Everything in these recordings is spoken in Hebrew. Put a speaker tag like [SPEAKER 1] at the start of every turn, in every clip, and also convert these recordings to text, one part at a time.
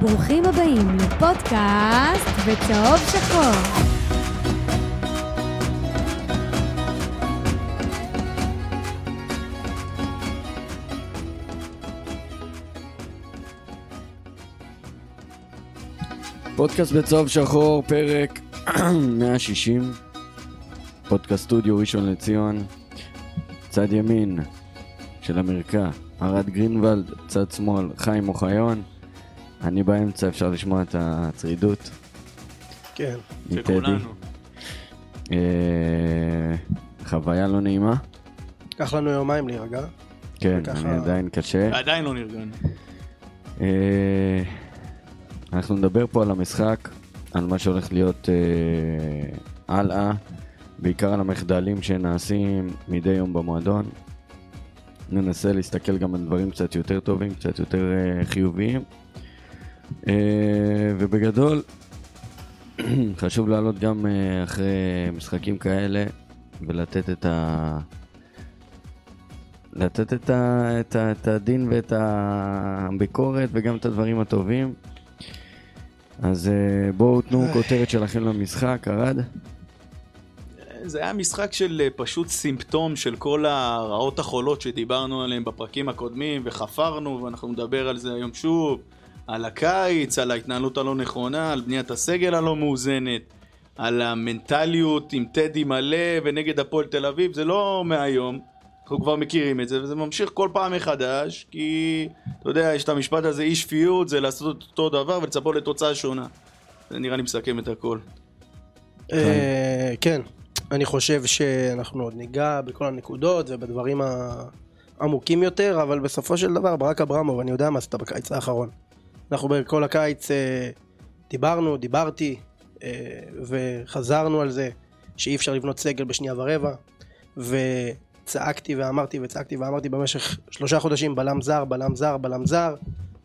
[SPEAKER 1] ברוכים הבאים לפודקאסט בצהוב שחור.
[SPEAKER 2] פודקאסט בצהוב שחור, פרק 160, פודקאסט סטודיו ראשון לציון, צד ימין של המרקע, ארד גרינוולד, צד שמאל, חיים אוחיון, אני באמצע, אפשר לשמוע את הצרידות
[SPEAKER 3] כן,
[SPEAKER 4] של
[SPEAKER 2] מטדי.
[SPEAKER 4] כולנו.
[SPEAKER 2] אה, חוויה לא נעימה,
[SPEAKER 3] קח לנו יומיים להירגע.
[SPEAKER 2] כן,
[SPEAKER 3] וככה-
[SPEAKER 2] אני עדיין קשה.
[SPEAKER 4] עדיין לא נרגענו.
[SPEAKER 2] אה, אנחנו נדבר פה על המשחק, על מה שהולך להיות אה, הלאה, בעיקר על המחדלים שנעשים מדי יום במועדון. ננסה להסתכל גם על דברים קצת יותר טובים, קצת יותר אה, חיוביים. אה, ובגדול, חשוב לעלות גם אה, אחרי משחקים כאלה ולתת את ה... לתת את, ה, את, ה, את הדין ואת הביקורת וגם את הדברים הטובים. אז אה, בואו תנו כותרת שלכם למשחק, ארד.
[SPEAKER 4] זה היה משחק של אה, פשוט סימפטום של כל הרעות החולות שדיברנו עליהן בפרקים הקודמים וחפרנו ואנחנו נדבר על זה היום שוב, על הקיץ, על ההתנהלות הלא נכונה, על בניית הסגל הלא מאוזנת, על המנטליות עם טדי מלא ונגד הפועל תל אביב, זה לא מהיום. אנחנו כבר מכירים את זה, וזה ממשיך כל פעם מחדש, כי אתה יודע, יש את המשפט הזה, אי שפיות, זה לעשות אותו דבר ולצפות לתוצאה שונה. זה נראה לי מסכם את הכל.
[SPEAKER 3] אה, כן, אני חושב שאנחנו עוד ניגע בכל הנקודות ובדברים העמוקים יותר, אבל בסופו של דבר ברק אברמוב, אני יודע מה עשית בקיץ האחרון. אנחנו בכל הקיץ אה, דיברנו, דיברתי, אה, וחזרנו על זה שאי אפשר לבנות סגל בשנייה ורבע, וצעקתי ואמרתי וצעקתי ואמרתי במשך שלושה חודשים בלם זר, בלם זר, בלם זר,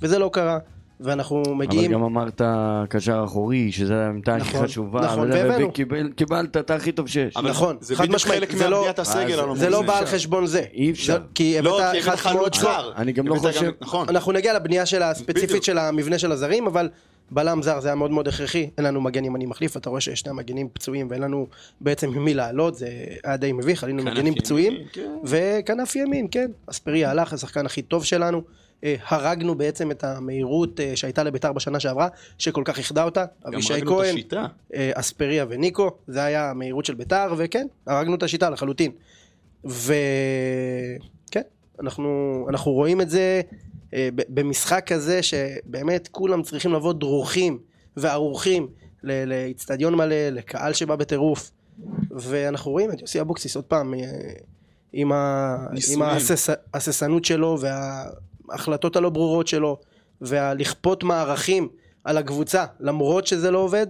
[SPEAKER 3] וזה לא קרה, ואנחנו מגיעים...
[SPEAKER 2] אבל גם אמרת קשר אחורי, שזו העמדה הכי
[SPEAKER 3] נכון,
[SPEAKER 2] חשובה,
[SPEAKER 3] נכון,
[SPEAKER 2] וזה,
[SPEAKER 3] והבאנו.
[SPEAKER 2] וקיבל- קיבלת את הכי טוב שיש.
[SPEAKER 4] אבל
[SPEAKER 3] נכון,
[SPEAKER 4] זה
[SPEAKER 3] חד
[SPEAKER 4] בדיוק
[SPEAKER 3] משמעית,
[SPEAKER 4] חלק
[SPEAKER 3] זה לא-
[SPEAKER 4] מהבניית הסגל הלא
[SPEAKER 3] זה לא
[SPEAKER 4] מאוזנת.
[SPEAKER 3] בא על חשבון זה.
[SPEAKER 2] אי אפשר.
[SPEAKER 3] זה- כי
[SPEAKER 4] לא,
[SPEAKER 3] הבאת
[SPEAKER 4] כי
[SPEAKER 3] אחד
[SPEAKER 4] הבאת חלוץ
[SPEAKER 3] כמו...
[SPEAKER 4] זר.
[SPEAKER 2] אני גם לא
[SPEAKER 4] הבאת
[SPEAKER 2] חושב-
[SPEAKER 4] נכון.
[SPEAKER 3] אנחנו נגיע לבנייה של הספציפית
[SPEAKER 4] בדיוק.
[SPEAKER 3] של המבנה של הזרים, אבל בלם זר זה היה מאוד מאוד הכרחי. אין לנו מגן ימני מחליף, אתה רואה ששני המגנים פצועים ואין לנו בעצם עם מי לעלות, זה היה די מביך, עלינו
[SPEAKER 4] כנף
[SPEAKER 3] מגנים
[SPEAKER 4] ימין,
[SPEAKER 3] פצועים.
[SPEAKER 4] כן.
[SPEAKER 3] וכנף ימין, כן. אספריה הלך, השחקן הכי טוב שלנו. אה, הרגנו בעצם את המהירות אה, שהייתה לביתר בשנה שעברה, שכל כך איחדה אותה.
[SPEAKER 4] גם
[SPEAKER 3] אבישי
[SPEAKER 4] הרגנו את
[SPEAKER 3] כהן,
[SPEAKER 4] השיטה.
[SPEAKER 3] אה, אספריה וניקו, זה היה המהירות של ביתר, וכן, הרגנו את השיטה לחלוטין. וכן, כן, אנחנו, אנחנו רואים את זה אה, ב- במשחק כזה שבאמת כולם צריכים לבוא דרוכים וערוכים ל- לאיצטדיון מלא, לקהל שבא בטירוף, ואנחנו רואים את יוסי אבוקסיס עוד פעם אה, עם, ה, עם
[SPEAKER 4] ניסויים.
[SPEAKER 3] ההסס- ההססנות שלו וההחלטות הלא ברורות שלו והלכפות מערכים על הקבוצה למרות שזה לא עובד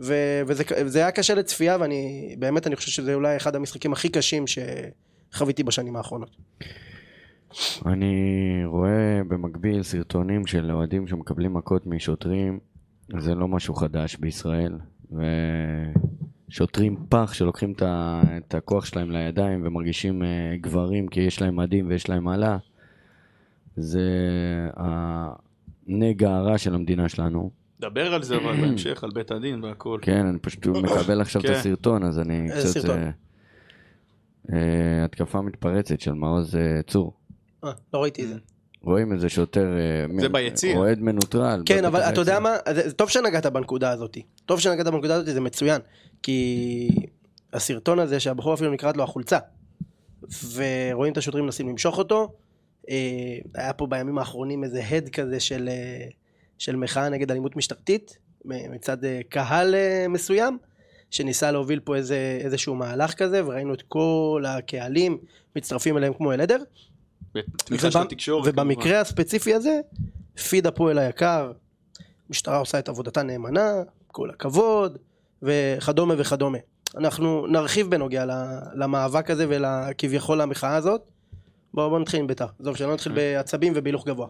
[SPEAKER 3] ו- וזה וזה היה קשה לצפייה ואני באמת אני חושב שזה אולי אחד המשחקים הכי קשים שחוויתי בשנים האחרונות.
[SPEAKER 2] אני רואה במקביל סרטונים של אוהדים שמקבלים מכות משוטרים, זה לא משהו חדש בישראל, ושוטרים פח שלוקחים את ה- את הכוח שלהם לידיים ומרגישים אה, גברים כי יש להם מדים ויש להם עלה, זה הנגע הרע של המדינה שלנו.
[SPEAKER 4] דבר על זה
[SPEAKER 3] כן.
[SPEAKER 4] אבל בהמשך, על בית הדין והכל.
[SPEAKER 2] כן, אני פשוט מקבל עכשיו את
[SPEAKER 4] כן.
[SPEAKER 2] הסרטון, אז אני
[SPEAKER 3] איזה
[SPEAKER 2] קצת...
[SPEAKER 3] סרטון?
[SPEAKER 2] אה, אה, התקפה מתפרצת של מעוז אה, צור.
[SPEAKER 3] אה, לא
[SPEAKER 4] כן.
[SPEAKER 3] ראיתי את זה.
[SPEAKER 2] רואים איזה שוטר, אה,
[SPEAKER 4] זה
[SPEAKER 2] מ-
[SPEAKER 4] ביציע.
[SPEAKER 2] אוהד מנוטרל.
[SPEAKER 3] כן
[SPEAKER 2] בבית
[SPEAKER 3] אבל אתה יודע
[SPEAKER 2] היציע.
[SPEAKER 3] מה זה- זה טוב שנגעת בנקודה הזאת טוב שנגעת בנקודה הזאת זה מצוין כי הסרטון הזה שהבחור אפילו נקראת לו החולצה ורואים את השוטרים מנסים למשוך אותו אה, היה פה בימים האחרונים איזה הד כזה של, אה, של מחאה נגד אלימות משטרתית מ- מצד אה, קהל אה, מסוים שניסה להוביל פה איזה, איזשהו מהלך כזה וראינו את כל הקהלים מצטרפים אליהם כמו אל עדר
[SPEAKER 4] בתמיכה של
[SPEAKER 3] ובמ-
[SPEAKER 4] התקשורת.
[SPEAKER 3] ובמקרה הספציפי הזה, פיד הפועל היקר, המשטרה עושה את עבודתה נאמנה, כל הכבוד, וכדומה וכדומה. אנחנו נרחיב בנוגע ל- למאבק הזה ולכביכול המחאה הזאת. בואו בוא נתחיל עם בית"ר. עזוב, שלא
[SPEAKER 2] כן.
[SPEAKER 3] נתחיל בעצבים ובהילוך גבוה.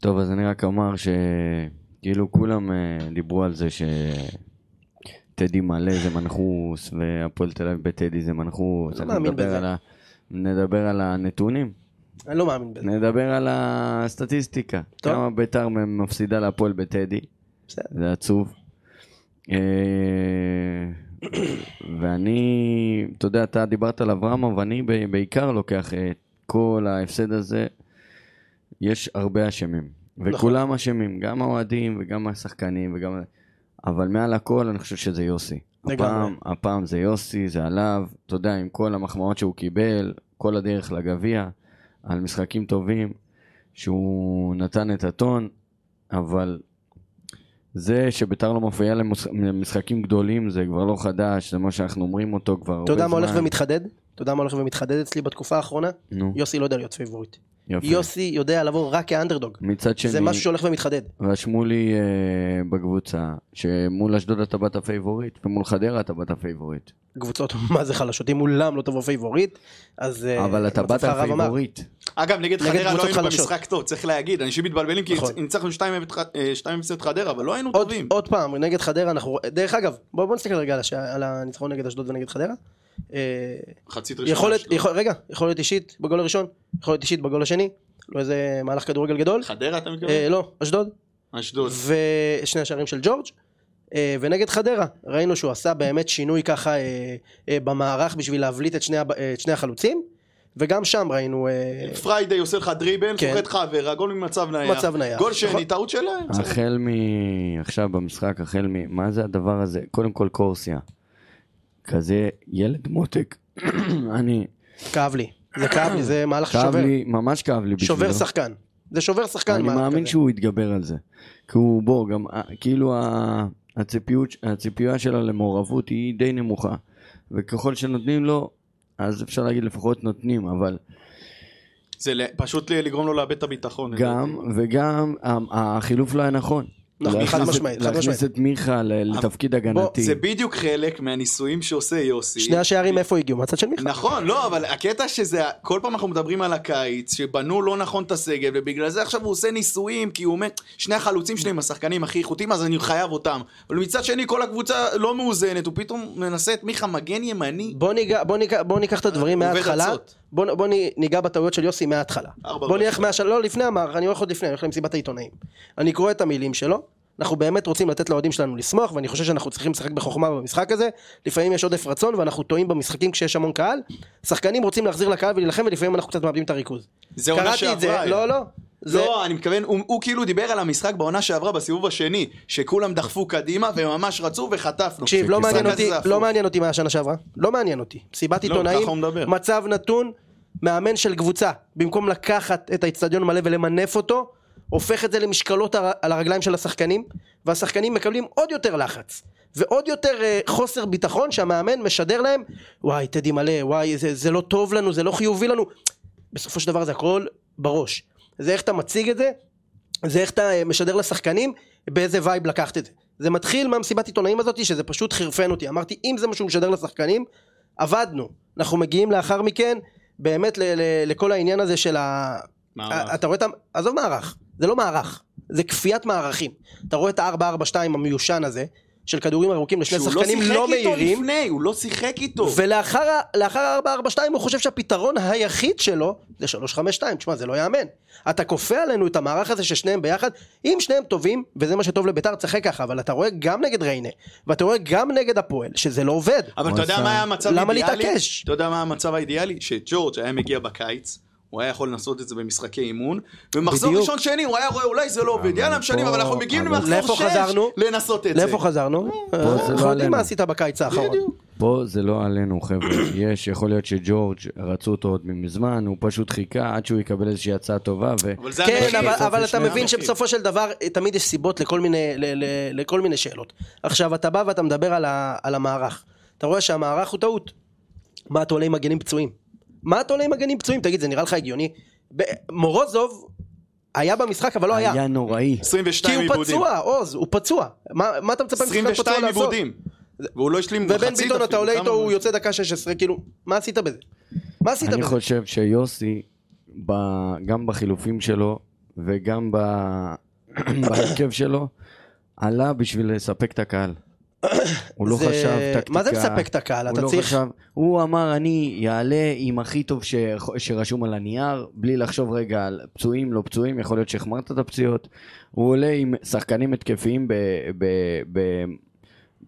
[SPEAKER 2] טוב, אז אני רק אומר שכאילו כולם אה, דיברו על זה שטדי מלא זה מנחוס, והפועל תל אביב בטדי זה מנחוס.
[SPEAKER 3] לא
[SPEAKER 2] אני
[SPEAKER 3] מאמין
[SPEAKER 2] מדבר
[SPEAKER 3] בזה.
[SPEAKER 2] על ה- נדבר על הנתונים.
[SPEAKER 3] אני לא מאמין בזה.
[SPEAKER 2] נדבר על הסטטיסטיקה.
[SPEAKER 3] טוב.
[SPEAKER 2] כמה ביתר מפסידה להפועל בטדי.
[SPEAKER 3] בסדר.
[SPEAKER 2] זה עצוב. אה, ואני, אתה יודע, אתה דיברת על אברמוב, אני ב- בעיקר לוקח את כל ההפסד הזה. יש הרבה אשמים, וכולם אשמים, גם האוהדים וגם השחקנים וגם... אבל מעל הכל אני חושב שזה יוסי.
[SPEAKER 3] לגמרי.
[SPEAKER 2] הפעם, הפעם זה יוסי, זה עליו, אתה יודע, עם כל המחמאות שהוא קיבל, כל הדרך לגביע, על משחקים טובים, שהוא נתן את הטון, אבל זה שביתר לא מופיעה למוס- למשחקים גדולים זה כבר לא חדש, זה מה שאנחנו אומרים אותו כבר הרבה
[SPEAKER 3] אתה
[SPEAKER 2] זמן.
[SPEAKER 3] יודע מה הולך ומתחדד? אתה יודע מה הולך ומתחדד אצלי בתקופה האחרונה?
[SPEAKER 2] נו,
[SPEAKER 3] יוסי לא יודע להיות פייבוריט.
[SPEAKER 2] יפה.
[SPEAKER 3] יוסי יודע לבוא רק כאנדרדוג.
[SPEAKER 2] מצד שני,
[SPEAKER 3] זה משהו שהולך ומתחדד.
[SPEAKER 2] רשמו לי אה, בקבוצה שמול אשדוד אתה באת פייבוריט ומול חדרה אתה באת פייבוריט.
[SPEAKER 3] קבוצות מה זה חלשות, אם מולם לא תבוא פייבוריט, אז... אה,
[SPEAKER 2] אבל אתה
[SPEAKER 3] מצבך
[SPEAKER 2] באת
[SPEAKER 3] הרע ומר.
[SPEAKER 2] פייבוריט.
[SPEAKER 4] אגב, נגד
[SPEAKER 3] נגד
[SPEAKER 4] חדרה לא
[SPEAKER 3] קבוצות
[SPEAKER 4] היינו
[SPEAKER 3] חלשות.
[SPEAKER 4] במשחק טוב, צריך להגיד. אנשים מתבלבלים כי
[SPEAKER 3] נכון.
[SPEAKER 4] ניצחנו 2-0 את ח- אה, 2-0 את חדרה, אבל לא היינו
[SPEAKER 3] עוד,
[SPEAKER 4] טובים.
[SPEAKER 3] עוד פעם, נגד חדרה אנחנו... דרך אגב, בוא, בוא נסתכל רגע על, הש... על הניצחון נגד אשדוד ונגד חדרה. אה,
[SPEAKER 4] חצית ראשונה.
[SPEAKER 3] יכולת,
[SPEAKER 4] שלו.
[SPEAKER 3] יכול, רגע, יכולת אישית בגול הראשון, יכולת אישית בגול השני, לא איזה מהלך כדורגל גדול.
[SPEAKER 4] חדרה אתה מתכוון?
[SPEAKER 3] אה, לא, אשדוד.
[SPEAKER 4] אשדוד.
[SPEAKER 3] ושני השערים של ג'ורג'. אה, ונגד חדרה, ראינו שהוא עשה באמת שינוי ככה אה, אה, במערך בשביל להבליט את שני, הב- אה, את שני החלוצים. וגם שם ראינו... אה,
[SPEAKER 4] פריידי עושה לך דריבל,
[SPEAKER 3] כן.
[SPEAKER 4] סוחט לך עבירה, גול ממצב נייח.
[SPEAKER 3] מצב נייח.
[SPEAKER 4] גול שני,
[SPEAKER 3] נכון.
[SPEAKER 4] טעות שלהם. בסדר.
[SPEAKER 2] החל מ... עכשיו במשחק, החל מ... מה זה הדבר הזה? קודם כל קורסיה. כזה ילד מותק. אני...
[SPEAKER 3] כאב לי. זה כאב לי, זה מהלך
[SPEAKER 2] כאב
[SPEAKER 3] שובר.
[SPEAKER 2] לי, ממש כאב לי בשבילו.
[SPEAKER 3] שובר שחקן. זה שובר שחקן.
[SPEAKER 2] אני
[SPEAKER 3] מהלך
[SPEAKER 2] מאמין
[SPEAKER 3] כזה.
[SPEAKER 2] שהוא יתגבר על זה. כי הוא, בוא, גם אה, כאילו ה- הציפיות, הציפייה שלו למעורבות היא די נמוכה. וככל שנותנים לו, אז אפשר להגיד לפחות נותנים, אבל
[SPEAKER 4] זה ל- פשוט ל- לגרום לו לאבד את הביטחון.
[SPEAKER 2] גם, וגם ה- החילוף לא היה נכון.
[SPEAKER 3] נכון, חד
[SPEAKER 2] להכניס את-
[SPEAKER 3] משמעית, חד
[SPEAKER 2] להכניס
[SPEAKER 3] משמעית.
[SPEAKER 2] את מיכה ל- לתפקיד הגנתי.
[SPEAKER 4] זה בדיוק חלק מהניסויים שעושה יוסי.
[SPEAKER 3] שני השערים מאיפה הגיעו? מהצד של מיכה.
[SPEAKER 4] נכון, לא, אבל הקטע שזה, כל פעם אנחנו מדברים על הקיץ, שבנו לא נכון את הסגל, ובגלל זה עכשיו הוא עושה ניסויים, כי הוא אומר, שני החלוצים שלי הם השחקנים הכי איכותיים, אז אני חייב אותם. אבל מצד שני, כל הקבוצה לא מאוזנת, הוא פתאום מנסה את מיכה מגן ימני.
[SPEAKER 3] בוא, ניגע, בוא, ניגע, בוא ניקח את הדברים
[SPEAKER 4] עובד
[SPEAKER 3] מההתחלה,
[SPEAKER 4] עצות.
[SPEAKER 3] בוא, נ- בוא נ- ניגע בטעויות של יוסי מההתחלה.
[SPEAKER 4] ארבע
[SPEAKER 3] בוא
[SPEAKER 4] וחצי.
[SPEAKER 3] נלך מהשל... לא, לפני המערך, אני הולך עוד לפני, אני הולך למסיבת העיתונאים. אני קורא את המילים שלו, אנחנו באמת רוצים לתת לאוהדים שלנו לשמוח, ואני חושב שאנחנו צריכים לשחק בחוכמה במשחק הזה, לפעמים יש עודף רצון ואנחנו טועים במשחקים כשיש המון קהל, שחקנים רוצים להחזיר לקהל ולהילחם ולפעמים אנחנו קצת מאבדים את הריכוז.
[SPEAKER 4] זה עונה
[SPEAKER 3] קראתי את
[SPEAKER 4] שעברה,
[SPEAKER 3] זה,
[SPEAKER 4] אה.
[SPEAKER 3] לא, לא. זה...
[SPEAKER 4] לא, אני מתכוון, הוא, הוא כאילו דיבר על המשחק בעונה שעברה, בסיבוב השני, שכולם דחפו קדימה וממש רצו וחטפנו.
[SPEAKER 3] תקשיב, לא
[SPEAKER 4] המשחק
[SPEAKER 3] מעניין
[SPEAKER 4] הזה
[SPEAKER 3] אותי,
[SPEAKER 4] הפוך.
[SPEAKER 3] לא מעניין אותי מה השנה שעברה. לא מעניין אותי. מסיבת
[SPEAKER 4] לא,
[SPEAKER 3] עיתונאים,
[SPEAKER 4] ככה הוא מדבר.
[SPEAKER 3] מצב נתון, מאמן של קבוצה, במקום לקחת את האיצטדיון מלא ולמנף אותו, הופך את זה למשקלות הר- על הרגליים של השחקנים, והשחקנים מקבלים עוד יותר לחץ. ועוד יותר אה, חוסר ביטחון שהמאמן משדר להם, וואי, טדי מלא, וואי, זה, זה לא טוב לנו, זה לא חיובי לנו. בסופו של דבר זה הכל בראש. זה איך אתה מציג את זה, זה איך אתה אה, משדר לשחקנים, באיזה וייב לקחת את זה. זה מתחיל מהמסיבת עיתונאים הזאת, שזה פשוט חרפן אותי. אמרתי, אם זה מה שהוא משדר לשחקנים, עבדנו. אנחנו מגיעים לאחר מכן, באמת ל- ל- לכל העניין הזה של ה...
[SPEAKER 4] מערך.
[SPEAKER 3] אתה רואה את ה... עזוב מערך, זה לא מערך, זה כפיית מערכים. אתה רואה את ה-442 המיושן הזה, של כדורים ארוכים לשני
[SPEAKER 4] שהוא
[SPEAKER 3] שחקנים לא
[SPEAKER 4] שיחק איתו
[SPEAKER 3] מהירים.
[SPEAKER 4] לפני, הוא לא שיחק איתו.
[SPEAKER 3] ולאחר ה- לאחר ה-442 הוא חושב שהפתרון היחיד שלו זה 352, תשמע זה לא יאמן. אתה כופה עלינו את המערך הזה ששניהם ביחד, אם שניהם טובים, וזה מה שטוב לביתר, תשחק ככה, אבל אתה רואה גם נגד ריינה, ואתה רואה גם נגד הפועל, שזה לא עובד.
[SPEAKER 4] אבל אתה
[SPEAKER 2] הוא
[SPEAKER 4] יודע
[SPEAKER 2] עשה-
[SPEAKER 4] מה היה המצב
[SPEAKER 3] למה
[SPEAKER 4] האידיאלי?
[SPEAKER 3] להתעקש?
[SPEAKER 4] אתה יודע מה המצב האידיאלי? שג'ורג' היה מגיע בקיץ. הוא היה יכול לנסות את זה במשחקי אימון, ומחזור
[SPEAKER 3] בדיוק.
[SPEAKER 4] ראשון שני הוא היה רואה אולי זה לא עובד,
[SPEAKER 2] אבל
[SPEAKER 4] יאללה משנים,
[SPEAKER 2] פה-
[SPEAKER 4] אבל אנחנו מגיעים
[SPEAKER 2] אבל-
[SPEAKER 4] למחזור
[SPEAKER 3] לאיפה
[SPEAKER 4] שש,
[SPEAKER 3] חזרנו?
[SPEAKER 4] לנסות את זה.
[SPEAKER 3] לאיפה חזרנו? אה,
[SPEAKER 2] זה לא
[SPEAKER 3] אנחנו יודעים
[SPEAKER 2] עלינו.
[SPEAKER 3] מה עשית בקיץ האחרון.
[SPEAKER 4] בדיוק.
[SPEAKER 2] פה זה לא עלינו חבר'ה, יש, יכול להיות שג'ורג' רצו אותו עוד מזמן, הוא פשוט חיכה עד שהוא יקבל איזושהי הצעה טובה, ו...
[SPEAKER 4] אבל זה
[SPEAKER 3] כן,
[SPEAKER 4] המחיר.
[SPEAKER 3] אבל,
[SPEAKER 2] בסוף
[SPEAKER 3] אבל
[SPEAKER 2] יש
[SPEAKER 3] אתה
[SPEAKER 2] שני
[SPEAKER 3] מבין
[SPEAKER 4] אנשים.
[SPEAKER 3] שבסופו של דבר אה, תמיד יש סיבות לכל מיני, ל, ל, לכל מיני שאלות. עכשיו אתה בא ואתה מדבר על, ה, על המערך. אתה רואה שהמערך הוא טעות. מה אתה עולה עם מגנים פצועים? מה אתה עולה עם מגנים פצועים? תגיד, זה נראה לך הגיוני? ב- מורוזוב היה במשחק אבל לא היה.
[SPEAKER 2] היה נוראי.
[SPEAKER 4] 22
[SPEAKER 3] כי הוא
[SPEAKER 4] עיבודים.
[SPEAKER 3] פצוע, עוז, הוא פצוע. מה, מה אתה מצפה משחק פצוע
[SPEAKER 4] 22
[SPEAKER 3] לעשות?
[SPEAKER 4] עיבודים. והוא לא השלים
[SPEAKER 3] ובן
[SPEAKER 4] מחצית
[SPEAKER 3] ביטון אתה
[SPEAKER 4] אפילו,
[SPEAKER 3] עולה
[SPEAKER 4] כמה
[SPEAKER 3] איתו, הוא
[SPEAKER 4] הוא-
[SPEAKER 3] יוצא דקה 16, כאילו, מה עשית בזה? מה עשית
[SPEAKER 2] אני
[SPEAKER 3] בזה?
[SPEAKER 2] חושב שיוסי, ב... גם בחילופים שלו וגם ב... בהרכב שלו, עלה בשביל לספק את הקהל. הוא לא
[SPEAKER 3] זה-
[SPEAKER 2] חשב טקטיקה.
[SPEAKER 3] מה זה מספק את הקהל?
[SPEAKER 2] הוא
[SPEAKER 3] אתה
[SPEAKER 2] לא
[SPEAKER 3] צריך...
[SPEAKER 2] חשב, הוא אמר אני יעלה עם הכי טוב ש... שרשום על הנייר, בלי לחשוב רגע על פצועים, לא פצועים, יכול להיות שהחמרת את הפציעות. הוא עולה עם שחקנים התקפיים ב... ב... ב...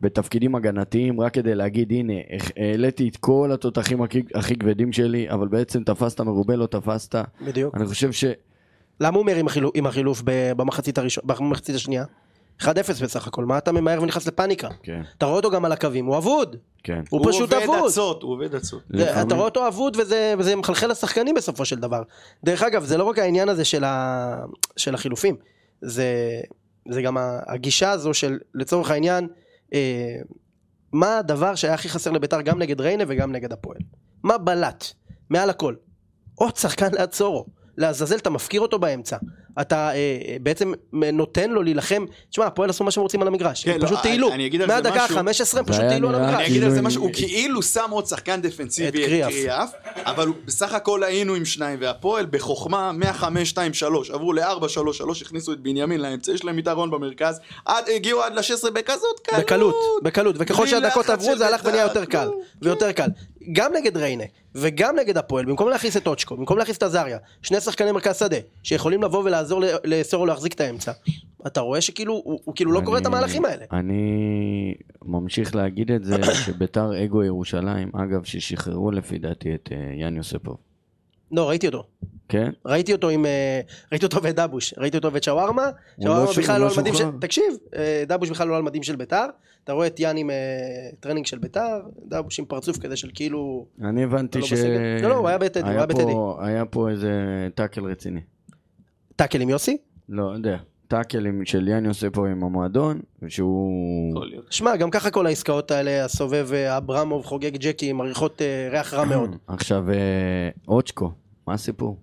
[SPEAKER 2] בתפקידים הגנתיים, רק כדי להגיד הנה, הח- העליתי את כל התותחים הכי, הכי כבדים שלי, אבל בעצם תפסת מרובה, לא תפסת.
[SPEAKER 3] בדיוק.
[SPEAKER 2] אני חושב ש...
[SPEAKER 3] למה הוא מהר עם החילוף- עם החילוף ב- במחצית הראשונה- במחצית השנייה? 1-0 בסך הכל, מה אתה ממהר ונכנס לפאניקה?
[SPEAKER 2] כן,
[SPEAKER 3] אתה רואה אותו גם על הקווים, הוא אבוד!
[SPEAKER 2] כן.
[SPEAKER 3] הוא פשוט
[SPEAKER 4] הוא עובד
[SPEAKER 3] אבוד!
[SPEAKER 4] עצות, הוא עובד עצות.
[SPEAKER 3] זה- אתה
[SPEAKER 2] לפעמים-
[SPEAKER 3] רואה אותו אבוד וזה, וזה מחלחל לשחקנים בסופו של דבר. דרך אגב, זה לא רק העניין הזה של, ה, של החילופים, זה, זה גם ה- הגישה הזו של לצורך העניין, אה, מה הדבר שהיה הכי חסר לביתר גם נגד ריינה וגם נגד הפועל? מה בלט? מעל הכל. עוד שחקן לעצורו. לעזאזל אתה מפקיר אותו באמצע. אתה אה, אה, בעצם נותן לו להילחם, תשמע הפועל עשו מה שהם רוצים על המגרש,
[SPEAKER 4] כן,
[SPEAKER 3] הם
[SPEAKER 4] לא,
[SPEAKER 3] פשוט
[SPEAKER 4] אני-
[SPEAKER 3] טיילו,
[SPEAKER 4] אני אגיד על זה
[SPEAKER 3] מהדקה
[SPEAKER 4] משהו.
[SPEAKER 3] ה-15 הם
[SPEAKER 2] זה
[SPEAKER 3] פשוט
[SPEAKER 2] היה
[SPEAKER 3] טיילו על
[SPEAKER 2] נראה
[SPEAKER 4] אני
[SPEAKER 3] המגרש.
[SPEAKER 4] אגיד על זה
[SPEAKER 2] כאילו,
[SPEAKER 4] משהו, הוא
[SPEAKER 2] אה,
[SPEAKER 4] כאילו שם עוד שחקן דפנסיבי,
[SPEAKER 3] את
[SPEAKER 4] את
[SPEAKER 3] קריאף.
[SPEAKER 4] קריאף, אבל הוא בסך הכל היינו עם שניים, והפועל בחוכמה 1-5-2-3, עברו ל-4-3-3, הכניסו את בנימין לאמצע, יש להם יתרון במרכז, עד- הגיעו עד ל-16 בכזאת קלות.
[SPEAKER 3] בקלות, בקלות, וככל
[SPEAKER 4] בלי
[SPEAKER 3] שהדקות
[SPEAKER 4] לחץ
[SPEAKER 3] עברו
[SPEAKER 4] של
[SPEAKER 3] זה הלך ונהיה
[SPEAKER 4] בית"ר,
[SPEAKER 3] יותר קל,
[SPEAKER 4] נו,
[SPEAKER 3] ויותר קל. גם נגד ריינה, וגם נגד הפועל, במקום להכניס את אוצ'קו, במקום להכניס את עזריה, שני שחקני מרכז שדה, שיכולים לבוא ולעזור ל- לסורו להחזיק את האמצע, אתה רואה שכאילו, הוא הוא כאילו לא
[SPEAKER 2] אני-
[SPEAKER 3] קורא את המהלכים האלה.
[SPEAKER 2] אני ממשיך להגיד את זה, שביתר אגו ירושלים, אגב, ששחררו לפי דעתי את אה, יאן יוספוב.
[SPEAKER 3] לא, ראיתי אותו.
[SPEAKER 2] כן?
[SPEAKER 3] ראיתי אותו עם... אה, ראיתי אותו ואת דבוש, ראיתי אותו ואת שווארמה,
[SPEAKER 2] לא
[SPEAKER 3] שווארמה
[SPEAKER 2] ש- הוא
[SPEAKER 3] בכלל
[SPEAKER 2] לא
[SPEAKER 3] לא על מדים של...
[SPEAKER 2] שוחרר.
[SPEAKER 3] תקשיב, אה, דבוש בכלל לא על מדים של ביתר, אתה רואה את יאן עם אה, טרנינג של ביתר, דבוש עם פרצוף כזה של כאילו...
[SPEAKER 2] אני הבנתי
[SPEAKER 3] לא
[SPEAKER 2] ש...
[SPEAKER 3] בסגל. לא, לא, הוא היה בטדי, הוא היה
[SPEAKER 2] פה-
[SPEAKER 3] בטדי.
[SPEAKER 2] היה פה איזה טאקל רציני.
[SPEAKER 3] טאקל עם יוסי?
[SPEAKER 2] לא יודע. טאקלים של יאן יוספוב עם המועדון, ושהוא...
[SPEAKER 4] יכול להיות.
[SPEAKER 3] שמע, גם ככה כל העסקאות האלה, הסובב אה, אברמוב חוגג ג'קי עם עריכות אה, ריח רע מאוד.
[SPEAKER 2] כן. עכשיו, אה, אוצ'קו, מה הסיפור?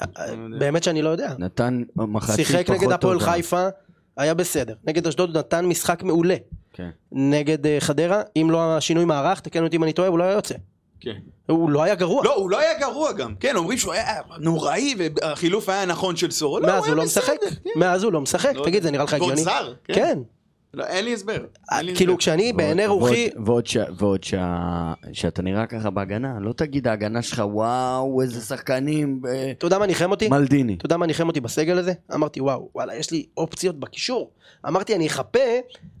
[SPEAKER 3] אה, אה, באמת שאני לא יודע.
[SPEAKER 2] נתן מחצית פחות טובה.
[SPEAKER 3] שיחק נגד הפועל
[SPEAKER 4] אה.
[SPEAKER 3] חיפה, היה בסדר. נגד אשדוד נתן משחק מעולה.
[SPEAKER 2] כן.
[SPEAKER 3] נגד אה, חדרה, אם לא השינוי מערך, תקן אותי אם אני טועה, הוא לא היה יוצא.
[SPEAKER 4] כן.
[SPEAKER 3] הוא לא היה גרוע.
[SPEAKER 4] לא, הוא לא היה גרוע גם. כן, אומרים שהוא היה נוראי, והחילוף היה נכון של סורו. לא,
[SPEAKER 3] מאז
[SPEAKER 4] היה
[SPEAKER 3] הוא לא
[SPEAKER 4] בסדר,
[SPEAKER 3] משחק.
[SPEAKER 4] כן.
[SPEAKER 3] מאז הוא לא משחק.
[SPEAKER 4] לא
[SPEAKER 3] תגיד,
[SPEAKER 4] יודע.
[SPEAKER 3] זה נראה לך
[SPEAKER 4] ועוד
[SPEAKER 3] הגיוני?
[SPEAKER 4] זר,
[SPEAKER 3] כן.
[SPEAKER 4] לא, אין לי הסבר. אין לי
[SPEAKER 3] כאילו,
[SPEAKER 4] הסבר.
[SPEAKER 3] כשאני בעיני
[SPEAKER 2] ועוד-
[SPEAKER 3] רוחי...
[SPEAKER 2] ועוד- ועוד ש- ועוד שה- שאתה נראה ככה בהגנה, לא תגיד ההגנה שלך וואו איזה שחקנים, אה,
[SPEAKER 3] אתה יודע מה ניחם אותי?
[SPEAKER 2] מלדיני.
[SPEAKER 3] אתה יודע מה ניחם אותי בסגל הזה? אמרתי, וואו, וואלה, יש לי אופציות בקישור. אמרתי, אני אחפה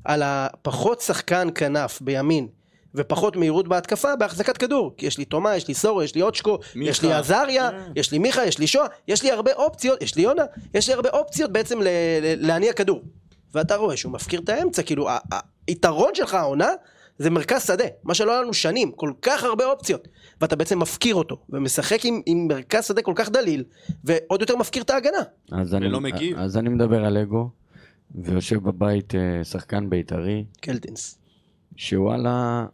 [SPEAKER 3] על הפחות שחקן כנף בימין ופחות מהירות בהתקפה בהחזקת כדור. כי יש לי תומה, יש לי סורו, יש לי אוצ'קו,
[SPEAKER 4] מיכה.
[SPEAKER 3] יש לי עזריה,
[SPEAKER 4] כן.
[SPEAKER 3] יש לי מיכה, יש לי שואה, יש לי הרבה אופציות, יש לי יונה, יש לי הרבה אופציות בעצם ל- ל- להניע כדור. ואתה רואה שהוא מפקיר את האמצע, כאילו, ה- ה- היתרון שלך העונה זה מרכז שדה, מה שלא היה לנו שנים, כל כך הרבה אופציות. ואתה בעצם מפקיר אותו, ומשחק עם, עם מרכז שדה כל כך דליל, ועוד יותר מפקיר את ההגנה.
[SPEAKER 2] אז אני,
[SPEAKER 4] ולא מגיב.
[SPEAKER 2] אז אני מדבר על אגו, ויושב בבית אה, שחקן בית"רי,
[SPEAKER 3] קלטינס.
[SPEAKER 2] שוואלה,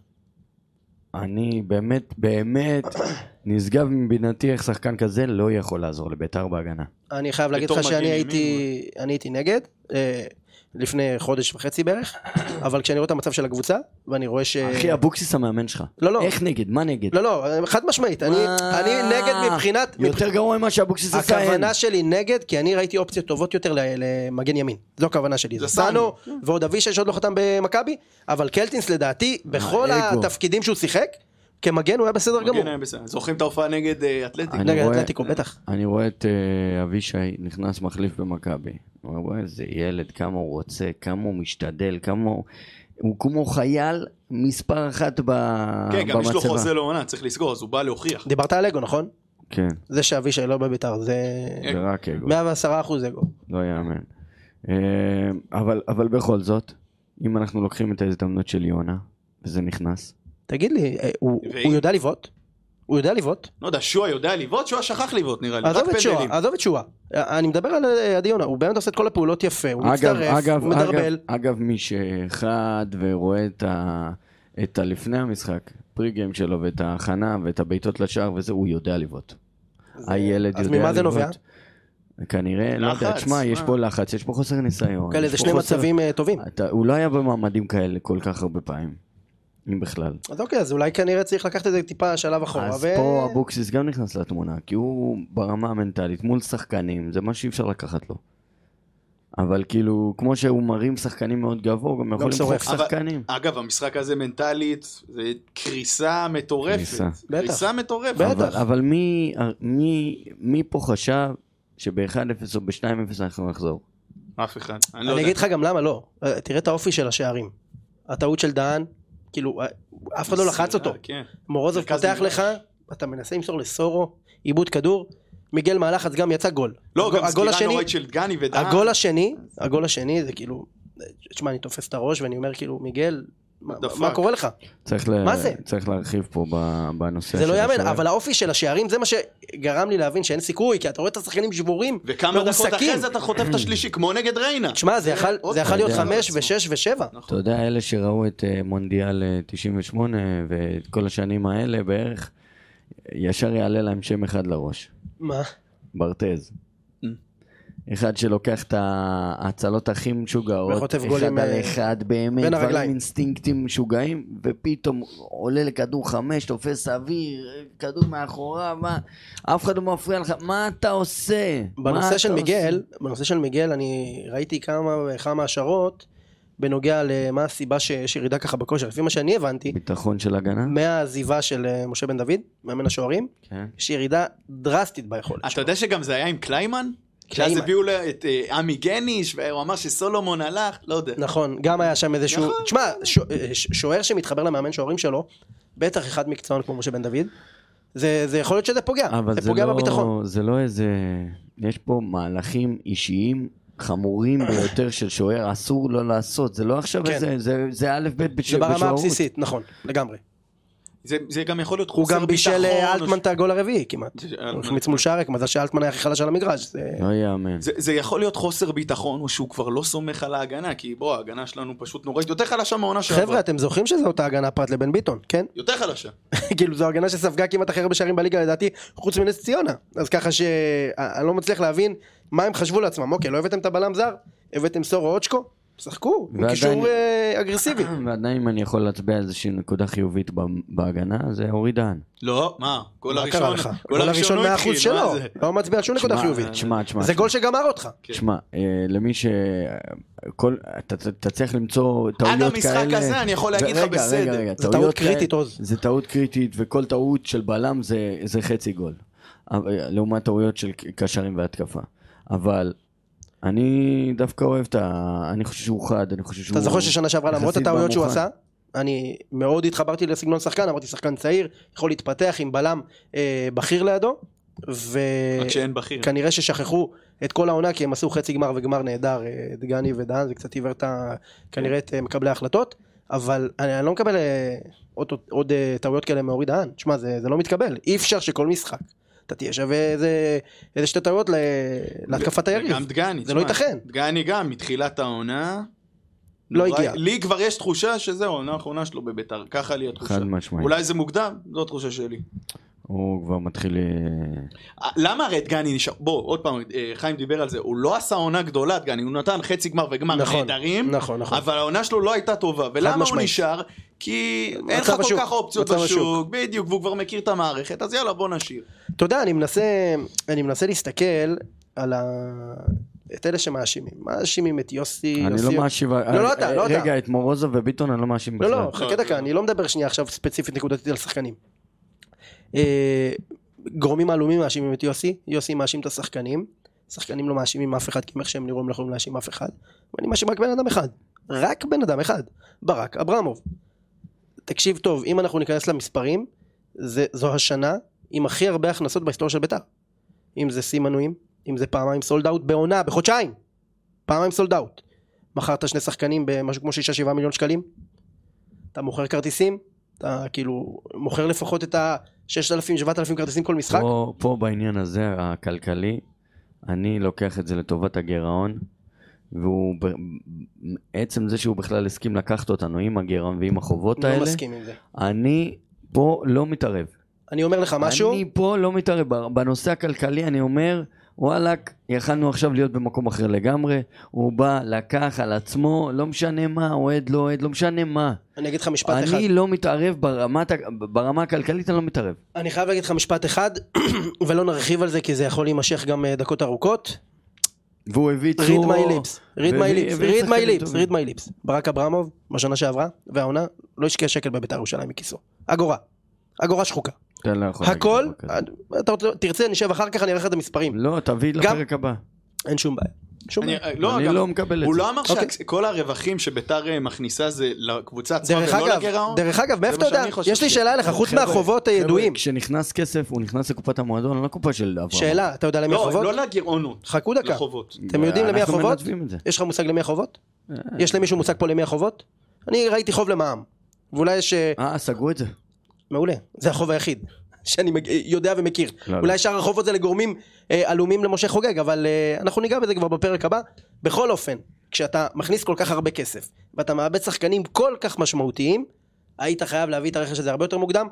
[SPEAKER 2] אני באמת, באמת, נשגב מבינתי איך שחקן כזה לא יכול לעזור לבית"ר בהגנה.
[SPEAKER 3] אני חייב להגיד לך
[SPEAKER 4] בתור
[SPEAKER 3] שאני
[SPEAKER 4] מגן
[SPEAKER 3] הייתי, אני הייתי נגד, אה, לפני חודש וחצי בערך, אבל כשאני רואה את המצב של הקבוצה, ואני רואה ש...
[SPEAKER 2] אחי, אבוקסיס המאמן שלך.
[SPEAKER 3] אה. לא, לא.
[SPEAKER 2] איך נגד? מה נגד?
[SPEAKER 3] לא, לא, חד משמעית, אני,
[SPEAKER 2] מה?
[SPEAKER 3] אני נגד מבחינת...
[SPEAKER 2] יותר גרוע ממה שאבוקסיס עשה. אין.
[SPEAKER 3] הכוונה שלי נגד, כי אני ראיתי אופציות טובות יותר ל- למגן ימין. זו הכוונה שלי.
[SPEAKER 4] זה
[SPEAKER 3] זה
[SPEAKER 4] סאנו.
[SPEAKER 3] סאנו, ועוד אבישי שעוד לא חתם במכבי, אבל קלטינס לדעתי, בכל
[SPEAKER 2] האגו.
[SPEAKER 3] התפקידים שהוא שיחק, כמגן הוא היה בסדר גמור.
[SPEAKER 4] מגן היה בסדר. זוכרים את ההופעה נגד אה, אתלטי?
[SPEAKER 2] אני
[SPEAKER 3] נגד
[SPEAKER 2] רואה-
[SPEAKER 3] אתלטיקו, בטח.
[SPEAKER 2] אני רואה את אה, אבישי נכנס מחליף במכבי. הוא אומר, "וואי, איזה ילד, כמה הוא רוצה, כמה הוא משתדל, כמה הוא... הוא כמו חייל מספר אחת ב- במצבה.
[SPEAKER 4] כן,
[SPEAKER 3] אה,
[SPEAKER 4] גם יש לו חוזה לעונה, צריך לסגור, אז הוא בא להוכיח.
[SPEAKER 3] דיברת על אגו, נכון?
[SPEAKER 2] כן,
[SPEAKER 3] זה שאבישי לא בביתר, זה
[SPEAKER 4] אה.
[SPEAKER 2] זה רק אגו,
[SPEAKER 3] 110 אחוז אגו.
[SPEAKER 2] לא יאמן. אה, אבל, אבל בכל זאת, אם אנחנו לוקחים את ההזדמנות של יונה, וזה נכנס,
[SPEAKER 3] תגיד לי, אה, הוא
[SPEAKER 4] ואם-
[SPEAKER 3] הוא יודע לבעוט? הוא יודע לבעוט?
[SPEAKER 4] לא יודע, שואה יודע לבעוט? שואה שכח לבעוט נראה לי, רק
[SPEAKER 3] עזוב את שואה,
[SPEAKER 4] פנדלים.
[SPEAKER 3] עזוב את שואה. אה, אני מדבר על אה, עדי יונה, הוא באמת עושה את כל הפעולות יפה, הוא
[SPEAKER 2] אגב,
[SPEAKER 3] מצטרף,
[SPEAKER 2] אגב,
[SPEAKER 3] הוא
[SPEAKER 2] אגב,
[SPEAKER 3] מדרבל.
[SPEAKER 2] אגב, מי שחד ורואה את ה... את הלפני המשחק, פרי גיים שלו ואת ההכנה ואת הבעיטות לשער וזה, הוא יודע לבעוט. הילד יודע
[SPEAKER 3] אז
[SPEAKER 2] לבעוט.
[SPEAKER 3] ממה זה נובע?
[SPEAKER 2] כנראה, לא יודע,
[SPEAKER 4] לחץ,
[SPEAKER 2] תשמע, יש
[SPEAKER 4] מה?
[SPEAKER 2] פה לחץ, יש פה חוסר ניסיון.
[SPEAKER 3] כאלה
[SPEAKER 2] יש
[SPEAKER 3] זה
[SPEAKER 2] פה
[SPEAKER 3] שני
[SPEAKER 2] חוסר-
[SPEAKER 3] מצבים אה, טובים.
[SPEAKER 2] אתה- הוא לא היה במעמדים כאלה כל כך הרבה פעמים, אם בכלל.
[SPEAKER 3] אז אוקיי, אז אולי כנראה צריך לקחת את זה טיפה שלב אחורה.
[SPEAKER 2] אז
[SPEAKER 3] ו-
[SPEAKER 2] פה אבוקסיס גם נכנס לתמונה, כי הוא ברמה המנטלית, מול שחקנים, זה מה שאי אפשר לקחת לו. אבל כאילו, כמו שהוא מרים שחקנים מאוד גבוה, הוא גם יכול למחוק
[SPEAKER 3] שורף.
[SPEAKER 2] שחקנים.
[SPEAKER 3] אה-
[SPEAKER 4] אגב, המשחק הזה מנטלית, זה קריסה מטורפת.
[SPEAKER 2] קריסה.
[SPEAKER 3] בטח.
[SPEAKER 4] קריסה מטורפת.
[SPEAKER 3] בטח.
[SPEAKER 2] אבל, אבל מי, מי, מי פה חשב שב-1-0 או ב-2-0 אנחנו נחזור?
[SPEAKER 4] אף אחד. אני
[SPEAKER 3] אני
[SPEAKER 4] לא יודע.
[SPEAKER 3] אגיד לך גם למה לא. אה, תראה את האופי של השערים. הטעות של דהן, כאילו, אה, אף אחד לא לחץ אותו.
[SPEAKER 4] כן.
[SPEAKER 3] מורוזוב
[SPEAKER 4] מרכז
[SPEAKER 3] פותח
[SPEAKER 4] מגרש.
[SPEAKER 3] לך, אתה מנסה למסור לסורו, עיבוד כדור, מיגל מהלחץ גם יצא גול.
[SPEAKER 4] לא,
[SPEAKER 3] הגול-
[SPEAKER 4] גם
[SPEAKER 3] הגול
[SPEAKER 4] סגירה
[SPEAKER 3] השני-
[SPEAKER 4] נוראית של דגני ודן.
[SPEAKER 3] הגול השני, הגול השני זה כאילו, תשמע, אני תופס את הראש ואני אומר כאילו, מיגל, מה-
[SPEAKER 4] What the
[SPEAKER 3] מה
[SPEAKER 4] fuck?"
[SPEAKER 3] קורה לך?
[SPEAKER 2] צריך, ל...
[SPEAKER 3] מה זה?
[SPEAKER 2] צריך להרחיב פה ב- בנושא
[SPEAKER 3] זה
[SPEAKER 2] כן, של
[SPEAKER 3] לא יאמן,
[SPEAKER 2] השוער.
[SPEAKER 3] אבל האופי של השערים זה מה שגרם לי להבין שאין סיכוי, כי אתה רואה את השחקנים שבורים,
[SPEAKER 4] וכמה דקות
[SPEAKER 3] מרוסקים.
[SPEAKER 4] אחרי זה אתה חוטף את השלישי, כמו נגד ריינה.
[SPEAKER 3] תשמע, זה יכול-
[SPEAKER 4] עוד
[SPEAKER 3] זה יכול
[SPEAKER 4] פעם.
[SPEAKER 3] להיות
[SPEAKER 2] אתה יודע.
[SPEAKER 3] חמש ושש ושבע.
[SPEAKER 2] אתה
[SPEAKER 4] נכון.
[SPEAKER 2] יודע, אלה שראו את אה, מונדיאל אה, 98 ואת כל השנים האלה בערך, ישר יעלה להם שם אחד לראש,
[SPEAKER 3] מה?
[SPEAKER 2] ברטז.
[SPEAKER 4] Mm.
[SPEAKER 2] אחד שלוקח את ההצלות הכי משוגעות,
[SPEAKER 3] וחוטף
[SPEAKER 2] אחד
[SPEAKER 3] גולים,
[SPEAKER 2] על
[SPEAKER 3] אה,
[SPEAKER 2] אחד באמת,
[SPEAKER 3] בין
[SPEAKER 2] דברים
[SPEAKER 3] הרגליים.
[SPEAKER 2] אינסטינקטים משוגעים, ופתאום עולה לכדור חמש, תופס אוויר, כדור מאחוריו, מה? אף אחד לא מפריע לך, מה אתה עושה? מה
[SPEAKER 3] בנושא
[SPEAKER 2] אתה
[SPEAKER 3] של
[SPEAKER 2] עושה?
[SPEAKER 3] מיגל, בנושא של מיגל אני ראיתי כמה וכמה השערות בנוגע למה הסיבה שיש ירידה ככה בכושר. לפי מה שאני הבנתי,
[SPEAKER 2] ביטחון של הגנה?
[SPEAKER 3] מהעזיבה של אה, משה בן דוד, מאמן השוערים,
[SPEAKER 2] כן.
[SPEAKER 3] יש ירידה דרסטית ביכולת.
[SPEAKER 4] אתה יודע שגם זה היה עם קליימן?
[SPEAKER 3] קליימן.
[SPEAKER 4] שאז הביאו לה- את אה, עמי גניש, והוא אמר שסולומון הלך, לא יודע.
[SPEAKER 3] נכון, גם היה שם איזשהו...
[SPEAKER 4] נכון.
[SPEAKER 3] תשמע, ש- אה, ש- שוער שמתחבר למאמן שוערים שלו, בטח אחד מקצוען כמו משה בן דוד, זה זה יכול להיות שזה פוגע,
[SPEAKER 2] כן. אבל
[SPEAKER 3] זה פוגע בביטחון.
[SPEAKER 2] זה לא איזה... יש פה מהלכים אישיים חמורים ביותר של שוער, אסור לא לעשות. זה לא עכשיו
[SPEAKER 3] כן.
[SPEAKER 2] איזה... זה- זה א' ב' בש-
[SPEAKER 3] זה ברמה
[SPEAKER 2] בשוערות.
[SPEAKER 3] הבסיסית, נכון, לגמרי.
[SPEAKER 4] זה- זה גם יכול להיות
[SPEAKER 3] הוא
[SPEAKER 4] חוסר
[SPEAKER 3] גם
[SPEAKER 4] ביטחון.
[SPEAKER 3] בישל אה,
[SPEAKER 4] או ש- אה,
[SPEAKER 3] אלטמן את הגול הרביעי כמעט.
[SPEAKER 4] אלטמן.
[SPEAKER 3] הוא החמיץ מול שערק, מזל שאלטמן היה הכי חלש על המגרש. זה-
[SPEAKER 2] לא יאמן.
[SPEAKER 4] זה, זה יכול להיות חוסר ביטחון, או שהוא כבר לא סומך על ההגנה, כי בוא, ההגנה שלנו פשוט נוראית, יותר חלשה מהעונה שעברה.
[SPEAKER 3] חבר'ה, אתם זוכרים שזו אותה הגנה פרט לבן ביטון, כן?
[SPEAKER 4] יותר חלשה.
[SPEAKER 3] כאילו, זו הגנה שספגה כמעט הכי הרבה שערים בליגה, לדעתי, חוץ מנס ציונה. אז ככה ש... אני לא מצליח להבין מה הם חשבו לעצמם. אוקיי, לא הבאתם את הבלם זר, הבאתם סורו אוצ'קו, שחקו,
[SPEAKER 2] ועדיין-
[SPEAKER 3] קישור אה, אגרסיבי.
[SPEAKER 2] ועדיין אם אני יכול להצביע על איזושהי נקודה חיובית ב- בהגנה, זה אורי דהן.
[SPEAKER 4] לא, מה? גול
[SPEAKER 3] מה קרה
[SPEAKER 4] הראשון,
[SPEAKER 3] לך?
[SPEAKER 4] גול הראשון הוא
[SPEAKER 3] 100%
[SPEAKER 4] התחיל,
[SPEAKER 3] שלו,
[SPEAKER 4] מה זה?
[SPEAKER 3] לא מצביע על שום נקודה
[SPEAKER 2] תשמע,
[SPEAKER 3] חיובית.
[SPEAKER 2] תשמע, תשמע.
[SPEAKER 3] זה גול שגמר אותך.
[SPEAKER 2] תשמע, אה, למי ש... כל... אתה- אתה אתה צריך למצוא טעויות כאלה...
[SPEAKER 4] המשחק הזה אני יכול להגיד לך
[SPEAKER 2] רגע,
[SPEAKER 4] בסדר.
[SPEAKER 2] רגע, רגע,
[SPEAKER 3] זה טעות
[SPEAKER 2] טעויות
[SPEAKER 3] קריטית,
[SPEAKER 2] כאלה-
[SPEAKER 3] עוז.
[SPEAKER 2] זה טעות קריטית, וכל טעות של בלם זה, זה חצי גול. אבל- לעומת טעויות של קשרים והתקפה. אבל אני דווקא אוהב את ה... אני חושב שהוא חד, אני חושב שהוא...
[SPEAKER 3] אתה זוכר ששנה שעברה למרות
[SPEAKER 2] יחסית
[SPEAKER 3] הטעויות שהוא
[SPEAKER 2] במוכן.
[SPEAKER 3] עשה, אני מאוד התחברתי לסגנון שחקן, אמרתי שחקן צעיר, יכול להתפתח עם בלם אה, בכיר לידו,
[SPEAKER 4] רק
[SPEAKER 3] וכנראה
[SPEAKER 4] שאין בכיר.
[SPEAKER 3] ששכחו את כל העונה כי הם עשו חצי גמר וגמר נהדר, אה, דגני ודהן, זה קצת עיוור את ה-
[SPEAKER 4] כן.
[SPEAKER 3] כנראה את אה, מקבלי ההחלטות, אבל אני אני לא מקבל אה, עוד- עוד אה, טעויות כאלה מאורי דהן, תשמע זה זה לא מתקבל, אי אפשר שכל משחק. אתה תהיה שווה איזה, איזה שתי טעויות ל- להתקפת היריב.
[SPEAKER 4] גם דגני.
[SPEAKER 3] זה לא
[SPEAKER 4] תשמע,
[SPEAKER 3] ייתכן.
[SPEAKER 4] דגני גם, מתחילת העונה...
[SPEAKER 3] לא
[SPEAKER 4] נורא-
[SPEAKER 3] הגיע.
[SPEAKER 4] לי כבר יש תחושה שזהו, העונה האחרונה שלו בביתר, ככה לי התחושה.
[SPEAKER 2] חד משמעית.
[SPEAKER 4] אולי זה מוקדם, זו התחושה שלי.
[SPEAKER 2] הוא כבר מתחיל... אה,
[SPEAKER 4] אה, למה הרי את גני נשאר? בוא, עוד פעם, אה, חיים דיבר על זה, הוא לא עשה עונה גדולה, את גני, הוא נתן חצי גמר וגמר
[SPEAKER 3] נכון,
[SPEAKER 4] נהדרים,
[SPEAKER 3] נכון, נכון.
[SPEAKER 4] אבל העונה שלו לא הייתה טובה, ולמה הוא
[SPEAKER 3] משמעית.
[SPEAKER 4] נשאר? כי אין לך
[SPEAKER 3] מצב
[SPEAKER 4] כל
[SPEAKER 3] השוק,
[SPEAKER 4] כך אופציות
[SPEAKER 3] מצב
[SPEAKER 4] בשוק,
[SPEAKER 3] השוק.
[SPEAKER 4] בדיוק, והוא כבר מכיר את המערכת, אז יאללה בוא נשאיר.
[SPEAKER 3] אתה יודע, אני מנסה, אני מנסה להסתכל על ה... את אלה שמאשימים. מאשימים את יוסי,
[SPEAKER 2] אני
[SPEAKER 3] יוסי...
[SPEAKER 2] לא מאשים...
[SPEAKER 3] לא, לא אתה, לא אתה.
[SPEAKER 2] רגע, את מורוזוב וביטון אני לא מאשים בכלל.
[SPEAKER 3] לא, לא, חכה דקה, אני לא מדבר שנייה עכשיו ספציפית נקודתית על שחקנים. אה, גורמים עלומים מאשימים את יוסי, יוסי מאשים את השחקנים, שחקנים לא מאשימים אף אחד, כי איך שהם נראו הם לא יכולים להאשים אף אחד, ואני מאשים רק בן אדם אחד, רק בן אדם אחד, ברק אברמוב. תקשיב טוב, אם אנחנו ניכנס למספרים, זה, זו השנה עם הכי הרבה הכנסות בהיסטוריה של בית"ר. אם זה שיא מנויים, אם זה פעמיים סולד אאוט בעונה, בחודשיים. פעמיים סולד אאוט. מכרת שני שחקנים במשהו כמו 6-7 מיליון שקלים, אתה מוכר כרטיסים, אתה כאילו מוכר לפחות את ה-6,000-7,000 כרטיסים כל משחק.
[SPEAKER 2] פה, פה בעניין הזה הכלכלי, אני לוקח את זה לטובת הגירעון, והוא, ב- עצם זה שהוא בכלל הסכים לקחת אותנו עם הגירעון ועם החובות
[SPEAKER 3] אני
[SPEAKER 2] האלה,
[SPEAKER 3] לא מסכים עם זה.
[SPEAKER 2] אני פה לא מתערב.
[SPEAKER 3] אני אומר לך משהו,
[SPEAKER 2] אני פה לא מתערב. בנושא הכלכלי אני אומר, וואלכ, יכלנו עכשיו להיות במקום אחר לגמרי, הוא בא, לקח על עצמו, לא משנה מה, אוהד, לא אוהד, לא משנה מה.
[SPEAKER 3] אני אגיד לך משפט אחד.
[SPEAKER 2] אני לא מתערב ברמת, ה- ברמה הכלכלית, אני לא מתערב.
[SPEAKER 3] אני חייב להגיד לך משפט אחד, ולא נרחיב על זה כי זה יכול להימשך גם אה, דקות ארוכות.
[SPEAKER 2] והוא הביא את
[SPEAKER 3] read
[SPEAKER 2] צורו.
[SPEAKER 3] my lips, read my
[SPEAKER 2] והביא-
[SPEAKER 3] lips,
[SPEAKER 2] הביא
[SPEAKER 3] read my
[SPEAKER 2] שחקנים
[SPEAKER 3] lips,
[SPEAKER 2] טובים.
[SPEAKER 3] read my lips. ברק אברמוב, בשנה שעברה, והעונה, לא השקיע שקל בביתר ירושלים מכיסו. אגורה. אגורה שחוקה.
[SPEAKER 2] אתה לא יכול להגיד
[SPEAKER 3] הכל, אה,
[SPEAKER 2] דבר כזה.
[SPEAKER 3] אתה רוצה- תרצה, נשב אחר כך, אני אראה לך את המספרים.
[SPEAKER 2] לא, תביא
[SPEAKER 3] גם-
[SPEAKER 2] לפרק הבא.
[SPEAKER 3] אין שום בעיה. שום
[SPEAKER 4] אני,
[SPEAKER 3] בעיה.
[SPEAKER 4] לא,
[SPEAKER 2] אני
[SPEAKER 4] אגב,
[SPEAKER 2] לא מקבל את
[SPEAKER 4] הוא
[SPEAKER 2] זה.
[SPEAKER 4] לא אמר
[SPEAKER 3] אוקיי.
[SPEAKER 4] שכל הרווחים שביתר אה, מכניסה זה לקבוצה עצמה
[SPEAKER 3] דרך
[SPEAKER 4] ולא
[SPEAKER 3] אגב,
[SPEAKER 4] לגירעון?
[SPEAKER 3] דרך אגב, מאיפה
[SPEAKER 4] זה
[SPEAKER 3] אתה
[SPEAKER 4] מה
[SPEAKER 3] יודע?
[SPEAKER 4] שאני חושב
[SPEAKER 3] יש לי
[SPEAKER 4] ש-
[SPEAKER 3] שאלה אליך, חוץ
[SPEAKER 2] חבר'ה,
[SPEAKER 3] מהחובות הידועים.
[SPEAKER 2] חבר'ה, כשנכנס כסף, הוא נכנס לקופת המועדון, לא לקופה של אברהם.
[SPEAKER 3] שאלה, אתה יודע למי
[SPEAKER 4] לא, לא
[SPEAKER 3] החובות?
[SPEAKER 4] לגירעונות,
[SPEAKER 3] חכו דקה. נכון.
[SPEAKER 4] לחובות.
[SPEAKER 3] אתם יודעים למי
[SPEAKER 2] אה, אנחנו
[SPEAKER 3] החובות?
[SPEAKER 2] מנתבים את זה.
[SPEAKER 3] יש לך מושג למי החובות? יש למישהו מושג פה למי החובות? אני ראיתי חוב למע"מ. ואולי יש... אה,
[SPEAKER 2] אה, סגרו את זה?
[SPEAKER 3] מעולה, זה החוב היחיד שאני מג- יודע ומכיר.
[SPEAKER 2] לא, לא.
[SPEAKER 3] אולי שאר החובות זה לגורמים אה, עלומים למשה חוגג, אבל אה, אנחנו ניגע בזה כבר בפרק הבא. בכל אופן, כשאתה מכניס כל כך הרבה כסף, ואתה מאבד שחקנים כל כך משמעותיים, היית חייב להביא את הרכש הזה הרבה יותר מוקדם.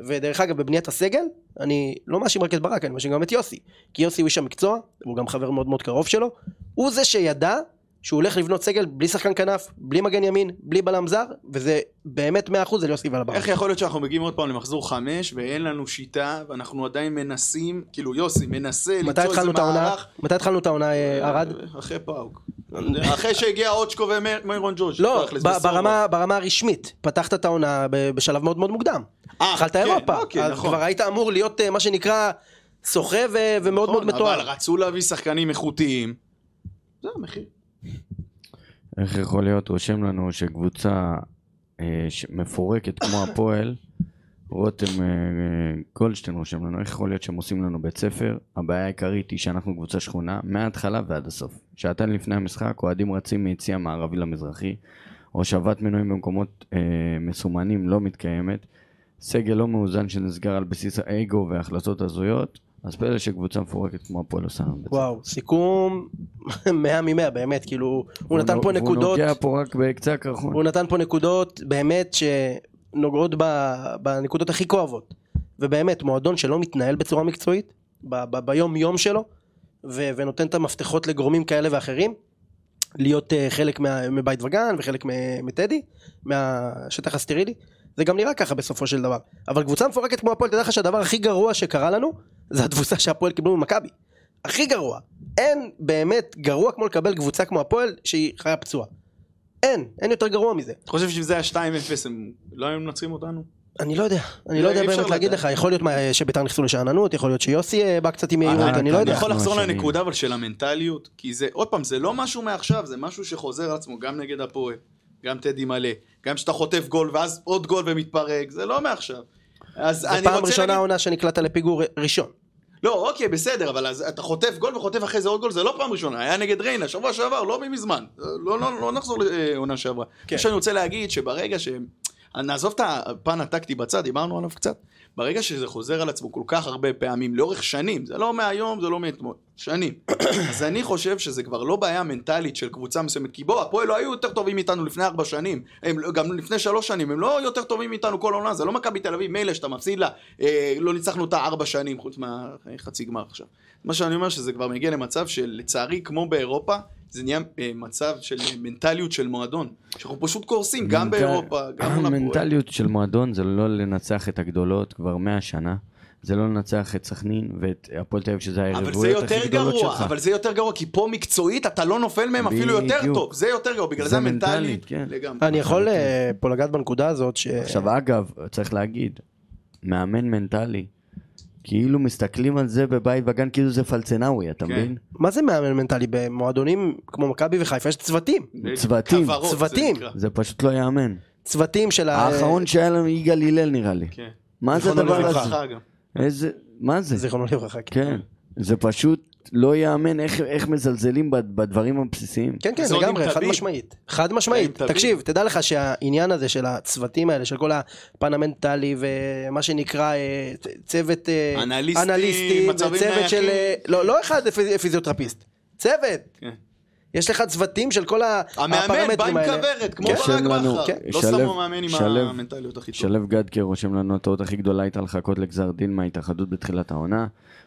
[SPEAKER 3] ודרך אגב, בבניית הסגל, אני לא מאשים רק את ברק, אני מאשים גם את יוסי. כי יוסי הוא איש המקצוע, והוא גם חבר מאוד מאוד קרוב שלו. הוא זה שידע שהוא הולך לבנות סגל בלי שחקן כנף, בלי מגן ימין, בלי בלם זר, וזה באמת 100% על יוסי ועל ברק.
[SPEAKER 4] איך יכול להיות שאנחנו מגיעים עוד פעם למחזור חמש ואין לנו שיטה ואנחנו עדיין מנסים, כאילו יוסי מנסה
[SPEAKER 3] מתי
[SPEAKER 4] למצוא איזה
[SPEAKER 3] התחלנו את העונה?
[SPEAKER 4] מערך
[SPEAKER 3] מתי התחלנו את העונה, אה, ארד?
[SPEAKER 4] אחרי פאוק. אחרי שהגיע אוצ'קו ומירון ג'וז'
[SPEAKER 3] לא,
[SPEAKER 4] תכלס,
[SPEAKER 3] ב-
[SPEAKER 4] בסוף.
[SPEAKER 3] ברמה ברמה הרשמית, פתחת את העונה ב- בשלב מאוד מאוד מוקדם.
[SPEAKER 4] אה,
[SPEAKER 3] התחלת
[SPEAKER 4] כן,
[SPEAKER 3] אירופה,
[SPEAKER 4] אוקיי,
[SPEAKER 3] אז
[SPEAKER 4] נכון.
[SPEAKER 3] כבר היית אמור להיות אה, מה שנקרא סוחב אה, ומאוד מאוד
[SPEAKER 4] נכון, אבל
[SPEAKER 3] מתואר.
[SPEAKER 4] רצו להביא שחקנים איכותיים. זה המחיר.
[SPEAKER 2] איך יכול להיות, רושם לנו שקבוצה אה, ש- מפורקת כמו הפועל, רותם אה, אה, גולדשטיין רושם לנו, איך יכול להיות שהם עושים לנו בית ספר? הבעיה העיקרית היא שאנחנו קבוצה שכונה מההתחלה ועד הסוף. שעתיים לפני המשחק, אוהדים רצים מיציע המערבי למזרחי, הושבת מנויים במקומות אה, מסומנים לא מתקיימת, סגל לא מאוזן שנסגר על בסיס האגו וההחלטות הזויות, אז פלא שקבוצה מפורקת כמו הפועל עושה לנו בית ספר.
[SPEAKER 3] וואו, סיכום 100 מ-100 באמת, כאילו, הוא נתן
[SPEAKER 2] נו-
[SPEAKER 3] פה
[SPEAKER 2] והוא
[SPEAKER 3] נקודות,
[SPEAKER 2] נוגע פה רק בקצה הקרחון.
[SPEAKER 3] הוא נתן פה נקודות באמת שנוגעות ב- בנקודות הכי כואבות. ובאמת, מועדון שלא מתנהל בצורה מקצועית, ב- ב- ביום יום שלו, ו- ונותן את המפתחות לגורמים כאלה ואחרים, להיות אה, חלק מה- מבית וגן וחלק מ- מטדי, מהשטח הסטרילי, זה גם נראה ככה בסופו של דבר. אבל קבוצה מפורקת כמו הפועל, תדע לך שהדבר הכי גרוע שקרה לנו, זה התבוסה שהפועל קיבלו ממכבי. הכי גרוע. אין באמת גרוע כמו לקבל קבוצה כמו הפועל שהיא חיה פצועה. אין, אין יותר גרוע מזה.
[SPEAKER 4] אתה חושב שאם זה היה 2-0 הם לא היו מנצחים אותנו?
[SPEAKER 3] אני לא יודע, אני
[SPEAKER 4] לא,
[SPEAKER 3] לא
[SPEAKER 4] אי
[SPEAKER 3] יודע
[SPEAKER 4] אפשר
[SPEAKER 3] באמת להגיד
[SPEAKER 4] לדעת.
[SPEAKER 3] לך, יכול להיות מה- שביתר נכנסו לשאננות, יכול להיות שיוסי אה, בא קצת עם
[SPEAKER 4] אה,
[SPEAKER 3] יעילות, אני לא
[SPEAKER 4] אתה
[SPEAKER 3] יודע.
[SPEAKER 4] יכול לחזור
[SPEAKER 2] אנחנו
[SPEAKER 4] לנקודה אבל של המנטליות, כי זה, עוד פעם, זה לא משהו מעכשיו, זה משהו שחוזר על עצמו גם נגד הפועל, גם טדי מלא, גם שאתה חוטף גול ואז עוד גול ומתפרק, זה לא מעכשיו. אז
[SPEAKER 3] זו
[SPEAKER 4] אני
[SPEAKER 3] פעם
[SPEAKER 4] רוצה
[SPEAKER 3] ראשונה
[SPEAKER 4] להגיד...
[SPEAKER 3] העונה שנקלעת לפיגור אה, ראשון.
[SPEAKER 4] לא, אוקיי, בסדר, אבל אז אתה חוטף גול וחוטף אחרי זה עוד גול, זה לא פעם ראשונה, היה נגד ריינה, שבוע שעבר, לא מזמן. לא, לא, לא נחזור לעונה שעברה.
[SPEAKER 3] כן.
[SPEAKER 4] כן. מה שאני רוצה להגיד, שברגע שהם... נעזוב את הפן הטקטי בצד, דיברנו עליו קצת. ברגע שזה חוזר על עצמו כל כך הרבה פעמים, לאורך שנים, זה לא מהיום, זה לא מאתמול, שנים. אז אני חושב שזה כבר לא בעיה מנטלית של קבוצה מסוימת, כי בוא, הפועל לא היו יותר טובים מאיתנו לפני ארבע שנים, הם, לא- גם לפני שלוש שנים, הם לא יותר טובים מאיתנו כל עונה, זה לא מכבי תל אביב, מילא שאתה מפסיד לה, אה, לא ניצחנו אותה ארבע שנים, חוץ מהחצי גמר עכשיו. מה שאני אומר שזה כבר מגיע למצב של, לצערי, כמו באירופה, זה נהיה אה, מצב של אה, מנטליות של מועדון, שאנחנו פשוט קורסים, גם
[SPEAKER 2] מנטל-
[SPEAKER 4] באירופה, גם מול הפועל.
[SPEAKER 2] המנטליות של מועדון זה לא לנצח את הגדולות כבר 100 שנה. זה לא לנצח את סכנין ואת הפועל תל אביב, שזה
[SPEAKER 4] אבל זה
[SPEAKER 2] היריבויות
[SPEAKER 4] יותר
[SPEAKER 2] הכי גדולות שלך.
[SPEAKER 4] גרוע, אבל זה יותר גרוע, כי פה מקצועית אתה לא נופל מהם אפילו יותר
[SPEAKER 2] בדיוק.
[SPEAKER 4] טוב, זה יותר גרוע, בגלל
[SPEAKER 2] זה
[SPEAKER 4] זה המנטלית,
[SPEAKER 2] מנטלית, כן.
[SPEAKER 4] לגמרי.
[SPEAKER 3] אני יכול
[SPEAKER 4] אוקיי.
[SPEAKER 3] אה, פה לגעת בנקודה הזאת, ש...
[SPEAKER 2] עכשיו, אגב, צריך להגיד, מאמן מנטלי, כאילו מסתכלים על זה בבית וגן, כאילו זה פלצנאווי, אתה
[SPEAKER 4] כן.
[SPEAKER 2] מבין?
[SPEAKER 3] מה זה מאמן מנטלי? במועדונים כמו מכבי וחיפה יש צוותים.
[SPEAKER 2] צוותים.
[SPEAKER 4] אה, כוורות, זה
[SPEAKER 3] צוותים.
[SPEAKER 4] נקרא.
[SPEAKER 2] זה פשוט לא ייאמן.
[SPEAKER 3] צוותים של ה...
[SPEAKER 2] האחרון שהיה לנו יגאל הלל נראה לי.
[SPEAKER 4] כן.
[SPEAKER 2] מה זה
[SPEAKER 3] זיכרונו
[SPEAKER 2] הדבר
[SPEAKER 3] לברכה.
[SPEAKER 2] הזה?
[SPEAKER 4] גם.
[SPEAKER 2] איזה... מה זה?
[SPEAKER 3] זיכרונו לברכה. כן.
[SPEAKER 2] כן. זה פשוט לא ייאמן איך- איך מזלזלים בד- בדברים הבסיסיים.
[SPEAKER 3] כן, כן,
[SPEAKER 4] זה עוד עם כן,
[SPEAKER 3] לגמרי, חד
[SPEAKER 4] טביב.
[SPEAKER 3] משמעית. חד
[SPEAKER 4] עם
[SPEAKER 3] משמעית.
[SPEAKER 4] טביב.
[SPEAKER 3] תקשיב, תדע לך שהעניין הזה של הצוותים האלה, של כל הפן המנטלי ומה שנקרא אה, צ- צוות אה,
[SPEAKER 4] אנליסטים,
[SPEAKER 3] אנליסטים
[SPEAKER 4] מצבים
[SPEAKER 3] וצוות של...
[SPEAKER 4] נייחים.
[SPEAKER 3] אה, לא, לא אחד פיזיותרפיסט, צוות.
[SPEAKER 4] כן.
[SPEAKER 3] יש לך צוותים של כל ה-
[SPEAKER 4] המאמן בא עם
[SPEAKER 3] הפרמטרים האלה.
[SPEAKER 4] כוורת, כמו
[SPEAKER 2] כן.
[SPEAKER 4] ברק
[SPEAKER 2] שלב לנו,
[SPEAKER 4] בכר.
[SPEAKER 2] כן.
[SPEAKER 4] לא
[SPEAKER 2] שלב-
[SPEAKER 4] שמו מאמן עם
[SPEAKER 2] שלב-
[SPEAKER 4] המנטליות הכי טובה.
[SPEAKER 2] שלו גדקר רושם לנו הטעות הכי גדולה הייתה לחכות לגזר דין מההתאחדות בתחילת העונה,